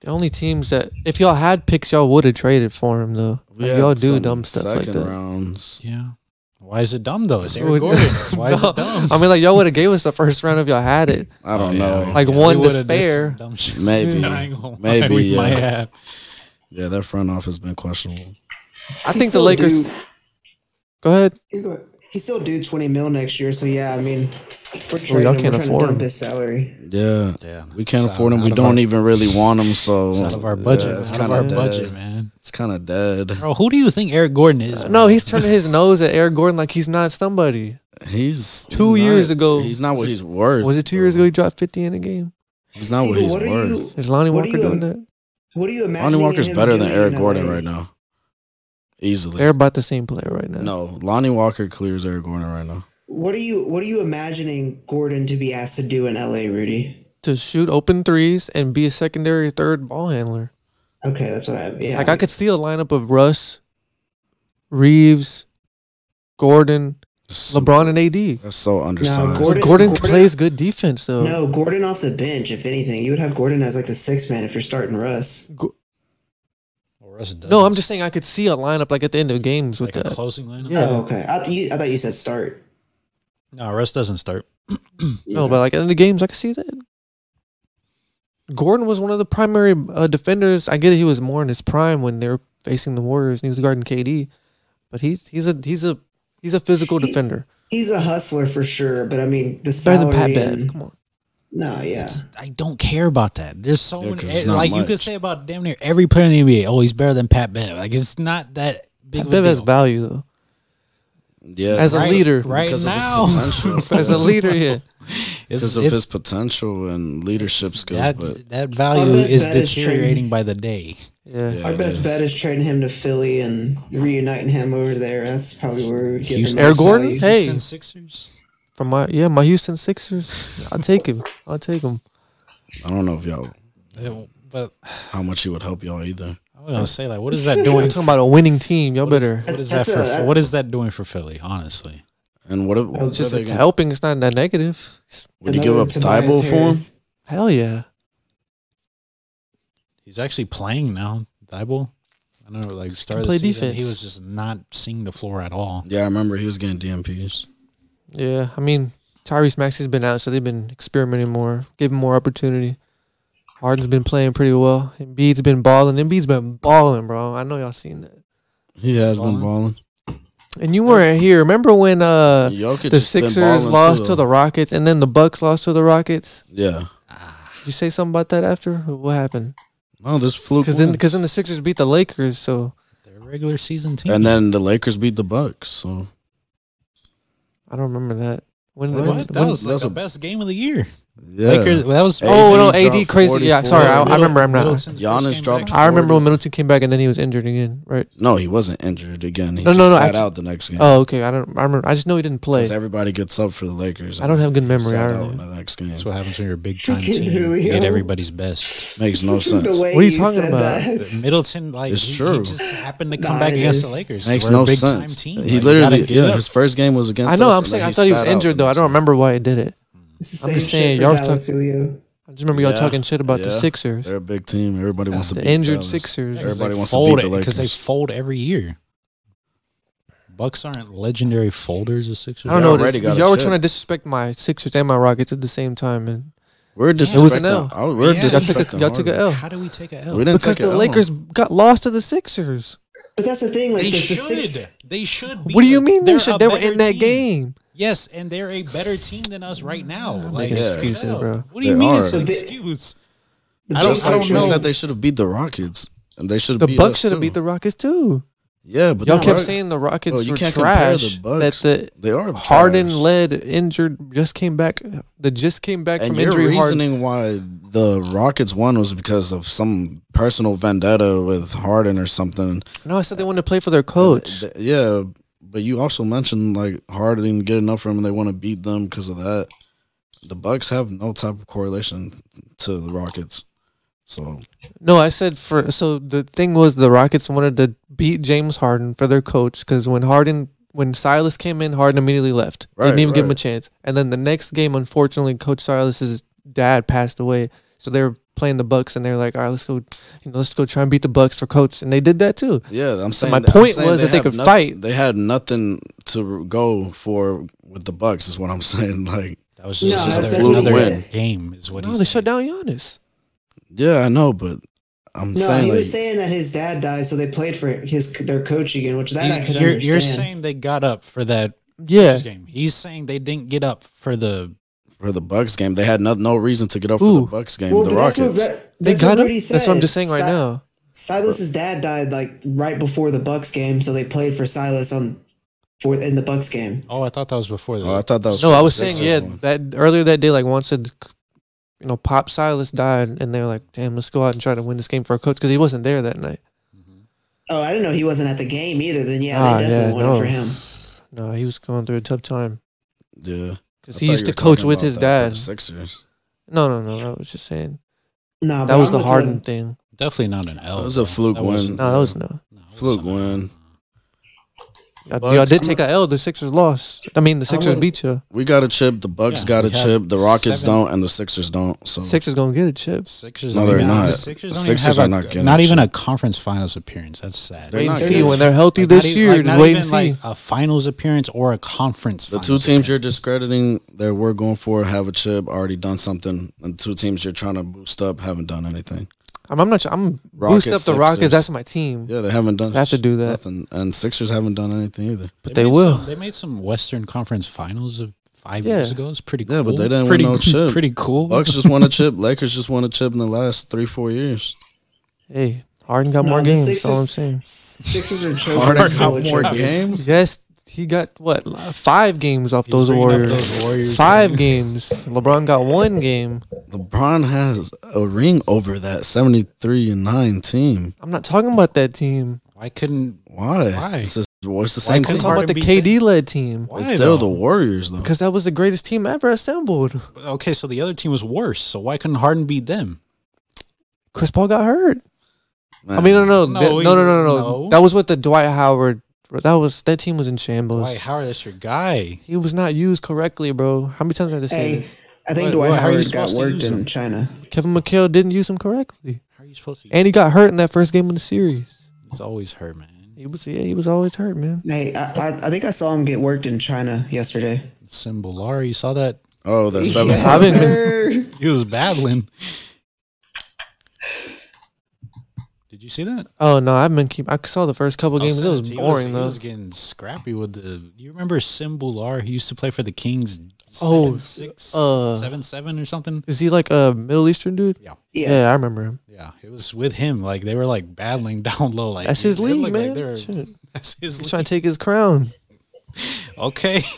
The only teams that if y'all had picks, y'all would have traded for him though.
We
Like,
had
y'all do
some
dumb stuff like
second
that.
rounds.
Yeah, why is it dumb though? It's
Would-
Eric Gordon. Why is
No.
it dumb?
I mean, like y'all would have gave us the first round if y'all had it.
I don't
Oh, Yeah,
know.
Like,
we
one to
would've did some
spare.
dumb shit.
Maybe.
I ain't gonna lie,
Maybe,
we might
yeah.
have.
yeah, that front office has been questionable.
I
He
think the
still
Lakers.
do-
Go ahead.
he's go- he still due twenty mil next year. So yeah, I mean, we're trading
y'all
him,
can't
we're trying
afford
to
him.
dump his salary.
Yeah,
Yeah,
we can't
it's
afford
out-
him. We
out of
don't
our-
even really want him, so
It's out of our budget.
Yeah, it's
out of
kind
our
of
budget,
dead.
man.
It's kind of dead.
Bro, who do you think Eric Gordon is?
No, he's turning his nose at Eric Gordon like he's not somebody.
He's
Two
he's
years
not-
ago-
He's not what he's worth.
Was it two years ago he dropped fifty in a game?
He's not
See,
what
but
he's
what are
worth.
you?
Is Lonnie
What do
Walker
you-
doing that?
What do you imagine?
Lonnie Walker's better than Eric Gordon right now, easily.
They're about the same player right now.
No, Lonnie Walker clears Eric Gordon right now.
What are you? What are you imagining Gordon to be asked to do in L.A. Rudy?
To shoot open threes and be a secondary or third ball handler.
Okay, that's what I. Yeah,
Like I could see a lineup of Russ, Reeves, Gordon, LeBron and AD.
That's so undersized.
Gordon,
Gordon-
plays good defense though.
No, Gordon off the bench. If anything, you would have Gordon as like the sixth man if you're starting Russ.
Or Russ does
No, I'm just saying I could see a lineup like at the end of games with
like a
that.
closing lineup.
Yeah.
Oh, okay. I, th- you, I thought you said start.
No, Russ doesn't start.
No, but like at the end of games, I could see that. Gordon was one of the primary uh, defenders. I get it; he was more in his prime when they were facing the Warriors, and he was guarding KD. But he's he's a he's a he's a physical
He-
defender.
he's a hustler for sure. But I mean, the
Better than
salary.
Pat Bev.
and-
Come on,
no, yeah.
It's- I don't care about that. There's so
Yeah,
many
'cause it's
eh,
not
like you could
much.
say about damn near every player in the NBA. Oh, he's better than Pat Bev. Like it's not that big.
Pat
Of a
Bev has
deal.
value though.
yeah,
As a
Right-
leader,
right
because
now,
of his potential.
as a leader, yeah.
it's,
because of his
it's,
potential and leadership skills. but
that that value
Our best
is
bet is
deteriorating
trading.
by the day.
yeah,
yeah,
Our
it
best
is.
bet is trading him to Philly and reuniting him over there. That's probably where we would get
Houston-
the most
Eric Gordon?
value.
Hey.
Houston Sixers.
From my yeah, my Houston Sixers, I'll take him. I'll take him.
I don't know if y'all
Eh, But
how much he would help y'all either.
I was gonna say like, what is that
We're
doing?
talking about a winning team. Y'all
what is-
better.
what is that
That's
for?
a- that-
what
uh,
is that doing for Philly? Honestly,
And what if what
It's
It's
are
just
they
it's
gonna-
helping. It's not that negative.
would you give
Another
up
Tobias
Thibault for him?
Harris.
Hell yeah.
he's actually playing now. Thibault. I know, like start of
play
the season, he
defense.
was just not seeing the floor at all.
Yeah, I remember he was getting DMPs.
Yeah, I mean Tyrese Maxey's been out, so they've been experimenting more, giving more opportunity. Harden's been playing pretty well. Embiid's been balling. Embiid's been balling, bro. I know y'all seen that.
He has been
Balling.
balling.
And you weren't here. Remember when uh
Jokic
the
has been
Sixers
balling,
lost
too,
to
though.
the Rockets, and then the Bucks lost to the Rockets?
yeah.
Did you say something about that after? What happened?
No, this fluke.
Because then,
win.
because then the Sixers beat the Lakers. So
Their regular season team.
and then the Lakers beat the Bucks. So
I don't remember that. When,
What?
when-
What? That
when-
was like
that's
the
a-
best game of the year.
yeah,
Lakers. That was
Hey,
oh no,
AD
AD
dropped
crazy. Yeah,
44.
sorry, I, I
Middleton-
remember. I'm not.
Middleton's
Giannis
first game
dropped
back.
I remember
40.
when Middleton came back and then he was injured again, right?
No, he wasn't injured again. He
No,
no,
no,
just
no,
sat
I-
out the next game.
Oh, okay. I don't. I remember. I just know he didn't play.
Because everybody gets up for the Lakers.
I don't have good memory. I
Sat
don't
out in
know.
the next game.
That's what happens when you're a big time
Freaking
team.
Julio.
You get everybody's best.
Makes no
The
sense.
way
What are you talking
said
about?
that.
Middleton, like
It's
he, he
true.
just happened to come
Nah,
back
it
against
is.
the Lakers.
Makes
We're
no
a big
sense.
Time team.
He
Like, you
literally,
gotta get
yeah,
up.
his first game was against.
I know.
us,
I'm
and
saying.
then
I thought he was
sat out
injured
the
though. I don't
next
remember why he did it.
It's the
I'm
same
just saying,
shit for
y'all was
Dallas, Julio.
I just remember y'all
Yeah.
talking shit about the
Yeah.
Sixers,
They're a big team. Everybody wants to
the
beat
injured
Dallas.
Sixers.
Yeah, 'cause
Everybody
they
wants to
fold
beat the
because they
Lakers.
fold every year. Bucks aren't legendary folders. The Sixers.
I don't
Y'all
know.
are.
This,
already got
y'all were
upset.
trying to disrespect my Sixers and my Rockets at the same time, and
We're
It was an
disrespecting.
L.
I- We're
Yeah.
y'all took a,
disrespecting.
y'all took a
Harden.
L
How do we take a L?
We didn't
because
take a
the
L.
Lakers got lost to the Sixers.
But that's the thing. Like
They
the, the
should.
six,
they should. Be
What do you mean they
They're
should?
a
They were
better
in that
team.
game.
Yes, and they're a better team than us right now. Like,
making
straight
excuses,
up.
bro.
What do you
They
mean it's
are.
an
But-
excuse?
the
I don't-
Bucks
I don't
should-
know.
Said they should have beat the Rockets, and they should have
The
beat
Bucks
us,
should have
too.
beat the Rockets too.
Yeah, but
Y'all
the
kept
Rock-
saying the Rockets
Bro, you
were
can't compare
trash.
the Bucks.
That
they are
the Harden
trash.
led injured just came back. The just came back
And
from
your
injury. Harden.
reasoning why the Rockets won was because of some personal vendetta with Harden or something.
No, I said they wanted to play for their coach.
Th- yeah, but you also mentioned like Harden didn't get enough for him, and they want to beat them because of that. The Bucks have no type of correlation to the Rockets, so
No, I said for so the thing was the Rockets wanted to beat James Harden for their coach because when Harden when Silas came in, Harden immediately left. They didn't
Right,
even give him a
right.
chance. And then the next game, unfortunately, Coach Silas's dad passed away, so they were playing the Bucks, and they were like, "All right, let's go, you know, let's go try and beat the Bucks for coach," and they did that too.
yeah. I'm saying
my
that- I'm
point
saying
was that they
have
could
noth-
fight.
They had nothing to go for with the Bucks, is what I'm saying. Like,
That was
No,
just
that's-
another,
that's what
another
he said.
game, is what
no,
he
they
said.
shut down Giannis.
yeah, I know, but I'm
No,
saying
he
like,
was saying that his dad died, so they played for his their coach again, which that I could
You- You're,
understand.
you're saying they got up for that
Yeah,
Sixers game. He's saying they didn't get up for the.
for the Bucks game, they had no, no reason to get up
Ooh.
for the Bucks game.
well,
the
but that's what
Rockets.
Re-
they
that's
got
what
him.
Rudy
That's what I'm
said.
just saying right
Si-
now.
Silas's dad died like right before the Bucks game, so they played for Silas on for in the Bucks game.
Oh, I thought that was before the.
Oh, I thought that was
No,
for
I
the
was saying
Sixers
yeah
one.
that earlier that day, like once said, you know, Pop Silas died, and they were like, "Damn, let's go out and try to win this game for our coach," because he wasn't there that night.
Oh, I didn't know he wasn't at the game either. Then yeah,
Ah,
they definitely wanted for him.
no. No, he was going through a tough time
Yeah, I
because he
thought
used to
you were talking
coach with
about
his
that for
dad.
the Sixers.
No, no, no. I was just saying
No,
that
but
was
I'm
the
with
Harden
him.
thing.
Definitely not an L.
That was a
bro.
fluke win.
wasn't-
No, that was no.
no, it
Fluke
wasn't an L.
win.
Y'all y'all did
Bucks-
take a L. The Sixers lost. I mean, the Sixers
wouldn't-
beat you.
We got a chip. The Bucks
Yeah,
got a
we have
chip. The Rockets
seven-
don't, and the Sixers don't. So
Sixers gonna get it, chips.
Sixers,
No,
don't
they're
even-
not.
The Sixers,
The
don't
Sixers
even
are not
have a,
getting
not
it.
even a conference finals appearance. That's sad.
They're
Wait and
not
see
getting
when
it.
they're healthy
Like, not
e-,
this
even-
year.
like,
just
not
wait
even
and see.
like a finals appearance or a conference.
the
finals
two teams
appearance.
you're discrediting that we're going for have a chip, already done something, and the two teams you're trying to boost up haven't done anything.
I'm, I'm not. sure- I'm
Rockets,
boost up the Rockets.
Sixers.
That's my team.
Yeah, they haven't done.
They have to do that.
Nothing. And Sixers haven't done anything either.
But they
made
will.
Some, they made some Western Conference Finals of five
Yeah.
years ago. It's pretty cool.
Yeah, but they didn't
pretty,
win no chip.
Pretty cool.
Bucks just won a chip. Lakers just won a chip in the last three, four years.
Hey, Harden got
No,
more
the
games. That's
Sixers-
all I'm saying.
Sixers are chosen.
Harden
full
got
of
more
champions.
games.
Yes, he got what five games off
He's
those
bringing up
Warriors.
those Warriors,
Five
man.
games. LeBron got one game.
LeBron has a ring over that seventy-three and nine team.
I'm not talking about that team.
Why couldn't?
Why?
Why?
It's, just, well, it's the
Why
same
I'm
team.
couldn't
talking about the
Harden beat
KD led team
Why
It's still the
though?
Warriors though.
because that was the greatest team ever assembled.
Okay, so the other team was worse. So why couldn't Harden beat them?
Chris Paul got hurt. I
Man.
mean, no, no,
No,
that- no,
he-
no, no, no,
no.
That was with the Dwight Howard. That was that team was in shambles.
Why Howard? That's your guy.
He was not used correctly, bro. How many times have I say
Hey,
this?
I think
What-
Dwight
what- how are you
Howard got
supposed to
worked
use
in
him?
China.
Kevin McHale didn't use him correctly,
How are you supposed to?
and he got hurt in that first game of the series.
He's always hurt, man.
He was yeah, he was always hurt, man.
Hey, I, I, I think I saw him get worked in China yesterday.
Simbolari, you saw that?
Oh, that seven.
Yes,
I've been-
sir.
He was battling. Did you see that?
Oh no, I've been keep. I saw the first couple games. It was
Oh, He
boring
he was getting scrappy with the. You remember Simbular? He used to play for the Kings.
Oh,
Seven, six,
uh,
seven, seven or something.
though. Is he like a Middle Eastern dude?
Yes.
Yeah, I remember him.
Yeah, it was with him. Like they were like battling down low. Like
That's his
it
league,
looked
man.
Like they were-
Shit.
that's his
He's
league.
trying to take his crown.
okay.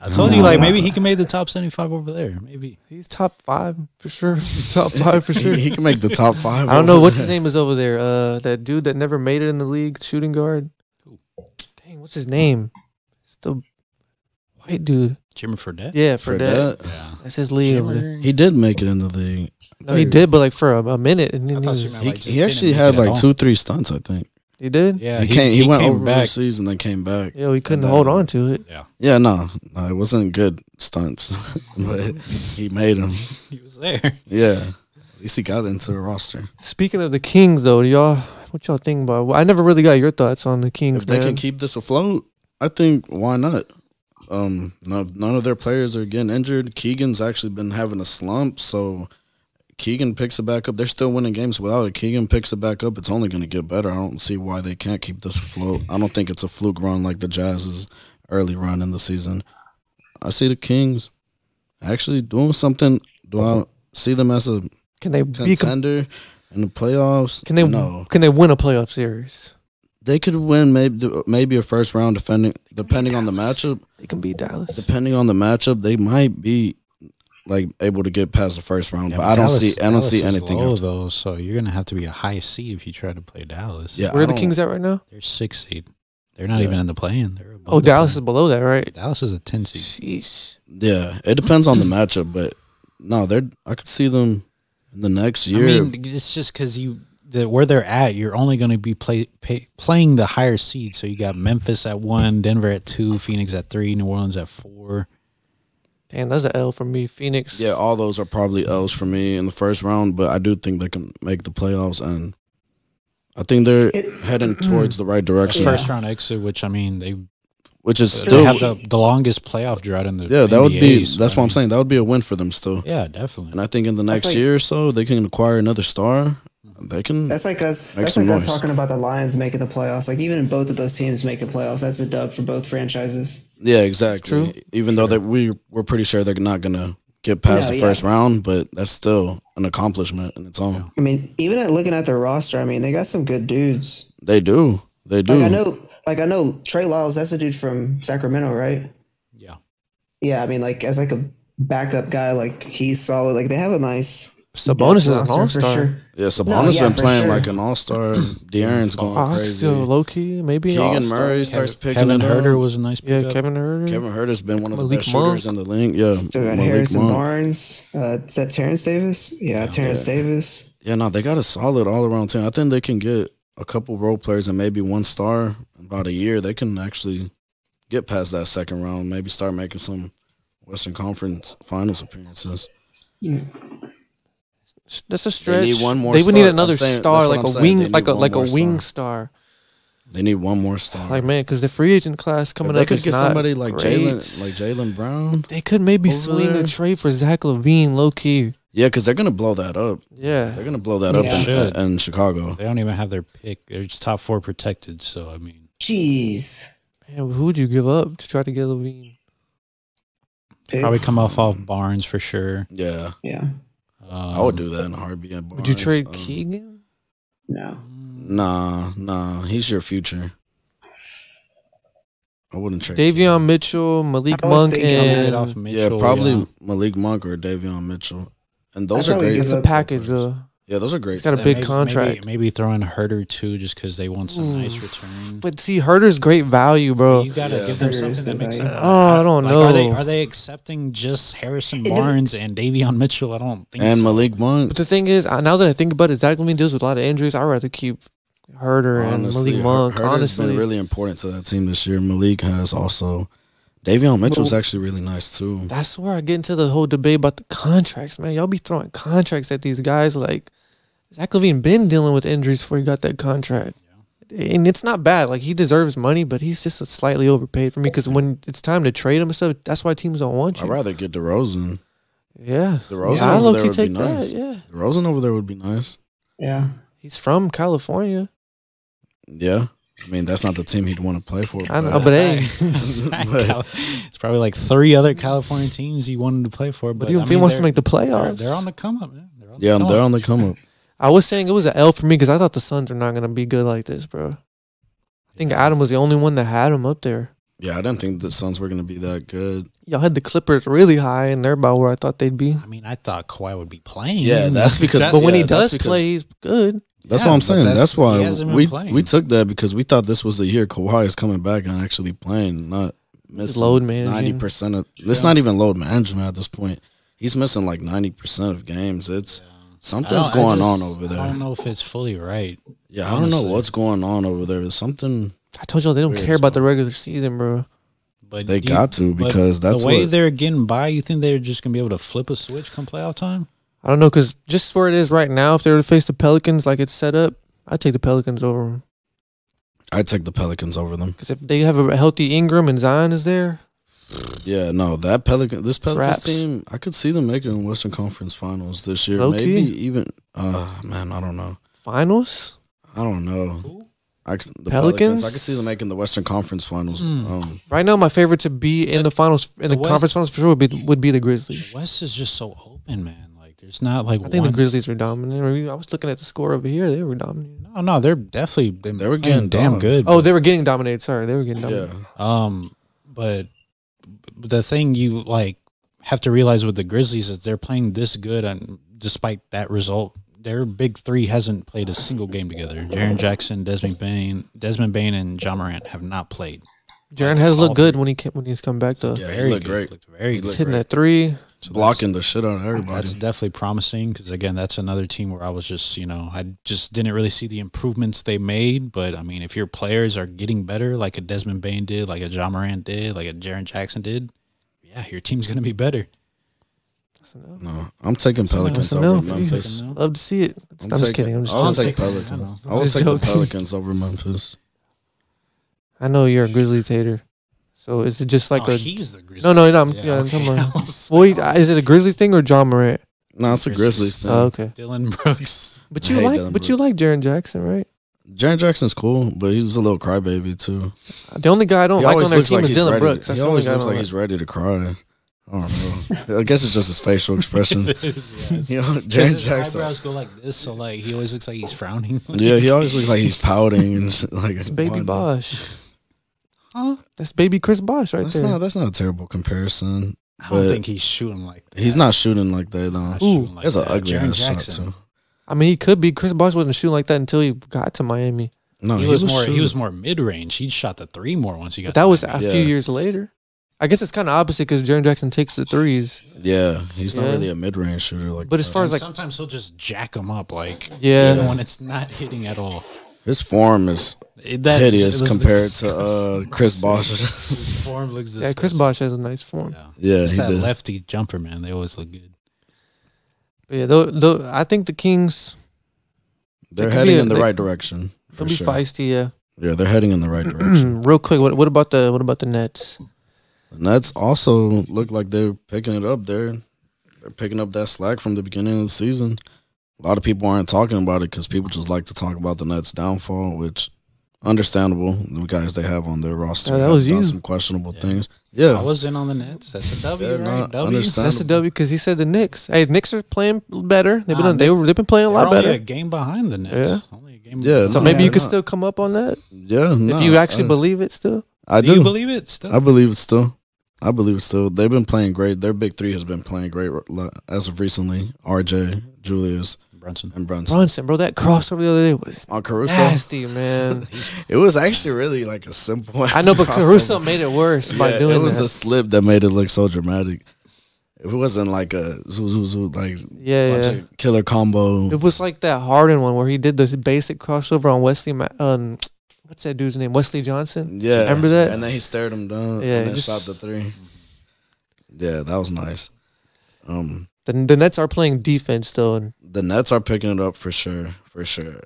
I told you, like maybe he can make the top seventy-five over there. Maybe
He's top five for sure. top five for sure.
He, he can make the top five.
I don't know what's his name is over there. Uh, that dude that never made it in the league, shooting guard. Dang, what's his name? It's the white dude.
Jimmy Fredette.
Yeah, for,
for
that.
that.
Yeah.
That's his league. over there.
He did make it in the league.
No, he did, but like for a, a minute, and then he,
thought
was-
you meant,
He,
like, just
he
didn't
actually
make
had
it at
like
all.
two, three stunts. I think.
he did.
Yeah,
he, came. He, went
came
over
back.
overseas and then came back.
Yo, he couldn't
And
hold
then-
on to it.
Yeah,
Yeah, no, no, it wasn't good stunts, but he made them.
he was there.
Yeah, at least he got into the roster.
Speaking of the Kings, though, do y'all, what y'all think about? Well, I never really got your thoughts on the Kings,
If they
man.
can keep this afloat, I think why not? Um, no, none of their players are getting injured. Keegan's actually been having a slump, so Keegan picks it back up. They're still winning games without it. Keegan picks it back up. It's only going to get better. I don't see why they can't keep this afloat. I don't think it's a fluke run like the Jazz's early run in the season. I see the Kings actually doing something. Do I see them as a
Can they be? com-
contender in the playoffs?
Can they?
No
Can they win a playoff series?
they could win maybe maybe a first round defending depending on the matchup.
They can beat Dallas.
Depending on the matchup, they might be like able to get past the first round.
Yeah,
but I don't
Dallas-
see I don't
Dallas
see
is
anything.
low
Else.
though. So you're gonna have to be a high seed if you try to play Dallas.
Yeah,
Where
I
are the
don't-
Kings at right now?
they're six seed. They're not
Yeah.
even in the play-in. They're above
Oh,
the
Dallas is
play-in.
below that, right?
Dallas is a ten seed.
Jeez.
Yeah, it depends on the matchup, but no, they're I could see them in the next year.
I mean, it's just because you the, where they're at, you're only going to be play, pay, playing the higher seed. So you got Memphis at one, Denver at two, Phoenix at three, New Orleans at four.
Damn, that's an L for me. Phoenix.
yeah, all those are probably L's for me in the first round, but I do think they can make the playoffs and I think they're
It-
heading towards the right
That's
direction,
Mm. first round exit, which I mean they,
which is
they
still
have the, the longest playoff drought in the
yeah. That would be
NBA, so I
that's what I'm
mean,
saying. That would be a win for them still.
Yeah,
And
definitely.
I think in the next
like-
year or so, they can acquire another star. They can.
That's like us.
Make
that's
some
like us
noise.
talking about the Lions making the playoffs. Like even if both of those teams make the playoffs, that's a dub for both franchises.
yeah, exactly.
True.
Even though that we we're pretty sure they're not gonna get past
No,
the
yeah.
first round, but that's still an accomplishment in its own.
I mean, even at looking at their roster, I mean, they got some good dudes.
They do. They do.
Like I know, like I know Trey Lyles. That's a dude from Sacramento, right?
Yeah,
Yeah, I mean, like as like a backup guy, like he's solid. Like they have a nice
Sabonis is an
roster for
all star.
sure.
yeah, Sabonis
yeah,
been
for
playing
sure.
like an all star. De'Aaron's going
Fox,
crazy.
yo, low key, maybe.
Keegan
all-star.
Murray starts picking
Kevin
it up.
Herter was a nice
Yeah,
pickup.
Kevin Herter.
Kevin Herter's been one of the
Malik
best
Monk.
shooters in the league. Yeah,
So we got
Um, Malik
Harrison
Monk.
Barnes. Uh, is that Terrence Davis? Yeah, Terrence Davis.
Yeah, no, they got a solid all around team. I think they can get a couple role players and maybe one star and about a year, they can actually get past that second round, maybe start making some Western Conference Finals appearances.
Yeah.
That's a stretch.
need one more
They would need
star.
another
I'm saying-
star,
that's what
like
I'm
a
saying. They
wing,
need
like a
one
like a
more star.
wing star.
They need one more star.
Like man, because the free agent class
If
coming
they
up
could
is
get
not
somebody like
great.
Jalen, like Jalen Brown.
They could maybe
over
swing
there.
a trade for Zach Levine, low key.
Yeah, because they're gonna blow that up.
Yeah,
They're gonna blow that
Yeah.
up
Should.
in, in Chicago.
They don't even have their pick. They're just top four protected. So I mean,
Jeez.
man, who would you give up to try to get Levine?
Pick.
probably come off off Barnes for sure.
Yeah,
Yeah.
Um,
I would do that in a heartbeat. at
Would you
Barnes,
trade
um,
Keegan?
No.
Um,
Nah, nah. He's your future. I wouldn't trade.
Davion Mitchell, Malik
I was
Monk,
thinking
Probably
and
get off Mitchell.
yeah, probably
yeah.
Malik Monk or Davion Mitchell, and those
I'd
are
probably
great.
give
it's a
up-
package. Uh,
Yeah, those are great.
it's got a
Yeah,
big
maybe-
contract.
Maybe, maybe throw in Herder too, just because they want some nice return.
But see, Herder's great value, bro.
you gotta
Yeah.
give them
Herder is
something that
good
makes
value.
sense.
Oh, I don't
Are they
know.
are they accepting just Harrison
doesn't-
Barnes and Davion Mitchell? I don't think.
and
so.
Malik Monk.
But the thing is, I- now that I think about it, Zach Levine deals with a lot of injuries. I'd rather keep Herder
Honestly,
and Malik
Her-
Monk.
Herter's
honestly,
been really important to that team this year. Malik has also. Davion Mitchell's actually really nice too.
that's where I get into the whole debate about the contracts, man. Y'all be throwing contracts at these guys. Like Zach Levine been dealing with injuries before he got that contract, and it's not bad. Like he deserves money, but he's just slightly overpaid for me because when it's time to trade him and stuff, that's why teams don't want
I'd
you.
rather get DeRozan.
Yeah,
DeRozan
I
over
low-key
there would be
take that.
nice.
Yeah,
DeRozan over there would be nice.
Yeah.
he's from California.
Yeah, I mean that's not the team he'd want to play for.
I know, Oh, but hey.
But-
Cal- it's probably like three other California teams he wanted to play for. But,
But even
I
if he
mean,
wants to
they're-
make the
they're,
playoffs,
they're on the come up, man. They're on
yeah,
the
they're on the come up.
I was saying it was an L for me because I thought the Suns were not going to be good like this, bro. I think Adam was the only one that had him up there.
Yeah, I didn't think the Suns were gonna be that good.
Y'all had the Clippers really high, and they're about where I thought they'd be.
I mean, I thought Kawhi would be playing.
Yeah, that's because-
But when he
yeah, that's
does
because-
play, he's good.
That's
Yeah,
what I'm
but
saying. That's,
that's- he
why
hasn't been
we
playing.
we took that because we thought this was the year Kawhi is coming back and actually playing, not missing
load
ninety
managing.
percent of. It's not even load management at this point. He's missing like ninety percent of games. It's
I don't-
something's
I
going
just-
on over
I don't
there.
know if it's fully right.
Yeah, I don't know
honestly.
what's going on over there. There's something
I told y'all they don't
Weird
care about
stuff.
the regular season, bro.
But
they
do you-
got to
but
because that's
the way
what.
they're getting by. You think they're just gonna be able to flip a switch come playoff time?
I don't know because just where it is right now, if they were to face the Pelicans like it's set up, I'd take the Pelicans over them.
I take the Pelicans over them.
Because if they have a healthy Ingram and Zion is there,
Yeah, no, that Pelican, this
Traps.
Pelicans team, I could see them making Western Conference Finals this year.
Low
Maybe
key.
even, uh, man, I don't know.
finals.
I don't know.
Who?
I c- the
Pelicans?
Pelicans? I could see them making the Western Conference Finals.
Hmm.
Um,
Right now, my favorite to be in the finals in the,
The West-
conference finals for sure would be would be the Grizzlies.
The West is just so open, man. Like there's not like
I think
one.
the Grizzlies are dominant. I was looking at the score over here; they were dominant.
no, Oh, no, they're definitely they
They were getting
damn
dogged.
good.
Oh, they were getting dominated. Sorry, they were getting
yeah,
dominated.
Um, but the thing you like have to realize with the Grizzlies is they're playing this good, and despite that result, their big three hasn't played a single game together. Jaron Jackson, Desmond Bain, Desmond Bain, and John Morant have not played.
Jaren has
All
looked good when he came, when he's come back though.
yeah, he looked great.
Looked very
He
he's
good.
looked
hitting
great.
that three.
So
Blocking the shit out of
That's, that's
everybody.
definitely promising because again, that's another team where I was just you know I just didn't really see the improvements they made. But I mean, if your players are getting better, like a Desmond Bain did, like a John Morant did, like a Jaron Jackson did, yeah, your team's gonna be better.
That's enough.
No, I'm taking Pelicans
that's a
over
no for you.
Memphis.
Love to see it.
I'm,
I'm, just
taking,
kidding. I'm just
I'll
joking.
take
joking.
Pelicans.
I
I will
Just
take the
joking.
Pelicans over Memphis.
I know you're a Grizzlies hater, so is it just like
oh,
a
he's the Grizzlies.
no, no, no? I'm, yeah,
Yeah,
I'm
okay.
talking about-
I was-
Well, he- is it a Grizzlies thing or John Morant?
No, it's a
Grizzlies.
Grizzlies thing.
Oh, okay.
Dylan Brooks.
But
I
you
hate
like,
Dylan
but you like Jaren Jackson, right?
Jaren Jackson's cool, but he's a little crybaby too.
The only guy I don't
He
like
always
on their
looks
team is
he's
Dylan
ready-
Brooks. That's
He
the only
always
guy I
looks
don't
like
like.
he's ready to cry. I don't know. I guess it's just his facial expression.
It is, yeah, it's-
You know,
'cause
Jaren
his
Jackson.
eyebrows go like this, so like he always looks like he's frowning.
Yeah, he always looks like he's pouting and shit, like
It's Baby
why not?
Bosch.
Huh?
That's Baby Chris Bosch right
That's
there.
not that's not a terrible comparison.
I don't
But-
think he's shooting like that.
He's not shooting like that
Not
though.
Ooh.
shooting like
That's an
that.
ugly
Jaren
ass shot
Jackson.
too.
I mean, he could be. Chris Bosch wasn't shooting like that until he got to Miami.
No,
he, was, more. He
shooting.
was more mid range. He shot the three more once he got.
But that
to
was
Miami.
a
Yeah.
few years later. I guess it's kind of opposite because Jaron Jackson takes the threes.
Yeah, he's not
Yeah.
really a mid range shooter like.
But as
that.
far as
And
like,
sometimes he'll just jack him up like
yeah,
even when it's not hitting at all.
His form is
It- that-
hideous
it was
compared
disgusting.
to uh, Chris Bosh.
His form looks
Yeah,
disgusting.
Chris Bosch has a nice form.
Yeah.
yeah,
It's
he
that
did.
lefty jumper, man. They always look good.
But yeah, though, though I think the Kings
They're
could be
heading
a-
in the
they-
right direction.
they'll
For
be
sure.
feisty. Yeah.
Yeah, they're heading in the right direction.
Mm, Real quick, what what about the what about the Nets?
And that's also look like they're picking it up. They're they're picking up that slack from the beginning of the season. A lot of people aren't talking about it because people just like to talk about the Nets' downfall, which understandable. The guys they have on their roster
Yeah, that
have
was
done
you.
some questionable
Yeah.
things.
I
Yeah,
was in on the Nets. That's a W,
Yeah, no,
right? W.
understand-
That's a W because he said the Knicks. Hey, the Knicks are playing better. They've been
Nah,
they were they've been playing a
They're
lot
only
better.
a game behind the Nets.
Yeah.
Only a game.
Yeah,
behind.
so
no,
maybe you
they're
could
not.
still come up on that
yeah. no,
if you actually
I,
believe it still.
I
Do you
do.
believe it still?
I believe it still. I believe it still. They've been playing great. Their big three has been playing great li- as of recently. RJ, Julius,
Brunson.
and Brunson.
Mm-hmm. Brunson, bro, that crossover the other day was
On Caruso,
nasty, man.
it was actually really like a simple.
I know, but
crossover.
Caruso made it worse by
Yeah,
doing
it was
that.
the slip that made it look so dramatic. If it wasn't like a zoo, zoo, zoo, like
yeah,
bunch
yeah.
of killer combo,
It was like that Harden one where he did this basic crossover on Wesley. Ma- um, what's that dude's name? Wesley Johnson.
yeah,
remember that?
And then he stared him down.
Yeah,
and then
just-
shot the three. Yeah, that was nice. Um,
The, the Nets are playing defense though, and
the Nets are picking it up for sure, for sure.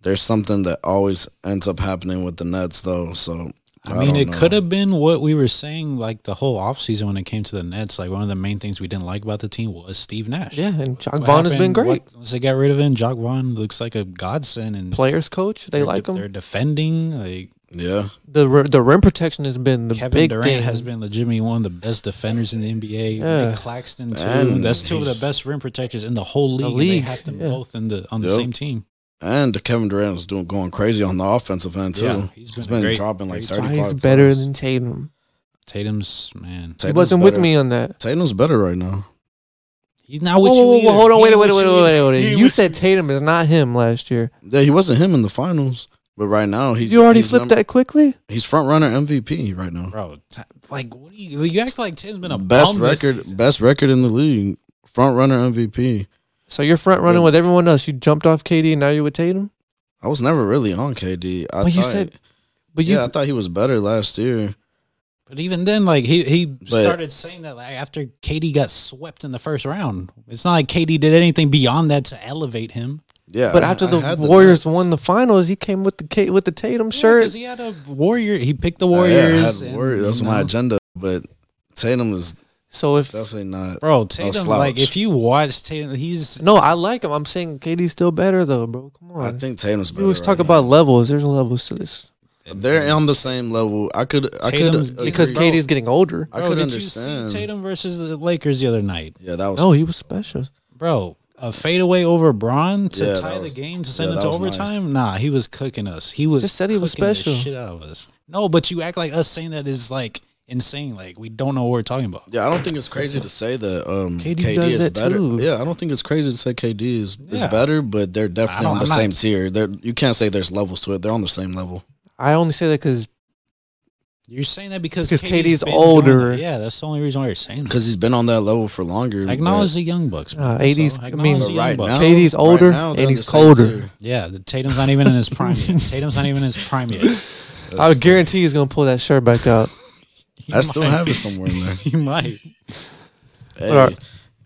There's something that always ends up happening with the Nets, though. So
I mean,
don't
it
know.
could have been what we were saying like the whole offseason when it came to the Nets. Like one of the main things we didn't like about the team was Steve Nash.
yeah, and Jock
What
Vaughn has been
happened-
great.
what- Once they got rid of him, Jock Vaughn looks like a godsend and
Players coach, they
they're-
like him.
They're defending. Like
Yeah,
The ri- the rim protection has been the
Kevin
big
Durant
thing.
has been legitimately one of the best defenders in the NBA.
Yeah.
Nick Claxton too.
And
That's two of the
he's-
best rim protectors in the whole
The
league.
league,
And they have them
yeah.
both in the on the
Yep.
same team.
and Kevin Durant is doing going crazy on the offensive end too.
Yeah, he's been
he's
a
been
great-
dropping like
great-
Why
35.
he's better
times.
than Tatum.
Tatum's man.
He
Tatum's
wasn't with
better.
me on that.
Tatum's better right now.
He's not with
Whoa,
you.
whoa, whoa,
either.
hold on,
He
wait,
ain't
wait, wait,
with
wait,
you either.
wait,
He
wait.
ain't
You
with
said Tatum is not him last year.
Yeah, he wasn't him in the finals, but right now he's
you already
he's
flipped
number-
that quickly.
He's front runner MVP right now.
bro. T- like what do you, you act like Tatum's been a
best
bum this
record,
season.
best record in the league. Front runner MVP.
So you're front running
Yeah.
with everyone else. You jumped off KD, and now you're with Tatum.
I was never really on KD. I
But you
thought-
said- But you,
yeah, I thought he was better last year.
But even then, like he he
But-
started saying that like after KD got swept in the first round. It's not like KD did anything beyond that to elevate him.
Yeah,
but
I-
after
I
the
had
Warriors
Nets.
won the finals, he came with the K, with the Tatum shirt.
because he had a warrior. He picked the
Yeah, I had
Warriors. and,
Warriors. That's
you
my
know.
agenda. But Tatum is
so if
definitely not.
Bro, Tatum,
slouch.
like if you watch Tatum, he's
no, I like him. I'm saying KD's still better though, bro. Come
I
on.
think Tatum's better.
We always
right
talk
now.
about levels. There's levels to this
they're on the same level. I could, I
Tatum's
could,
getting-
because
agree.
KD's getting older.
I
Bro,
could
did
understand.
you see Tatum versus the Lakers the other night?
Yeah, that was
No, he was special.
Bro, a fadeaway over Braun to
Yeah,
tie
that was-
the game to send
yeah,
it
that
to
was nice.
overtime? Nah, he was cooking us. He was
Just said he was
cooking the
special.
shit out of us. No, but you act like us saying that is like insane. Like we don't know what we're talking about.
Yeah, I don't think it's crazy to say that um,
KD
KD,
does
is
that
better.
too.
Yeah, I don't think it's crazy to say KD is, is
Yeah.
better, but they're
I
definitely
don't-
on the
I'm not-
same tier. They're, you can't say there's levels to it. They're on the same level.
I only say that because
You're saying that because
Because KD's
been doing
older.
that. Yeah, that's the only reason why you're saying that.
Because he's been on that level for longer. but-
Acknowledge the young bucks. bro.
Uh, 80s
So,
I mean,
acknowledge the
but
Young
right
Bucks.
now,
KD's
right
older
now,
and
they're on
he's
the same
colder.
tier.
Yeah, the Tatum's not even in his prime yet. Tatum's not even in his prime yet.
I would guarantee he's gonna pull that shirt back out.
He
I still
might.
have it somewhere in there.
He might.
Hey,
Alright.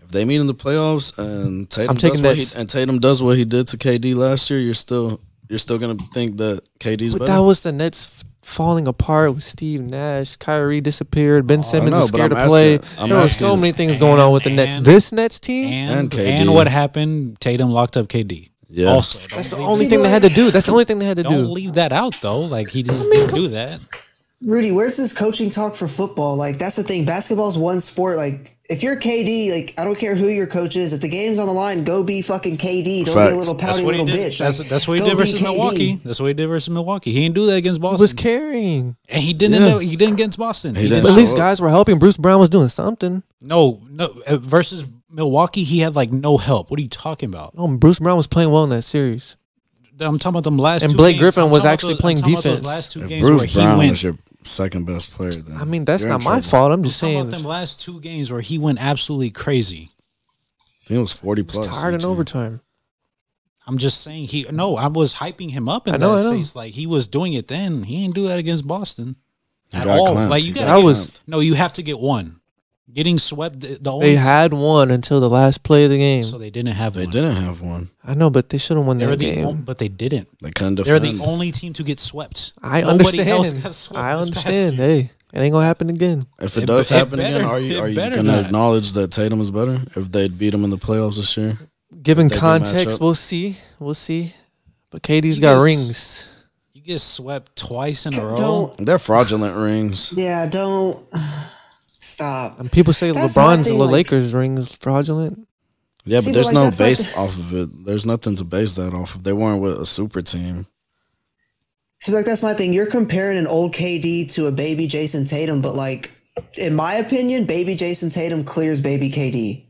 If they meet in the playoffs and Tatum
I'm taking
does what he,
Nets.
and Tatum does what he did to KD last year, you're still you're still gonna think that KD's
But
better.
that was the Nets f- falling apart with Steve Nash. Kyrie disappeared. Ben Simmons
Oh, know,
was
but
scared
I'm
to play.
asking- I'm
there were
asking-
so many things going on with the Nets.
and-
This Nets team.
And
And KD.
and what happened? Tatum locked up KD.
Yeah.
Also,
that's the
don't
only
See,
thing they had
like-
to do. That's the only thing they had to
Don't
do.
leave that out though. Like he just didn't do that.
Rudy, where's this coaching talk for football? Like that's the thing. Basketball's one sport. Like if you're KD, like I don't care who your coach is. If the game's on the line, go be fucking KD. Don't be
Facts.
a little
That's
pouty
what he
little
did.
bitch.
that's,
Like,
that's what he
go
did
be
versus
KD.
Milwaukee. That's what he did versus Milwaukee. He didn't do that against Boston.
Was carrying.
and he didn't.
Yeah.
End up, he didn't against Boston.
He
He
didn't.
But at
show
least
up.
guys were helping. Bruce Brown was doing something.
No, no. uh, Versus Milwaukee, he had like no help. What are you talking about?
No, Oh, Bruce Brown was playing well in that series.
I'm talking about them last.
And
two
Blake
games.
Griffin
I'm
was
talking about
actually
those- I'm
playing
talking about those
defense.
Last two
if
games where
Bruce
he
Brown
went.
is your second best player, then
I mean, that's
you're
not
in
my
trouble.
fault. I'm
I'm
just
talking
saying.
about them
I
last two games where he went absolutely crazy.
I think it was forty
was
plus.
tired in
something.
overtime.
I'm just saying he. No, I was hyping him up in
I know, I
that
know.
sense. Like he was doing it then. He didn't do that against Boston
He
at
got
all.
clamped.
Like you
He
got
got
to
was-
no. You have to get one. Getting swept. The, the only
They had one until the last play of the game.
so they didn't have
They
one.
didn't have one.
I know, but they should have won
They were
that
the
game.
on- but they didn't.
They couldn't
They're
defend.
the only team to get swept.
I
Nobody
understand.
else got swept
I
this past
understand.
year.
Hey, it ain't gonna happen again.
if it,
It
does
be- it
happen again,
better-
are you
it
are you
better
gonna
not.
acknowledge that Tatum is better if they beat him in the playoffs this year?
Given
If they do match
context,
up.
we'll see. We'll see. But KD's
You
got
guys-
rings.
You get swept twice in a row.
Don't.
They're fraudulent rings.
Yeah, don't. Stop.
And people say
That's
LeBron's
nothing,
the
like-
Lakers rings fraudulent.
Yeah,
See,
but
but,
there's
like,
no
that's not
base
the-
off of it. There's nothing to base that off of. They weren't with a super team.
So like that's my thing. You're comparing an old KD to a baby Jason Tatum, but like in my opinion, baby Jason Tatum clears baby KD.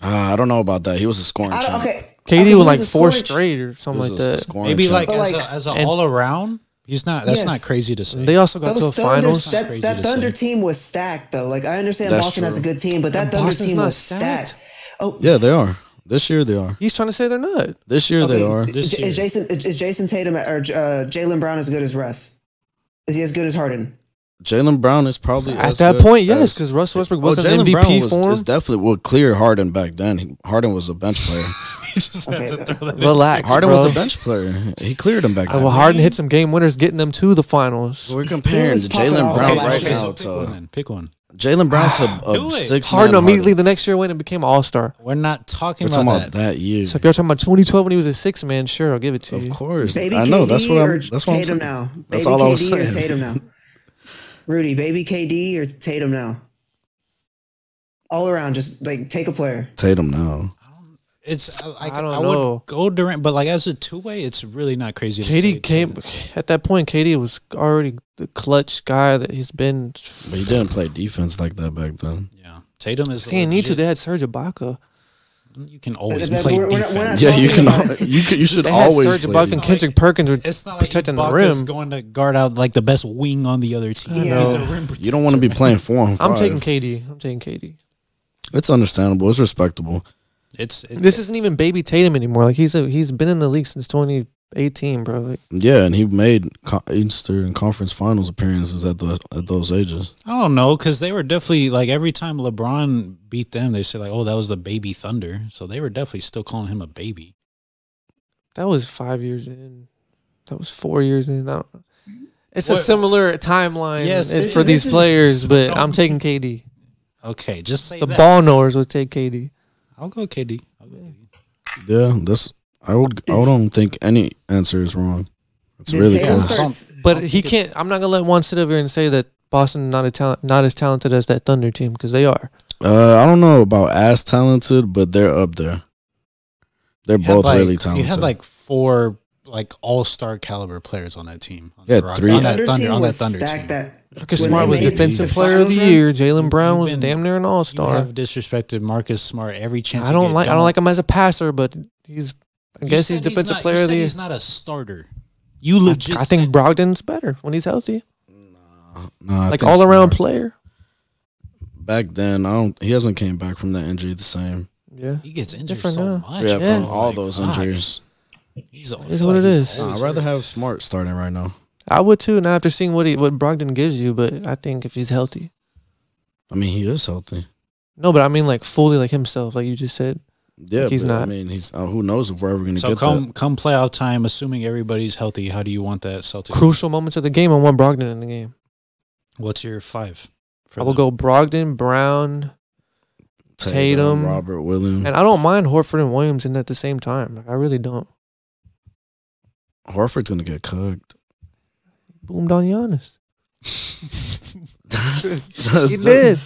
Ah, I don't know about that. He was a scoring
I
champ.
don't, okay.
KD
okay,
with
he was
like
a
four
scoring-
straight or
He
something
was
like
a
that.
scoring
Maybe
champ.
like
But
as
like-
a, as a
and-
all around. He's not. That's
Yes.
not crazy to say.
They also got
Those
to a
Thunder-
finals.
That's
That,
crazy
that
to
Thunder
say.
team was stacked though. Like I understand
That's
Boston has a
true.
good team, but that
And
Thunder
Boston's
team
not
was
stacked.
stacked. Oh,
Yeah, they are. This year they are.
He's trying to say they're not.
This year they are.
This
Is, is
year.
Jason is, is Jason Tatum or uh, Jalen Brown as good as Russ? Is he as good as Harden?
Jalen Brown is probably
At
as
that
good
point, yes,
as-
'cause Russ Westbrook
Oh,
wasn't
Jaylen
MVP
Brown was,
form.
Is definitely well clear Harden back then. He- Harden was a bench player.
You just had to throw that in.
Relax,
Harden
bro.
was a bench player. He cleared him back
Uh,
then.
Well, Harden hit some game winners, getting them to the finals.
We're comparing
He was popping
Jalen
off
Brown
last
right
year.
now
so pick one
to
then. Pick one.
Jalen Brown to
Do
a
it.
six.
Ah, Harden immediately the next year went and became an All Star.
We're not talking
We're
about,
talking about
that.
that year.
So if y'all talking about 2012 when he was a six man, sure, I'll give it to
Of
you.
course,
Baby
I know.
KD
That's what
or
I'm. That's what I'm
Tatum
saying.
now.
That's
baby
all
KD
I was saying.
Or Tatum now. Rudy, baby KD or Tatum now. All around, just like take a player.
Tatum now.
It's I, I,
I don't
I
know.
would go Durant, but like as a two way, it's really not crazy. to say
KD
it's
came
Tatum.
at that point. KD was already the clutch guy that he's been.
But he didn't play defense like that back then.
Yeah, Tatum is.
Seeing need to,
legit.
they had Serge Ibaka.
You can always
But- but
play
we're- we're not-
defense.
we're not
Yeah, you
talking
can.
about
al-
it.
You can, you should
They had
always
Serge
play
Ibaka and
defense.
Kendrick Perkins were
it's not like
protecting the
Ibaka's
rim.
going to guard out like the best wing on the other team.
Yeah.
He's a rim
You don't want to be playing four on 5
I'm taking KD. I'm taking KD.
It's understandable. It's respectable.
protector. It's it,
This isn't even baby Tatum anymore. Like he's a, he's been in the league since 2018, bro. Like
Yeah, and he made co- Easter and conference finals appearances at the at those ages.
I don't know because they were definitely like every time LeBron beat them, they say like, "Oh, that was the baby Thunder." So they were definitely still calling him a baby.
that was five years in. That was four years in. I don't. It's a
What-
similar timeline
Yes,
and
it-
for
this
these
is-
players, but I'm taking KD.
Okay, just say
The
that.
ball knowers would take KD.
I'll go KD. I'll go KD.
Yeah, that's I would I don't think any answer is wrong. It's
Did
really
Tatum
close.
start
Don't-
s-
But he can't. I'm not gonna let one sit up here and say that Boston not a talent, not as talented as that Thunder team because they are.
Uh, I don't know about as talented, but they're up there. They're
You had,
both
like-
really talented.
You had like four like all star caliber players on that team. On
Yeah,
the Rockets-
three.
on that
Thunder
Thunder
team
on that
was
Thunder
stacked
team.
that-
Marcus
When
Smart
they
was
made
Defensive
the
Player of the
finals run,
Year. Jalen Brown was
been-
damn near an All
You have
Star.
disrespected Marcus Smart every chance.
I
you
don't
get.
like. I don't like him as a passer, but he's. I
You
guess he's
said
Defensive
not,
Player
you
of the
said
Year.
He's not a starter. You
I,
legit.
I think
said-
Brogdon's better when he's healthy,
Nah, I
like
think
all around
Smart-
player.
back then. I don't. He hasn't came back from that injury the same.
Yeah,
he gets injured
Different
so
now.
much.
Yeah,
Yeah.
from all
Like,
those
fuck.
injuries.
He's al-
It
I
is
feel
what
like
it
he's
is.
Nah,
always
I'd rather
hurt.
have Smart starting right now.
I would too. Now after seeing what he, what Brogdon gives you, but I think if he's healthy,
I mean, he is healthy.
no, but I mean like fully like himself, like you just said.
Yeah,
Like, he's
but, I
not.
mean, he's uh, who knows if we're ever gonna
So
get
come come playoff time, assuming everybody's healthy, how do you want that Celtics?
Crucial moments of the game. I want Brogdon in the game.
What's your five? for
I will
them?
go Brogdon, Brown,
that.
Tatum.
Robert Williams,
and I don't mind Horford and Williams in at the same time. Like I really don't.
Horford's gonna get cooked.
Boomed on Giannis.
That's-
He did.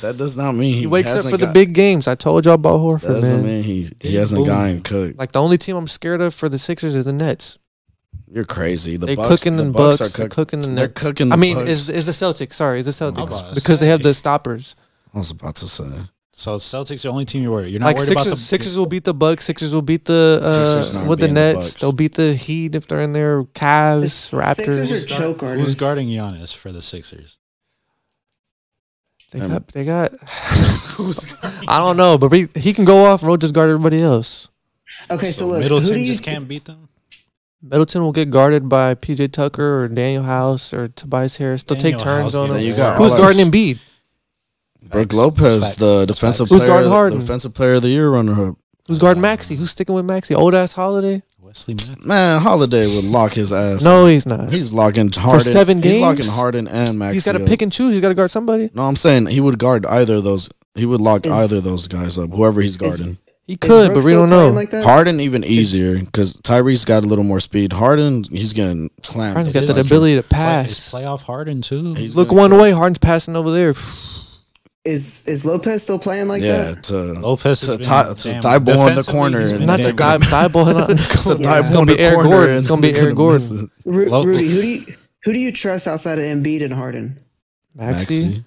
That does not mean he,
He wakes up
hasn't
for the
got-
big games. I told y'all about Horford,
That doesn't
man.
mean he he
Big
hasn't
boom.
gotten cooked.
Like the only team I'm scared of for the Sixers is the Nets.
You're crazy. The
They're
Bucks,
cooking
the
the
Bucks,
Bucks,
are
they're
cook-
cooking the
They're
Nets.
cooking. The
I mean,
Bucks.
is is the Celtics? Sorry, is the
I was
Celtics
about to
because they have the
say.
stoppers.
I was about to say
So Celtics, the only team you're worried. You're not
Like
worried
Sixers,
about the
Sixers will beat the Bucks. Sixers will beat the
Sixers
uh,
not
with the
beating the
Nets.
Bucks.
They'll beat the Heat if they're in there.
The
Cavs,
Sixers are
Raptors.
Guard-
choke
Who's
artists.
guarding Giannis for the Sixers?
They
Um,
got. They got.
Who's guarding?
I don't know, but we, he can go off and we'll just guard everybody else.
Okay, so, look, who
Middleton
do you
just can't beat them.
Middleton will get guarded by PJ Tucker or Daniel House or Tobias Harris. They'll
Daniel
take turns
House
on
gets
him.
Then you got
Who's
all
guarding
those-
Embiid?
Brooke
Facts.
Lopez,
Facts.
the
Facts.
defensive
Who's
player,
guarding Harden?
defensive player of the year runner up.
Who's
Um,
guarding Maxi? Who's sticking with Maxi? Old ass Holiday?
Wesley Mack.
Man, Holiday would lock his ass.
No, he's not.
he's locking Harden.
seven
He's locking
games?
Harden and Max.
He's got to pick and choose. He's got to guard somebody.
No, I'm saying he would guard either of those. He would lock
Is-
either of those guys up, whoever he's guarding.
He could, but we don't know.
Like that?
Harden even easier because Tyrese got a little more speed. Harden, he's getting clamped.
Harden's
It
got
is
that
true.
ability to
Play, is
pass.
playoff Harden too.
He's
Look
gonna-
one way. Harden's passing over there.
Is is Lopez still playing like
yeah,
that?
it's uh,
Oh,
Lopez
To
has been
Ty- to
damn-
Thibault in the
defensively,
corner
he's
and
been
Not
Yeah.
the
damn
guy,
good.
die ball. Not,
it's a
Yeah.
dive
It's
gonna
on
be
the
Aaron
corner
Gordon.
and
It's gonna be
they're
Aaron Gordon.
miss it.
Ru-
Lo-
Rudy, who do you who do you trust outside of Embiid and Harden?
Maxi,
Maxey.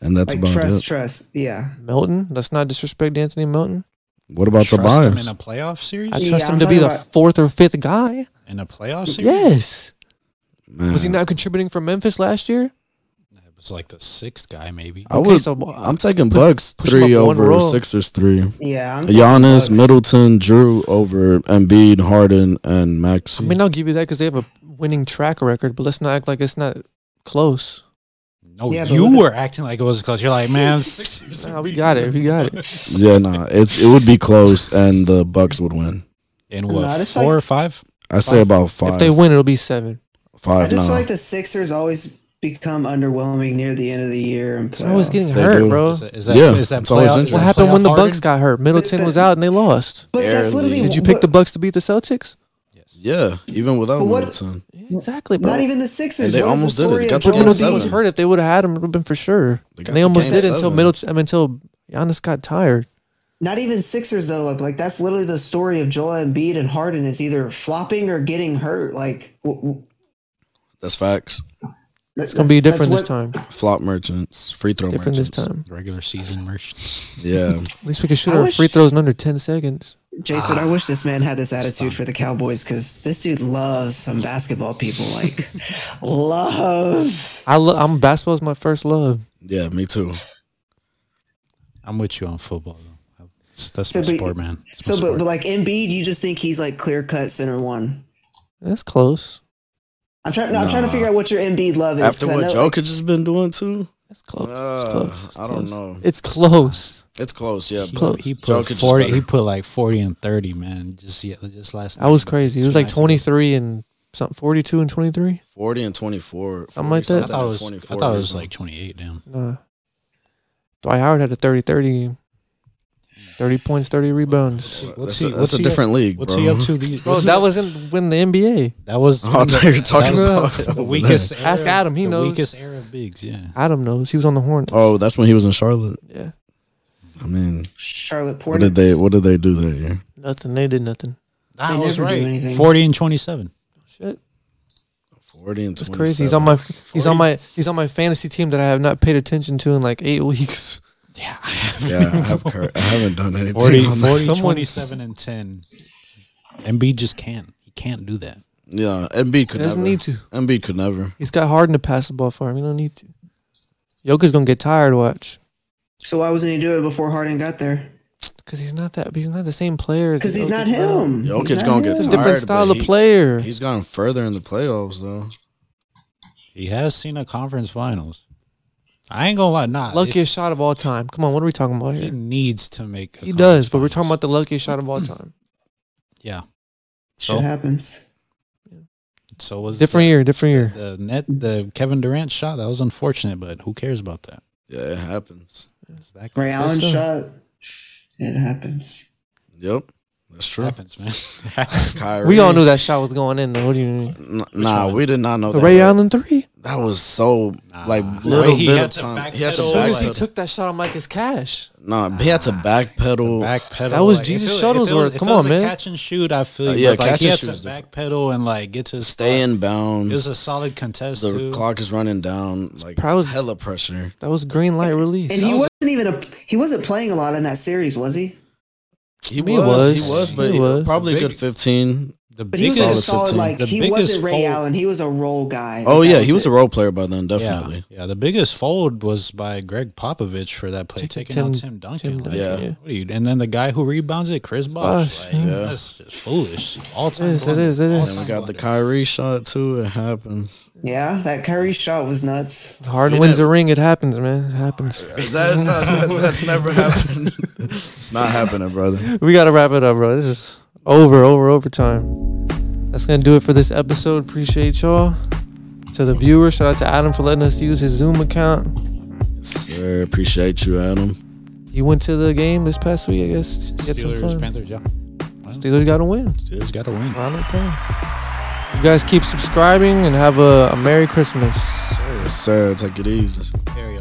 and that's
Like
about
trust,
it.
trust. Yeah.
Melton. Let's not disrespect Anthony Melton.
What about
Trust him in
Tobias?
a playoff series.
I
Yeah,
trust
I'm
him to be
talking
the
about-
fourth or fifth guy.
in a playoff series,
Yes.
Man,
Was he not contributing for Memphis last year?
it was like the sixth guy maybe.
I
okay,
would,
so, uh,
I'm taking Bucks
push him
three
up one
over
row.
Sixers three.
Yeah. I'm
Giannis,
talking Bucks.
Middleton, Drew over Embiid, Harden, and Maxi.
I mean, I'll give you that because they have a winning track record, but let's not act like it's not close.
No,
Yeah, but
Oh, you
look at-
were acting like it was close. You're like, man,
Nah, we got it. We got it.
yeah, nah, it's it would be close, and the Bucks would win.
in
Nah,
what
it's
four
like-
or five?
I say
Five.
about five.
If they win, it'll be seven.
I
five,
just
nah.
feel like the Sixers always become underwhelming near the end of the year. And
It's always
playoffs.
getting
They
hurt,
do.
bro.
Is that, is that,
Yeah,
is that
it's always
playoff?
interesting.
What happened when the
playoff
Bucks
Harden?
got hurt? Middleton was out and they lost.
But that's
Barely.
literally
Did you pick the
but-
Bucks to beat the Celtics?
Yes.
yeah, even without
But what-
Middleton,
Yeah, exactly, bro.
Not even the Sixers.
And they
What is
almost
the
did it.
story
They got
of
to
But
game
when
Golden
Embiid
seven.
was
State?
hurt, if they would have had him, it would have been for sure.
They got
and they
to
almost
game
did it until
seven.
Middleton, I mean, until Giannis got tired.
Not even Sixers though. Like, like that's literally the story of Joel Embiid and Harden is either flopping or getting hurt. Like w- w-
that's facts.
It's gonna be different this time.
Flop merchants, free throw
Different this
merchants.
time.
Regular season merchants.
Yeah,
At least we can shoot
I
our
wish-
free throws in under ten seconds.
Jason, I wish this man had this attitude for the Cowboys because this dude loves some basketball people. Like, loves.
I lo- I'm basketball's my first love.
yeah, me too.
I'm with you on football. Though. That's, that's
So,
my
but-
sport, man. That's my
So, but,
sport.
but like Embiid, you just think he's like clear cut center one.
That's close.
I'm trying. No, I'm trying to
Nah.
figure out what your Embiid love is.
After
'cause I
what
know-
Jokic has been doing too,
That's close.
Uh,
it's close. It's
I don't
close.
know.
It's close.
it's close. Yeah,
He-
but
Close.
He, put
Jokic is
forty.
better.
He put like forty and thirty, man. Just yeah, just last.
That was
night,
crazy. It
two
was like
nights ago.
23 and something, 42 and 23.
forty and twenty four.
Something like that.
I thought it was. I thought it was like twenty-eight. Damn.
Nah. Dwight Howard had a 30-30 game. 30 points, 30 rebounds.
What's
That's
he-
a, that's
what's
a
he
different league,
What's
bro.
he up to? These,
Bro, that wasn't when the NBA.
that was.
Oh, I thought you were talking
that was
about-
the weakest. Era,
Ask Adam, he
the
knows.
Weakest era of bigs. Yeah.
Adam knows. He was on the Hornets.
Oh, that's when he was in Charlotte.
Yeah.
I mean,
Charlotte
what
Porter.
did they what did they do that year?
Nothing. They did nothing.
I
never
was
do
right.
anything.
Forty and twenty-seven.
Shit.
Forty and
That's
twenty.
crazy. He's on my he's on my he's on my fantasy team that I have not paid attention to in like 8 weeks.
Yeah.
Yeah, I, have cur- I haven't done anything.
40,
on that.
40
Someone's-
27 and 10. Embiid just can't. He can't do that.
Yeah, Embiid
He
could
doesn't
never.
need to.
Embiid could never.
He's got Harden to pass the ball for him. He don't need to. Joker's going to get tired watch
So why wasn't he doing it before Harden got there?
cuz he's not that he's not the same player as
Because he's not
Jokic, bro.
him.
Jokic
He's not
gonna get
him.
It's a
tired.
different
but
style of
he-
player.
He's gotten further in the playoffs though.
He has seen a conference finals. I ain't gonna lie, nah.
luckiest shot of all time. Come on, what are we talking about
if- he
here?
needs to make. a
He does,
conference
but we're talking
finals.
about the luckiest shot of all time.
yeah.
Shit
So-
happens.
So was
Different year, different year.
the, the net the Kevin Durant shot that was unfortunate, but who cares about that?
Yeah, it happens.
It's that
Ray
that
Allen
so.
shot. It happens.
Yep, that's true.
happens, man.
Kyrie,
We all knew that shot was going in. Though. What do you mean?
N- nah,
one?
we did not know
The
that.
Ray Allen three.
That was so
Nah.
like
The
little
way he
bit
had
of
to
time.
backpedal,
He had
as
to
As soon as he
backpedal.
took that shot, I'm like, it's cash.
Nah, he had to backpedal.
back pedal.
That was
if
Jesus
it if it
Shuttlesworth.
if it
Come on,
was a
man.
Catch and shoot. I feel
Uh,
you.
yeah,
but, like,
catch
he
and
had
shoot is
to back
different.
pedal and like get to his
Stay
spot.
in
It was
bounds.
a solid contest
The
too.
clock is running down. Like
probably-
hella pressure.
That was green light
And
release.
he wasn't even a. He wasn't playing a lot in that series, was he?
He
Me
was,
was.
He was, but
He
he
was.
probably a
Big-
good fifteen.
The
But he was like a
Solid
solid,
15.
like
The
he
biggest
wasn't Ray
fold-
Allen. He was a role guy.
Oh
That
yeah, he was
it.
a role player by then,
yeah,
definitely.
yeah. The biggest fold was by Greg Popovich for that play, taking out Tim Duncan.
Tim
Like,
Yeah.
Duncan,
What are you? And then the guy who rebounds it, Chris Bosh.
Bosh,
Like,
yeah.
That's just foolish. All time.
is, it
wonder.
is, it
All
is.
And
time
we got
wonder.
the Kyrie shot too. It happens.
Yeah, that Curry shot was nuts.
yeah. Harden
You
wins
know-
the ring. It happens, man. It happens.
that's never happened. it's not happening, brother.
We gotta wrap it up, bro. This is over, over, overtime. That's gonna do it for this episode. Appreciate y'all. To the viewers, shout out to Adam for letting us use his Zoom account.
Sir, appreciate you, Adam.
You went to the game this past week, I guess. Get some
Steelers,
fun.
Panthers. Yeah,
Steelers gotta win.
Steelers got to win.
I don't care. You guys keep subscribing and have a, a Merry Christmas.
Yes, sir. Take it easy.
Carry